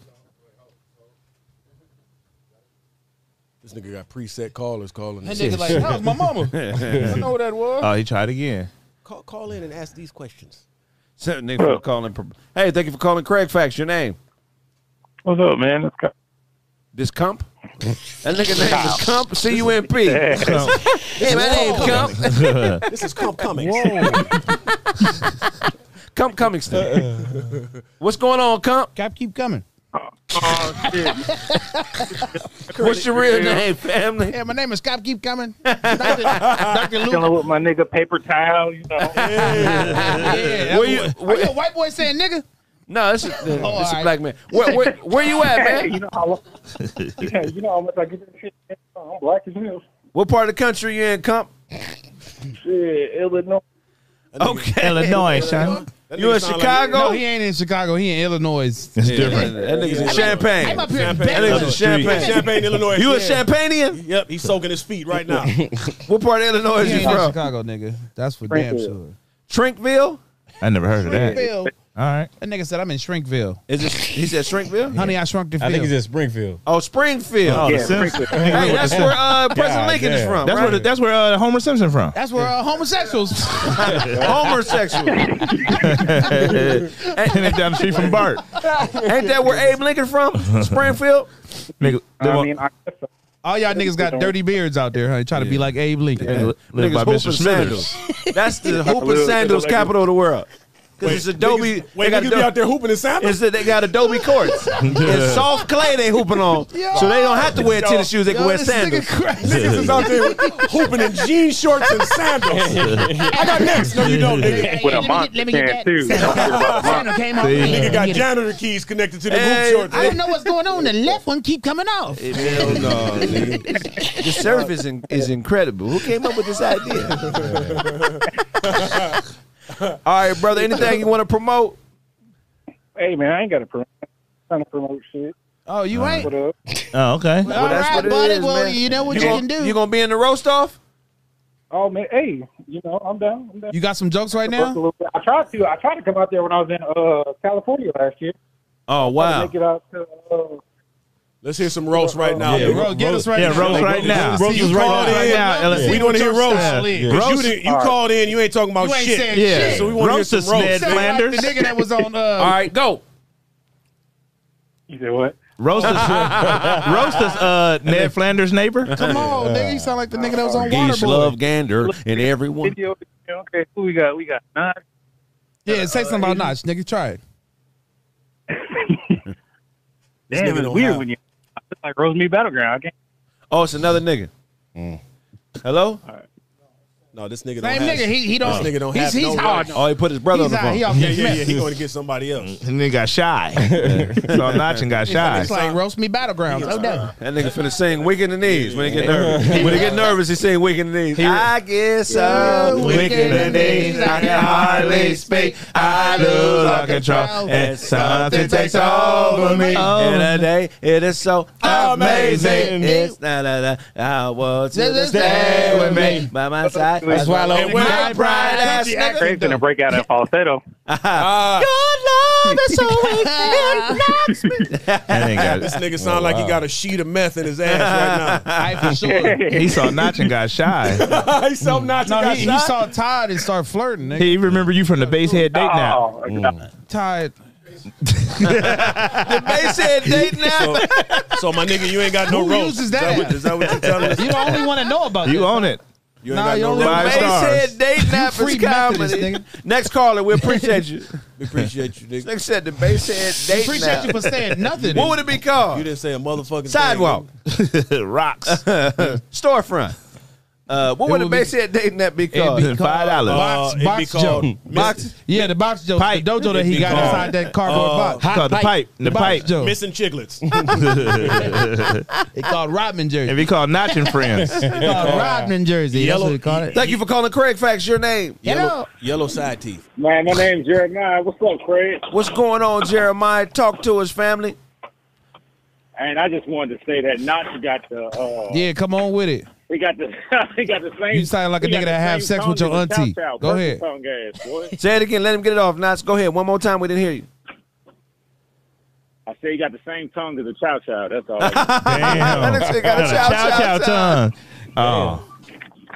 This nigga got preset callers calling. That this. nigga like, that was my mama. I know what that was. Oh, he tried again. Call, call in and ask these questions. So, nigga, for calling. Hey, thank you for calling Craig Facts. Your name? What's up, man? This Cump? That nigga name is Cump, C U M P. Hey, my name's Cump. this is Cump Cummings. Cump Cummings. What's going on, Cump? Cap, keep coming. Oh, shit. What's your real name, family? Yeah, my name is Cap. Keep coming. Dr. Dr. Luke. Dealing with my nigga paper towel, you know. Yeah, Where you- that boy- where- Are you a white boy saying nigga? No, it's a, Oh, all it's a right. black man. Where, where, where you at, man? you know how yeah, you know how much I get that shit. I'm black as hell. What part of the country you in, Cump? Shit, Illinois. Okay. Illinois, son. You in Chicago? No, he ain't in Chicago. He in Illinois. It's different. That nigga's in Champagne. I'm up here in That nigga's in Bedford. Champagne. Champagne, Illinois. You a Yeah. Champagnian? Yep, he's soaking his feet right now. What part of Illinois He you ain't in from? Chicago, nigga. That's for damn Springfield. sure. Trinkville? I never heard of that. Shrinkville. All right. That nigga said I'm in Shrinkville. Is it? He said Shrinkville. Honey, I shrunk the field. I think he's in Springfield. Oh, Springfield. Oh, the Simpsons. Hey, that's where uh, President God Lincoln is damn. from. That's right? where the, that's where uh, Homer Simpson from. That's where uh, homosexuals. homosexual. Ain't and then down the street from Bart. that where Abe Lincoln from? Springfield. Nigga, live I on- mean, I, All y'all niggas got dirty beards out there, honey. Try to be like Abe Lincoln. nigga, live Niggas by hooping Mr. Smithers. sandals. That's the hooping Little- sandals little- capital of the world. Because it's Adobe. Niggas- Wait, they got niggas be Adobe- out there hooping and sandals. Is that they got Adobe courts? It's soft clay they hooping on, so they don't have to wear tennis shoes. They can Yo, wear this sandals. nigga crazy. Niggas is out there hooping in jean shorts and sandals. I got next. No, you don't, nigga. With a get- monster let me get can, that. too. Santa came off. See? Yeah, Nigga got get it. janitor keys connected to the Hey, hoop shorts. I don't know what's going on. The left one keep coming off. Hell no, nigga. The surf is, in, is incredible. Who came up with this idea? All right, brother. Anything you want to promote? hey man, I ain't got to promote. Trying to promote shit. Oh, you ain't. What up? Oh, okay. Well, that's right, what it buddy. is, Well, man. you know what you gonna, can do. You gonna be in the roast off? Oh man, hey, you know I'm down. I'm down. You got some jokes right Work a now? little bit. I tried to. I tried to come out there when I was in uh, California last year. Oh Tried to wow! Make it out to. Uh, Let's hear some roast right now. Yeah, nigga. Bro, get us right Yeah, now. roast right now. Roast You is call it right now. right now. and let's We see want to what hear your roast. style Yeah. is. But Roast. You, didn't- you called in. You ain't talking about You ain't shit. saying Yeah. shit. So we want to hear Roast some us, Ned roast. Sound like Flanders. the nigga that was on. Uh, All right, go. you said what? Roast us, roast us, uh, Ned Flanders' neighbor. Come on, nigga. You sound like the nigga that was on Geese Waterboy. love gander and everyone. Video. Okay, who we got? We got nine. Yeah, say something Uh, about Notch, nigga. Try it. This nigga Damn, it's don't weird have- when you. I look like Rosemead Battleground. I can't. Oh, it's another nigga. Hello. No, this nigga don't Same have nigga. He he don't. This nigga don't he's, have he's no hard. rights. Oh, he put his brother on He's the out. phone. He off Yeah, this yeah, yeah. mess. He going to get somebody else. And then got shy. Saw Notch and got shy. It's like roast me battlegrounds. Oh no. That nigga finna sing "Weak in the Knees" when he get nervous. when he get nervous, he sing "Weak in the Knees." I guess I'm weak in the knees. I can hardly speak. I lose all control, and something takes over me. And a day it is so amazing. It's not that I want you to stay with me by my side. I swallow And when my I- pride ass Craig's nigga. gonna break out in falsetto. Ah, Your love is so weak. It knocks me. That ain't got this nigga Oh, sound like he got a sheet of meth in his ass right I for sure. He saw Notch and got shy. now. He's so not No, he, he saw Todd and started flirting. Nigga. He remember you from the basehead date now. Oh, God. Todd. They said date now. So my nigga, you ain't got no Who roast. uses Is that? what- Is that what you're telling us? You the only one to know about You this. own it. You ain't Nah, got you no don't roast. Five They stars. said date night free is Methodist, comedy. nigga. Next caller, we appreciate you. We appreciate you, nigga. They said the base said date Appreciate you night. for saying nothing. What would it be You called? didn't say a motherfucking Sidewalk, Rocks. storefront. Uh, what would It the would be- base said date night be called? Five dollars. Box, it'd be box called- Joe. Box. Yeah, the box Joe. Pipe. The dojo that he It'd be got called- inside that cardboard Uh, box. Called the pipe. The box pipe. Joe. Missing chicklets. They called Rodman jersey. And we call Notch and friends. They called Rodman jersey. Yellow- That's what they called it. Thank you for calling Craig Facts. Your name. yellow, yellow side teeth. Man, my name's Jeremiah. What's up, Craig? What's going on, Jeremiah? Talk to us, family. And I just wanted to say that Notch got the uh, Yeah, come on with it. he got the he got the same. You sound like a he got nigga the that have same sex with tongue your as a auntie. Chow Chow. Go Burger ahead. Tongue ass, boy. Say it again. Let him get it off. Knots, go ahead. One more time. We didn't hear you. I say he got the same tongue as a chow chow. That's all. I Damn. That nigga got a chow chow tongue. tongue. Oh.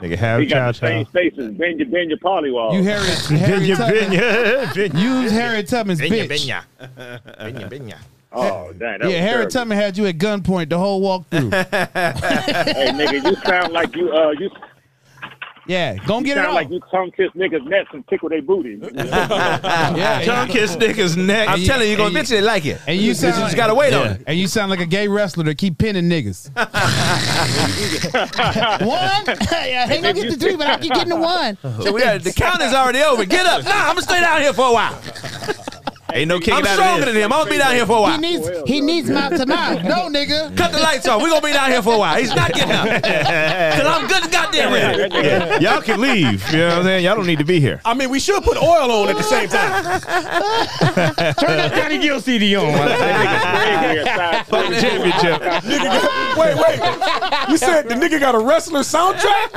Nigga, have he chow got the chow. same face as Benja Benja Polywall. Oh. You Harry, Harry Binya, Tubman. binya, binya. Use Harry Tubman's Binya, bitch. binya. Binya, binya. Oh, dang. That yeah, Harry was terrible. Tubman had you at gunpoint the whole walkthrough. hey, nigga, you sound like you uh you. yeah, go you get it sound on. like you tongue kiss niggas necks and tickle their booty. Yeah, Tongue kiss niggas neck. I'm telling you, you gonna bitch it like it. And you But you sound just gotta wait on it. And you sound like a gay wrestler that keep pinning niggas. One? yeah, they gonna get the three, but I keep getting the one. So we got the count is already over. Get up. Nah, I'm gonna stay down here for a while. Ain't no I'm stronger than him. I'm gonna be down here for a He while. needs he needs mouth to mouth. No nigga. Cut the lights off. We're gonna be down here for a while. He's not getting up. Cause I'm good and goddamn ready. Yeah. Y'all can leave. You know what I'm saying? Y'all don't need to be here. I mean, we should put oil on at the same time. Turn that Johnny Gill CD on. Fuck the championship. Wait, wait. You said the nigga got a wrestler soundtrack?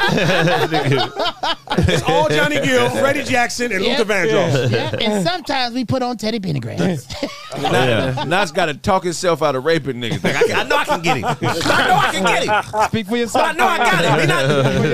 it's all Johnny Gill, Freddie Jackson, and Yep. Luther Vandross. Yeah, And sometimes we put on Teddy Pendergrass. Nas- Nas got to talk himself out of raping niggas. Like, I, can- I know I can get him. I know I can get him. Speak for yourself. I know I got him. He not,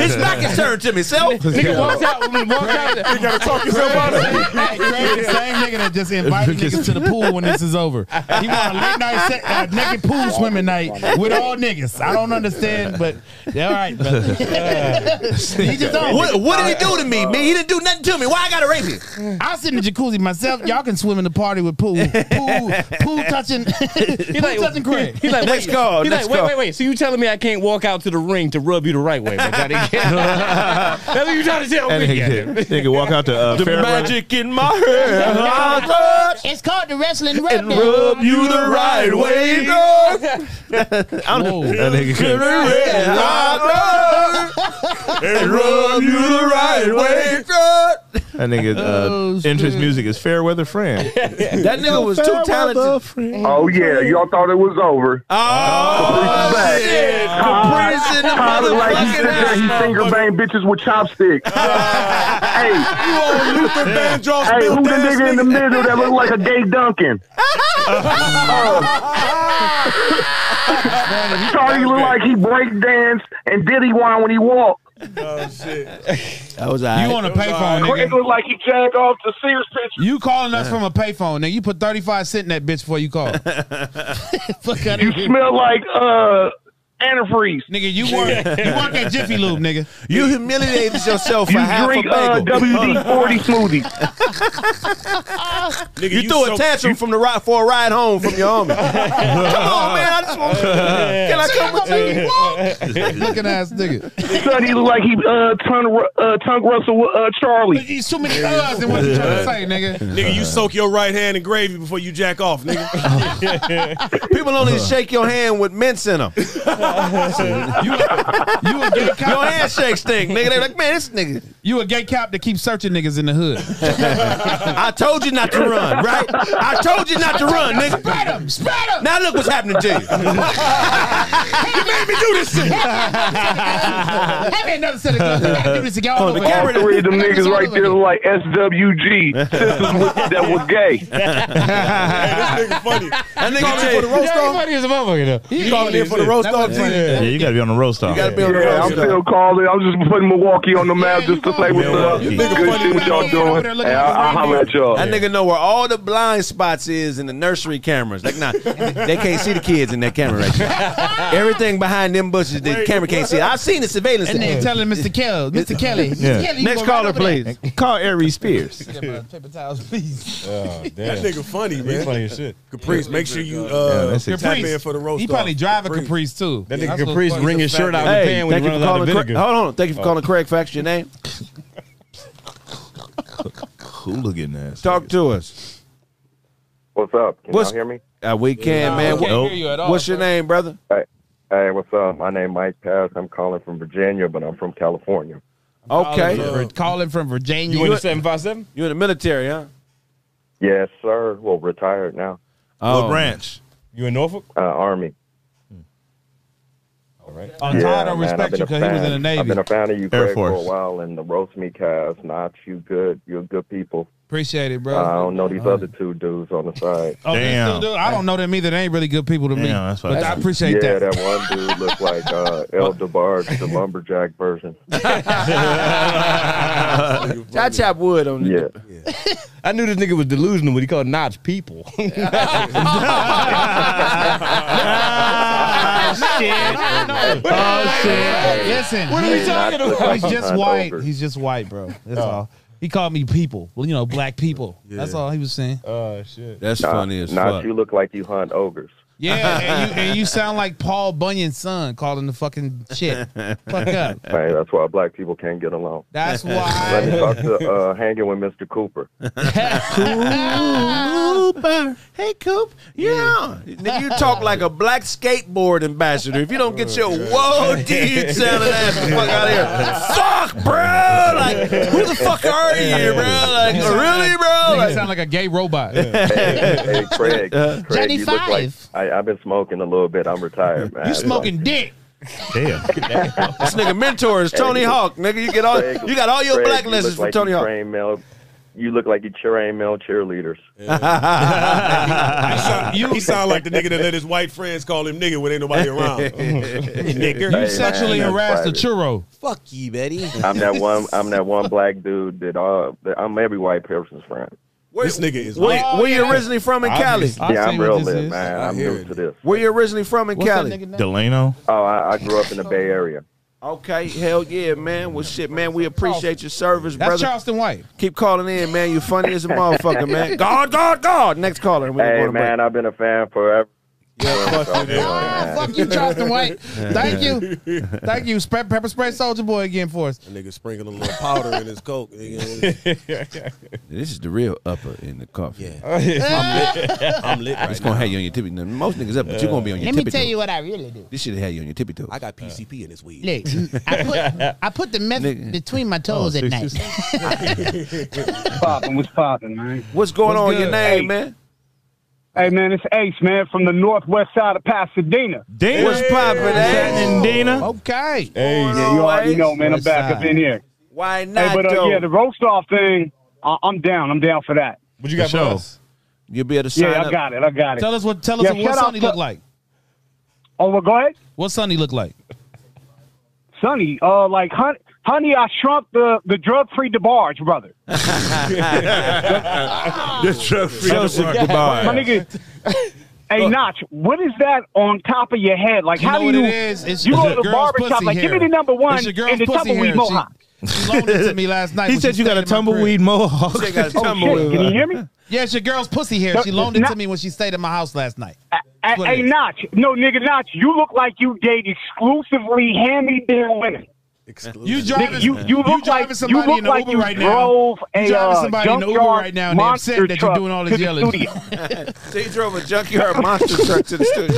his back is turned to me, self. Nigga walks out, walks out. You gotta talk yourself out of it. Hey, Craig, the same nigga that just invited niggas to the pool when this is over. He want a late night se- uh, naked pool swimming night with all niggas. I don't understand, but yeah, all right, brother. he just on. What, what did he do to me? Man, he didn't do nothing to me. Why I gotta rape him? I sit in the jacuzzi myself. Y'all can swim in the party with pool, pool, pool touching, pool touching Craig. He's like, Next wait, call, He's next like, wait, call. wait, wait. So you telling me I can't walk out to the ring to rub you the right way, but Johnny Gill? That's what you trying to tell And me. they goddamn. can, they can walk out to uh, The Fairmont. magic in my hair. I touch it's called the wrestling rub. and rub you the right way, girl. I'm that nigga Give me could- red hot love and rub you the right way, girl. That nigga uh, entrance music is Fairweather Friend. That nigga was too talented. Oh yeah, y'all thought it was over. Oh, shit. Capri's in the Tyler like he motherfucking sit there, he house. finger bang bitches with chopsticks. hey, You on Luther Vandross, hey, Bill who the Dance nigga in the middle that look like a gay Duncan? Oh. Charlie look like he break dance and diddy wine when he walked. Oh, shit. That was You on a payphone, Craig nigga? look like he jacked off to Sears picture. You calling us from a payphone? Nigga, you put thirty five cent in that bitch before you call. Fuck out of You smell like uh antifreeze. Nigga, you work you work at Jiffy Lube, nigga. You humiliated yourself for You half drink a uh, bagel. WD forty smoothie. Nigga, you, threw a so- tantrum from the ride for a ride home from your army. come on, man! I just want can I come with you? Looking ass nigga. Sonny look like he uh tongue ru- uh tongue rustle uh Charlie. He's too many uhs in what you trying to say, nigga. Nigga, you soak your right hand in gravy before you jack off, nigga. People only shake your hand with mints in them. You a gay Your cop. handshake stink, nigga. They like, man, this nigga. You a gay cop that keeps searching niggas in the hood. I told you not to run, right? I told you not to run, nigga. Spread 'em, spread 'em. Now look what's happening to you. you made me do this shit. Have me another set of gloves. I gotta do this again. Oh, all the over camera- All again. three of them I gotta do niggas this right all there over look like SWG sisters with, that was gay. Hey, this nigga funny. That nigga Calling tell in for the you, roast off? Funny as a motherfucker, though. You calling in for the roast off? Yeah, you got to be on the roast off. you gotta be on the Yeah, I'm roast. though. still calling. I'm just putting Milwaukee on the map Yeah, just to you say what's up. Milwaukee. Good You nigga funny, shit, what y'all man. Over there doing? looking Hey, at the I'll, I'll radio. holler at y'all. That nigga know where all the blind spots is in the nursery cameras. Like, nah, they can't see the kids in that camera right now. Everything behind them bushes, the camera can't see. I've seen the surveillance. And they thing. telling Mr. Kell, Mr. Kelly. Mr. Yeah. Kelly you Next go right caller, over there. please. Call Aries Spears. Get my Paper towels, please. Oh, That damn. nigga funny, He's man. funny as shit. Caprice, make sure you Yeah, uh, that's it. tap Caprice. in for the roast He probably off. drive a Caprice too. That That's nigga what Caprice fuck- ring his He's a shirt fat out in the Hey, pan when thank you he for runs out of calling. Craig, vinegar. hold on, thank you for calling Craig Facts. Your name? Hooligan ass. Talk to us. What's up? Can What's- y'all hear me? Uh, we can, Nah, man. we can't What- hear you at all, What's your bro. name, brother? Hey, what's up? My name Mike Pass. I'm calling from Virginia, but I'm from California. Okay, Calling from- Calling from Virginia. You went to 757? you in the military, huh? Yes, sir. Well, retired now. Oh. What branch? You in Norfolk? Uh, Army. right? Oh, Todd, I respect you 'cause he was in the Navy. I've been a fan of you, Air Greg, for a Force. while, and the roast me guys. Not you good. You're good people. Appreciate it, bro. I don't know these other two dudes on the side. Oh, Damn. Dude, I don't know them either. They ain't really good people to me. Damn, that's what but I- I appreciate yeah, that. that one dude looked like uh, El DeBarge, the lumberjack version. I chop wood on yeah. I knew this nigga was delusional when he called Knobs people. Oh shit! Listen, What are we he- talking about? He's just Not white. over. He's just white, bro. That's Oh. all. He called me people. Well, you know, black people. That's Yeah. all he was saying. Oh shit! Nah, nah, you look like you hunt ogres. Yeah, and you, and you sound like Paul Bunyan's son calling the fucking shit. Fuck up. Hey, that's why black people can't get along. That's why. Let me talk to uh, hanging with Mr. Cooper. Cooper. Hey, Coop. Yeah. Nigga, you talk like a black skateboard ambassador. If you don't get your whoa dude sounding ass the fuck out of here. Fuck, bro. Like, who the fuck are you, bro? Like, really, bro? You sound like a gay robot. hey, hey, Craig, Craig, Johnny you look like I, I've been smoking a little bit. I'm retired, man. You smoking dick. Damn. This nigga mentor is Tony Hawk, nigga. You get all you got all your Craig, black you lessons look from Tony like you Hawk. train male- you look like you train male cheerleaders. he sound like the nigga that let his white friends call him nigga when ain't nobody around. nigga. Hey, man, that's private. churro. Fuck you, Betty. I'm that one. I'm that one black dude that all. That I'm every white person's friend. this nigga is. Where, where you originally from in Cali? Yeah, I'm real lit, man. I'm new to this. Where you originally from in Cali? Delano. Oh, I, I grew up in the Bay Area. Okay, hell yeah, man. Well, shit, man, we appreciate your service, That's brother. Charleston White. Keep calling in, man. You funny as a motherfucker, man. God, God, God. Next caller. and we can Hey, go to break. man, I've been a fan forever. Yeah, fuck you, Fuck you, Charleston White. Thank you. Thank you. Spread pepper spray soldier boy again for us. Nigga sprinkling a little powder in his coke. nigga. This is the real upper in the coffee. Yeah. I'm lit. I'm lit right it's gonna have you on your tippy. Now, Most niggas up, but you're gonna be on your Let tippy. me tell toe. you what I really do. This should have had you on your tippy toe. I got PCP in this weed. Look, I put I put the meth between my Oh, toes at night. What's poppin'? What's poppin', man? What's going on? Your name, man? Hey, man, it's Ace, man, from the northwest side of Pasadena. Dina. What's poppin', Ace? Dina? Okay. Hey, yeah, you already know, man. I'm back up in here. Why not? Hey, but uh, though? yeah, the roast off thing, I- I'm down. I'm down for that. What you got For for sure. us? You'll be able to sign Yeah, up. I got it. I got it. Tell us what- tell us Yeah, what shout out Sonny to- look like. Oh, well, go ahead. What Sonny look like? Sonny, uh, like, honey, honey I shrunk the, the drug free DeBarge, brother. the trophy. Joseph DeBarge. My nigga, Hey, Notch, what is that on top of your head? Like, You how know do you? what it is? It's you the go to the girl's barber shop, pussy like, give me hair. the number one It's your girl's and the pussy hair. tumbleweed She- mohawk. She loaned it to me last night. He when said she you got stayed a in my tumbleweed crib. mohawk. He said got a Oh, shit. Can you hear me? Yeah, it's your girl's pussy hair. No, She loaned it not- to me when she stayed at my house last night. Hey, what it hey, Notch. No, nigga, Notch, you look like you date exclusively hand-me-down women. You driving? Nigga, you, you look driving like somebody you look in the like Uber you right drove now. a you driving uh, somebody in the Uber junkyard right now, and they're upset that monster you're truck doing all to this the yelling. studio. So you drove a junkyard monster truck to the studio.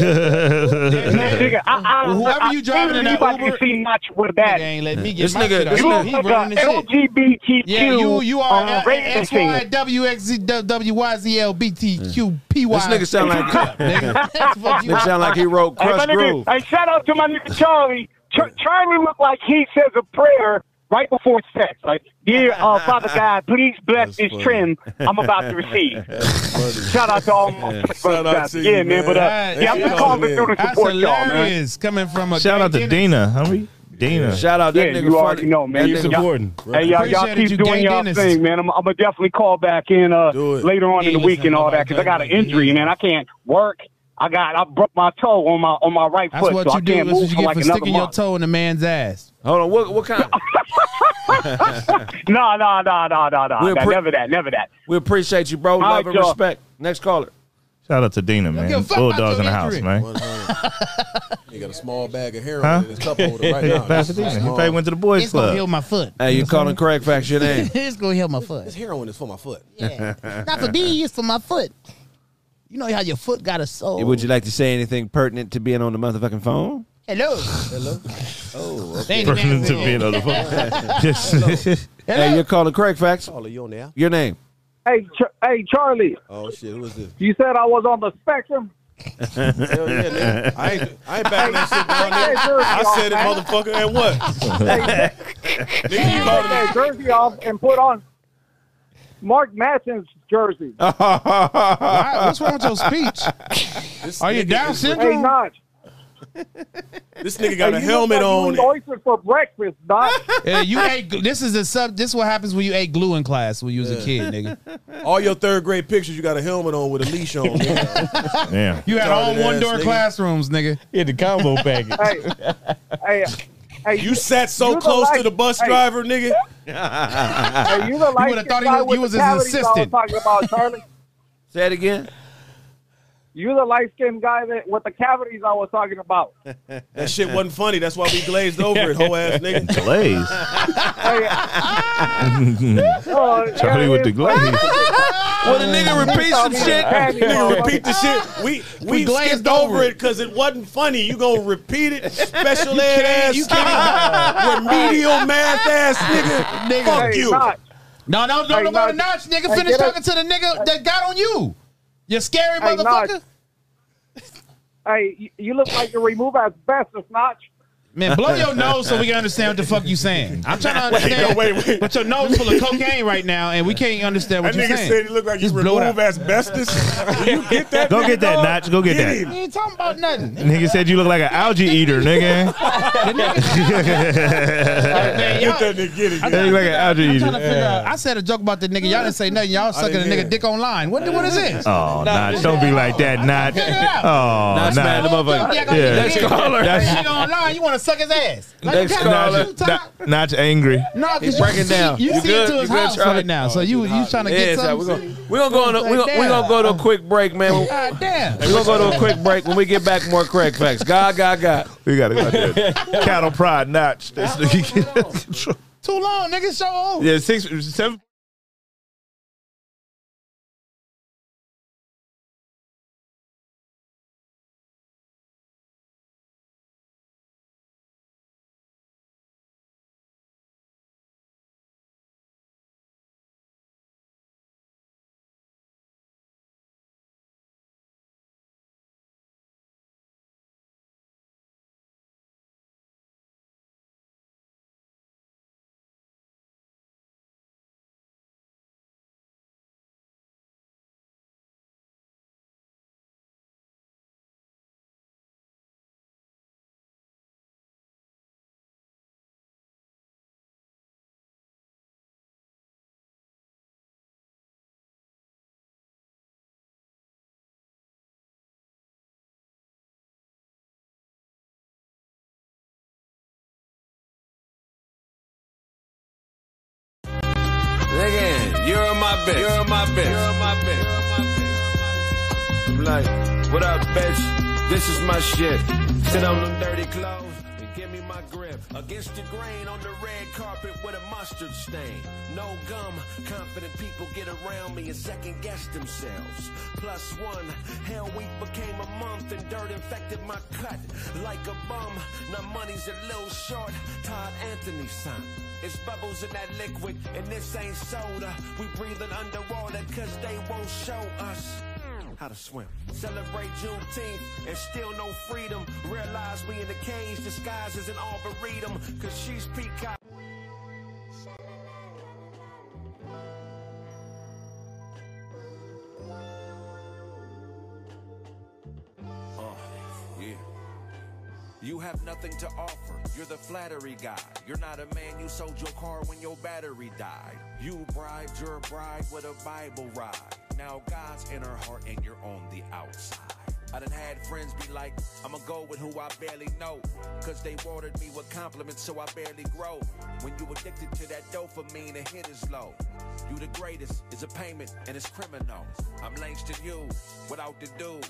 Nigga, I, I, Well, whoever I, you driving in that anybody Uber- can see Notch with that. ain't let me get This my nigga- shit off. this you nigga- look like a he running LGBTQ. Yeah, you you uh, are raven X Y singer. W X Z W Y Z L B T Q P This Y. nigga sound like Nigga sound like he wrote Hey, my Crush nigga, Groove. Hey, shout out to my nigga Charlie. Ch- Charlie look like he says a prayer right before sex. Like, dear uh, Father God, please bless this trim I'm about to receive. shout out to all my Shout out to you, yeah, man. But uh, man. yeah, I'm just calling to do the That's support y'all, man. hilarious coming from a Shout out to Dina, homie. Dina. Shout out that yeah, nigga. you funny. already know, man. That nigga- Hey, y'all, y'all Appreciate it, keep you doing gay y'all dentist. thing, man. I'm, I'm gonna definitely call back in uh, later on in the week and all that because I got an injury, man. I can't work. I got I broke my toe on my on my right That's foot, what so you I do. can't That's move what you for get like for another sticking your month. toe in a man's ass. Hold on, what what kind? No, no, no, no, no, no. We Nah, appre- Never that. Never that. We appreciate you, bro. All Love right, and y'all. respect. Next caller. Shout out to Dina, man. give a fuck about Bulldogs in the your house, injury. man. He got a small bag of heroin Huh? in his cup holder right now. Pasadena. He probably went to the boys' It's gonna club. heal my foot. Hey, you calling Craig Facts your name? it's gonna heal my foot. This heroin is for my foot. Not for me, it's for my foot. You know how your foot got a soul. Would you like to say anything pertinent to being on the motherfucking phone? Hello. Hello. Oh, okay. Pertinent to being on the phone. Just- Hey, you're calling Craig Facts. Caller, you on there? Your name. Hey, Ch- hey, Charlie. Oh shit, who is this? You said I was on the spectrum. Hell yeah, nigga. I ain't, I ain't backing that shit down, nigga. I said it, motherfucker, and what? Nigga, you you called called it that jersey off and put on Mark Matson's jersey. Why- what's wrong with your speech? Are you nigga down is- syndrome? Hey, Notch. This nigga got a helmet on and- oysters for breakfast, Notch. Yeah, you ate. gl- This is the sub. This is what happens when you ate glue in class when you was a kid, nigga. All your third grade pictures, you got a helmet on with a leash on, nigga. Yeah. You had all Retarded one ass door nigga. classrooms, nigga. You had the combo package. hey, hey, you sat so you the close light- to the bus hey. driver, nigga. Hey, you the light skinned guy with the cavities I was talking about, Charlie. Say it again. You the light skinned guy that with the cavities I was talking about. Oh, That shit wasn't funny. That's why we glazed over it, whole ass nigga. Glaze. yeah, Charlie with the glaze. Well, the nigga repeat some shit. Nigga repeat the shit. We we, glazed skipped over it because it wasn't funny. You gonna repeat it, special ed ass, you remedial math ass nigga. Fuck Hey, you. Notch. No, no, no, Hey, no, no, Notch. notch, nigga. Hey, Finish get up. talking to the nigga that got on you. You scary Hey, Notch. motherfucker. Hey, you- you look like you remove asbestos, Notch. Man, blow your nose so we can understand what the fuck you saying. I'm trying to Wait, understand. no, wait, wait. But your nose full of cocaine right now, and we can't understand what That you're nigga saying. said he looked like he Just blow it out. removed asbestos. you get that? Go get that, Notch. Go get that. You ain't talking about nothing. Nigga said you look like an algae eater, nigga. Get that nigga, get it. You look like an algae I'm eater. trying to figure out. I said a joke about the nigga. Y'all didn't say nothing. Y'all sucking a didn't nigga dick online. What, what is this? Oh, Notch, don't be like that, Notch. Oh, Notch Notch. mad at the motherfucker. Yeah. Next caller. That's- Nigga online, you want to suck his ass. Like, Next you kinda- caller. Not, not angry. No, 'cause you see- you see it to his house right now, so you- you tryna get We're something- gonna, we gonna go on. A, we gonna, we gonna go to a quick break, man. God damn. We're gonna go to a quick break. When we get back, more Craig facts. God, God, God. We gotta go out there. Cattle pride, Notch. This nigga. Too long, nigga. Show off. yeah, six, seven. Again, you're my bitch. You're my bitch. You're my bitch. I'm like, what up, bitch? This is my shit. Sit on them dirty clothes and give me my grip. Against the grain on the red carpet with a mustard stain. No gum, confident people get around me and second guess themselves. Plus one, hell week became a month and dirt infected my cut like a bum. Now money's a little short. Todd Anthony's son. It's bubbles in that liquid, and this ain't soda. We breathing underwater, cause they won't show us how to swim. Celebrate Juneteenth and still no freedom. Realize we in the cage, disguised as an arboretum, cause she's peacock. Oh, yeah. You have nothing to offer. You're the flattery guy. You're not a man. You sold your car when your battery died. You bribed your bride with a Bible ride. Now God's in her heart and you're on the outside. I done had friends be like, I'ma go with who I barely know. Cause they watered me with compliments so I barely grow. When you addicted to that dopamine, the hit is low. You the greatest is a payment and it's criminal. I'm Langston you without the dues.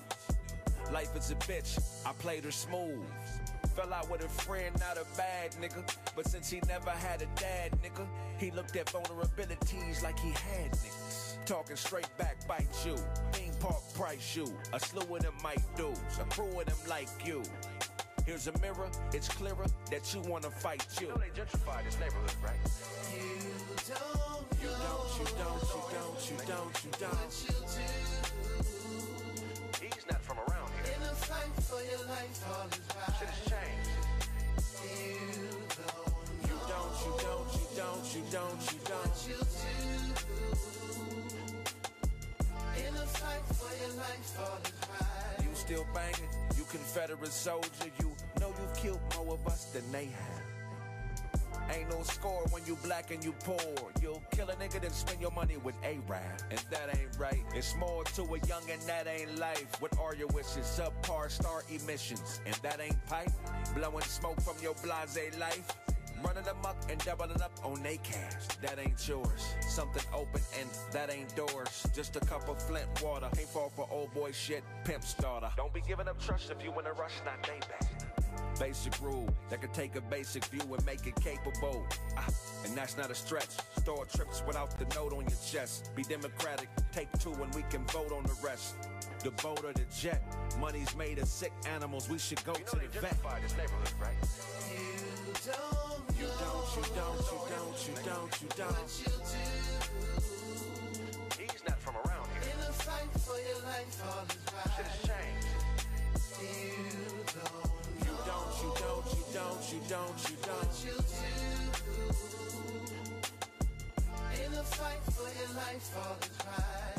Life is a bitch, I played her smooth. Fell out with a friend, not a bad nigga. But since he never had a dad, nigga, he looked at vulnerabilities like he had niggas. Talking straight back, bite you. Theme park price you. A slew of them might dudes, a crew of them like you. Here's a mirror, it's clearer that you wanna fight you. they gentrified this neighborhood, right? You don't, you don't, you don't, you don't, you don't, you don't. He's not from around here. for your life all is right. You don't You don't, you don't, you don't, you don't, you what you don't. do. In a fight for your life all is right. You still banging, you Confederate soldier. You know you've killed more of us than they have. Ain't no score when you black and you poor. You'll kill a nigga then spend your money with A-Rap. And that ain't right. It's more to a young and that ain't life. What are your wishes? Subpar star emissions. And that ain't pipe. Blowing smoke from your blase life. Running amok and doubling up on they cash. That ain't yours. Something open and that ain't doors. Just a cup of Flint water. Can't fall for old boy shit. Pimp starter. Don't be giving up trust if you in a rush, not they back. Basic rule that could take a basic view and make it capable. Ah, and that's not a stretch. Store trips without the note on your chest. Be democratic. Take two and we can vote on the rest. The boat or the jet. Money's made of sick animals. We should go to the vet. This neighborhood, right? You don't You don't, you don't, you don't, you don't, you don't. He's not from around here. In a fight for your life all is right. You don't You don't, you don't, you don't, you don't, you what don't. you do. In a fight for your life all is right.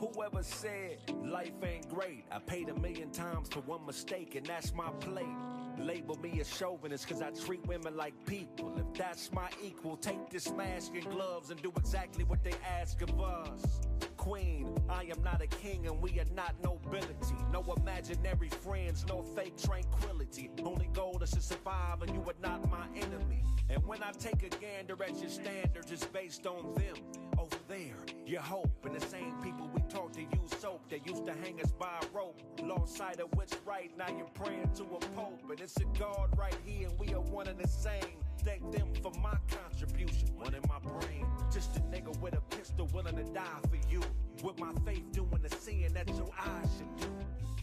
Whoever said life ain't great, I paid a million times for one mistake, and that's my plate. Label me a chauvinist, cause I treat women like people. If that's my equal, take this mask and gloves and do exactly what they ask of us. Queen, I am not a king, and we are not nobility. No imaginary friends, no fake tranquility. Only goal is to survive, and you are not my enemy. And when I take a gander at your standards, it's based on them. Over there, your hope, and the same people we taught to use soap that used to hang us by a rope. Lost sight of what's right, now you're praying to a pope, and it's a God right here, and we are one and the same. Thank them for my contribution, one in my brain. Just a nigga with a pistol willing to die for you. With my faith doing the seeing that your eyes should do.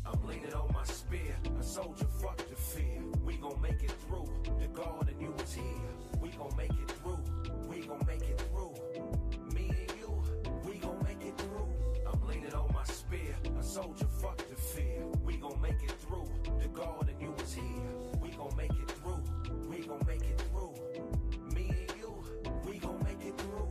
I'm leaning on my spear, a soldier, fuck the fear. We gon' make it through. The God in you is here. We gon' make it through. We gon' make it through. Me and you, we gon' make it through. I'm leaning on my spear, a soldier, fuck the fear. We gon' make it through. The God in you is here. We gon' make it through. We gon' make it through. Me and you, we gon' make it through.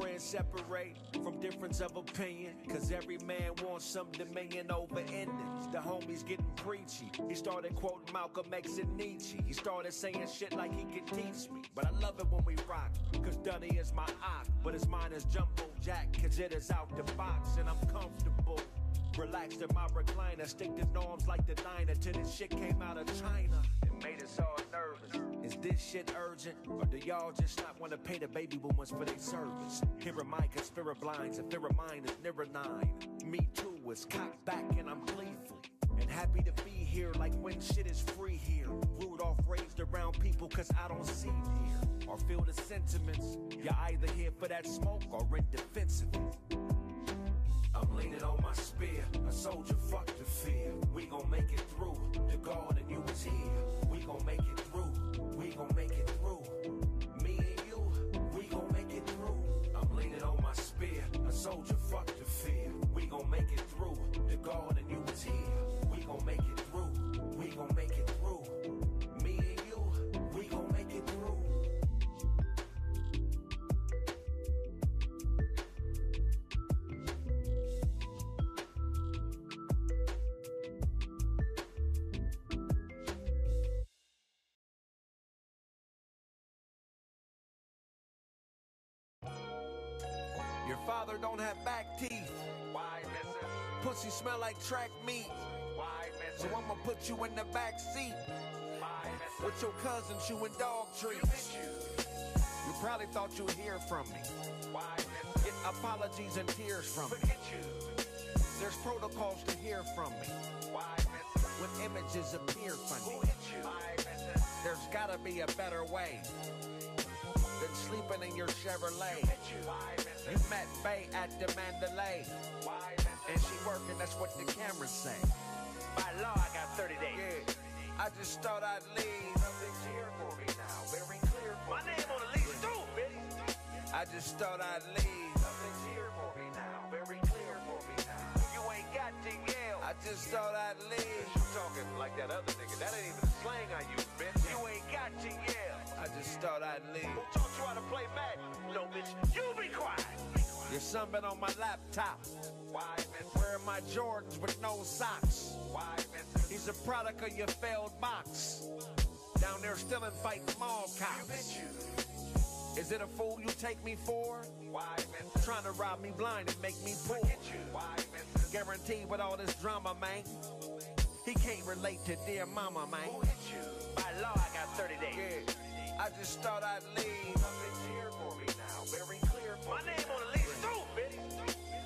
Friends separate from difference of opinion. Cause every man wants some dominion over endings. The homie's getting preachy. He started quoting Malcolm X and Nietzsche. He started saying shit like he could teach me. But I love it when we rock. Cause Dunny is my ock. But his mind is jumbo jack. Cause it is out the box and I'm comfortable. Relaxed in my recliner. Stick to norms like the diner. Till this shit came out of China. And made us all nervous. Is this shit urgent? Or do y'all just not want to pay the baby boomers for their service? Here am I, cause fear of blinds, and fear of mine is nearer nine. Me too is cocked back and I'm gleeful. And happy to be here like when shit is free here. Rudolph raised around people cause I don't see here. Or feel the sentiments. You're either here for that smoke or in defensive. I'm leaning on my spear, a soldier, fuck the fear. We gon' make it through. The God in you is here. We gon' make it through. We gon' make it through. Me and you, we gon' make it through. I'm leaning on my spear, a soldier, fuck the fear. We gon' make it through. The God in you is here. We gon' make it through. We gon' make it through. Me and you, we gon' make it through. Your father don't have back teeth. Why, missus? Pussy smell like track meat. Why, missus? So I'ma put you in the back seat. Why, missus? With your cousin chewing dog treats. You probably thought you'd hear from me. Why, missus? Get apologies and tears from Forget me. you. There's protocols to hear from me. Why, missus? When images appear funny. Who hit you? Why, missus? There's gotta be a better way than sleeping in your Chevrolet. You met Bay at the Mandalay, and she working. That's what the cameras say. By law, I got 30 days. Yeah. I just thought I'd leave. Nothing's here for me now. Very clear. For My name on the lease too, bitch. I just thought I'd leave. Nothing's here for me now. Very clear for me now. You ain't got to yell. I just thought I'd leave. You talking like that other nigga? That ain't even the slang I use, bitch. You ain't got to yell. I just thought I'd leave. Who taught you how to play Madden? No, bitch. You be quiet. Your son been on my laptop. Why, miss? Wearing my Jordans with no socks. Why, miss? He's a product of your failed box. Down there still and fighting mall cops. Is it a fool you take me for? Why, miss? Trying to rob me blind and make me poor. Why, miss? Guaranteed with all this drama, man. He can't relate to dear mama, man. By law, I got 30 days. Yeah. I just thought I'd leave. Nothing's here for me now. Very clear. For My name on the lease too, bitch.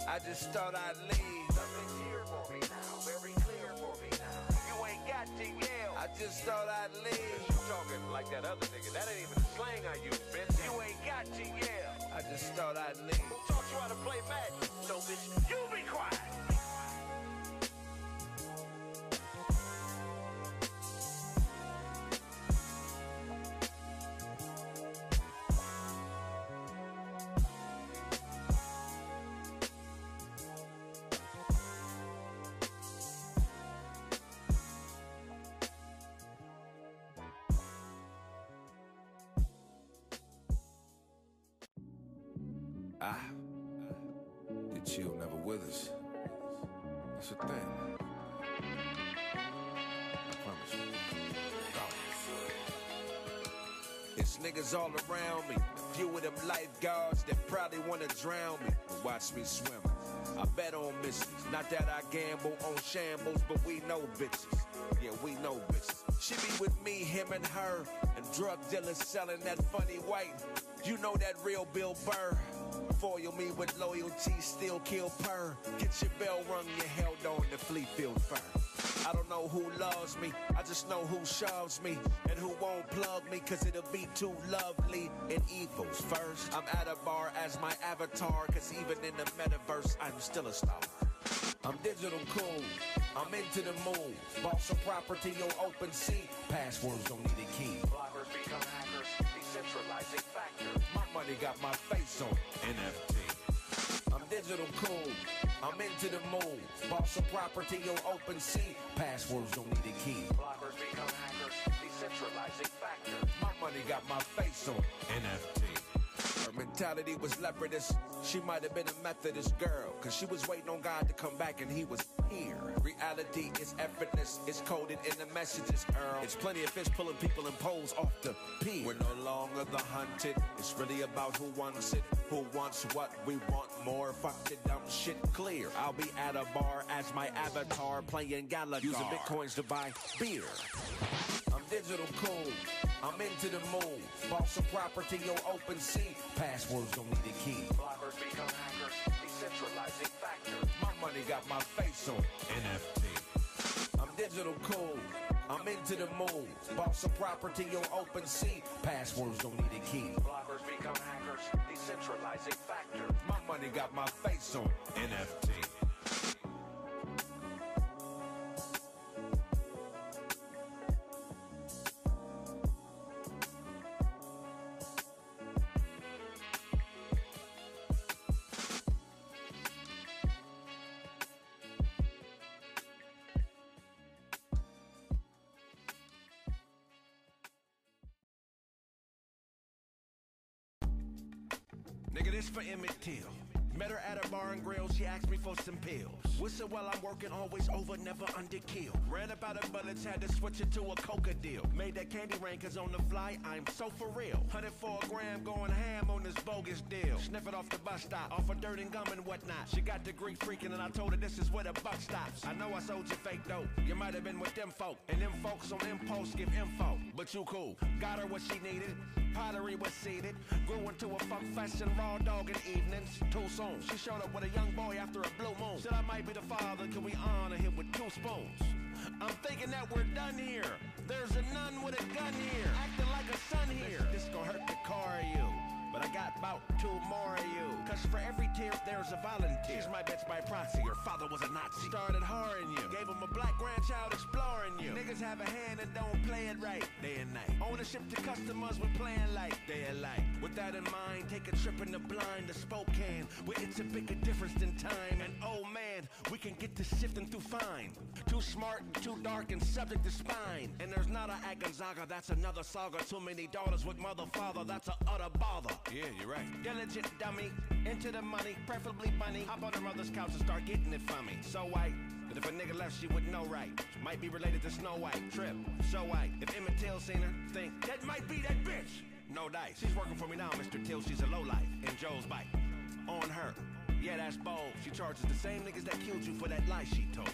I just thought I'd leave. Nothing's here for me now. Very clear for me now. You ain't got to yell. I just thought I'd leave. You talking like that other nigga? That ain't even the slang I use, bitch. You ain't got to yell. I just thought I'd leave. Who taught you how to play Madden? No, bitch. You be quiet. Ah, the chill never withers. That's a thing. I promise you. It's niggas all around me. A few of them lifeguards that probably wanna drown me and watch me swim. I bet on misses. Not that I gamble on shambles, but we know bitches. Yeah, we know bitches. She be with me, him, and her. And drug dealers selling that funny white. You know that real Bill Burr. Foil me with loyalty, still kill purr. Get your bell rung, you held on the flea field fur. I don't know who loves me, I just know who shoves me and who won't plug me, cause it'll be too lovely and evil's first. I'm at a bar as my avatar, cause even in the metaverse, I'm still a star. I'm digital cool, I'm into the move. Bought some property on open sea. Passwords don't need a key. Bloggers become hackers, decentralizing factor. My money got my face on NFT. I'm digital cool. I'm into the move. Bought some property on open sea. Passwords don't need a key. Bloggers become hackers, decentralizing factor. My money got my face on NFT. Her mentality was leopardess. She might have been a Methodist girl, cause she was waiting on God to come back and he was here. Reality is effortless, it's coded in the messages, Earl. It's plenty of fish pulling people in poles off the pier. We're no longer the hunted, it's really about who wants it, who wants what we want more. Fuck the dumb shit clear. I'll be at a bar as my avatar playing Galaga, using bitcoins to buy beer. I'm digital cool. I'm into the move. Bought some property on open sea. Passwords don't need a key. Bloggers become hackers. Decentralizing factor. My money got my face on NFT. I'm digital cool. I'm into the move. Bought some property on open sea. Passwords don't need a key. Bloggers become hackers. Decentralizing factor. My money got my face on NFT. Nigga, this for Emmett Till. Met her at a bar and grill, she asked me for some pills. Whistle while I'm working, always over, never under kill. Ran about a bullets, had to switch it to a coca deal. Made that candy rain, cause on the fly, I'm so for real. 104 gram going ham on this bogus deal. Sniff it off the bus stop, off of dirt and gum and whatnot. She got the Greek freaking, and I told her this is where the buck stops. I know I sold you fake dope, you might have been with them folk. And them folks on impulse give info, but you cool. Got her what she needed. Pottery was seeded, grew into a funk fest and raw dog in evenings. Too soon, she showed up with a young boy after a blue moon. Said I might be the father, can we honor him with two spoons? I'm thinking that we're done here. There's a nun with a gun here, acting like a son here. This, this gonna hurt the car you. But I got about two more of you. Cause for every tear, there's a volunteer. She's my bitch by proxy. Your father was a Nazi. Started whoring you. Gave him a black grandchild exploring you. Niggas have a hand and don't play it right. Day and night. Ownership to customers, we playing like day and light. With that in mind, take a trip in the blind to Spokane. Where it's a bigger difference than time. And oh man, we can get to sifting through fine. Too smart and too dark and subject to spine. And there's not a Agonzaga, that's another saga. Too many daughters with mother father, that's a utter bother. Yeah, you're right. Diligent dummy, into the money, preferably bunny. Hop on her mother's couch and start getting it from me. So white, that if a nigga left, she would know right. Might be related to Snow White, Trip, so white. If Emmett Till seen her, think that might be that bitch. No dice. She's working for me now, Mr. Till. She's a lowlife in Joe's bike. On her. Yeah, that's bold. She charges the same niggas that killed you for that lie she told.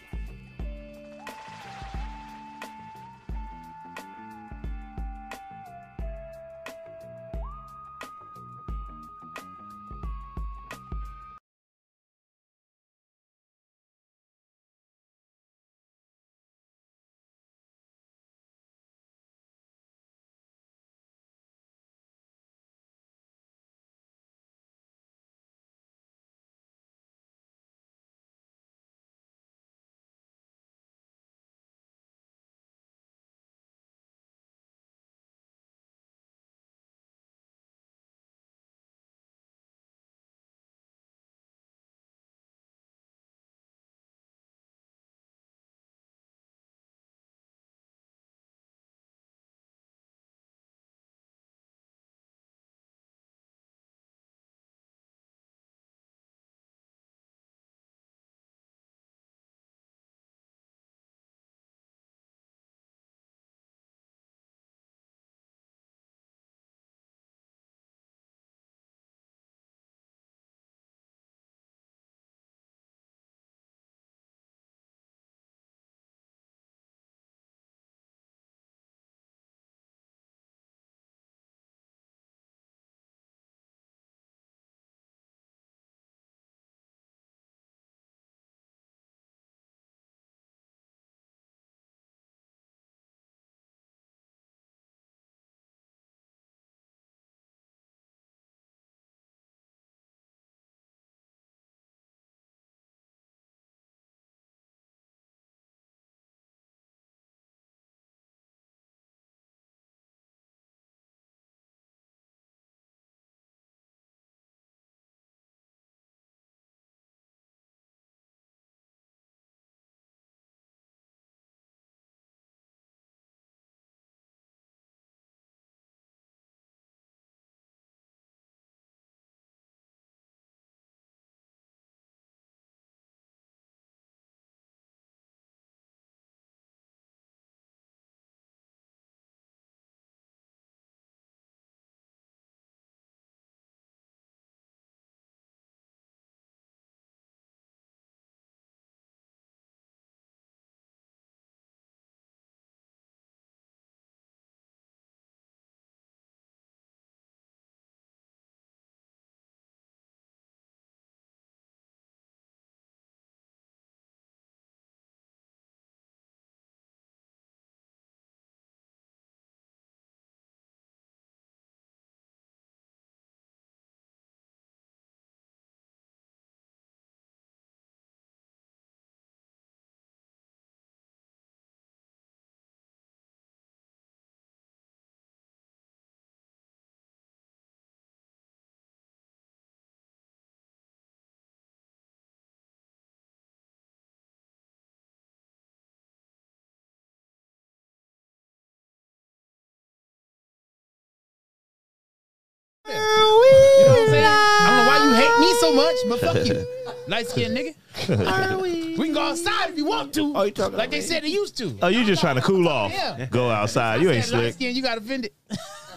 You know what I'm saying? I don't know why you hate me so much, but fuck you. Light skinned nigga. we? can go outside if you want to. Oh, you talking like they said they used to. Oh, you just trying to cool off. Yeah. Go outside. You ain't Light slick. skinned, you got offended.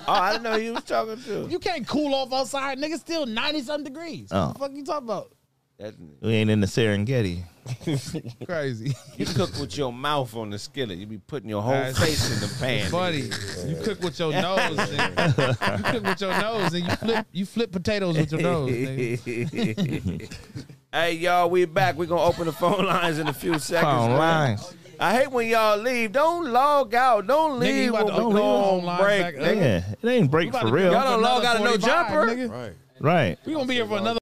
Oh, I didn't know you was talking to. You can't cool off outside, nigga. Still 90 something degrees. Oh. What the fuck you talking about? We ain't in the Serengeti. Crazy. You cook with your mouth on the skillet. You be putting your whole That's face in the pan. funny. You cook with your nose, nigga. You cook with your nose and you flip you flip potatoes with your nose, nigga. hey y'all, we back. We're gonna open the phone lines in a few seconds. Phone man. lines. I hate when y'all leave. Don't log out. Don't Nigga, leave you about when to we open your go phone on lines break. back up. nigga. Yeah, it ain't break for real. Y'all don't log out of no another jumper. 45, nigga. Right. We gonna be here for another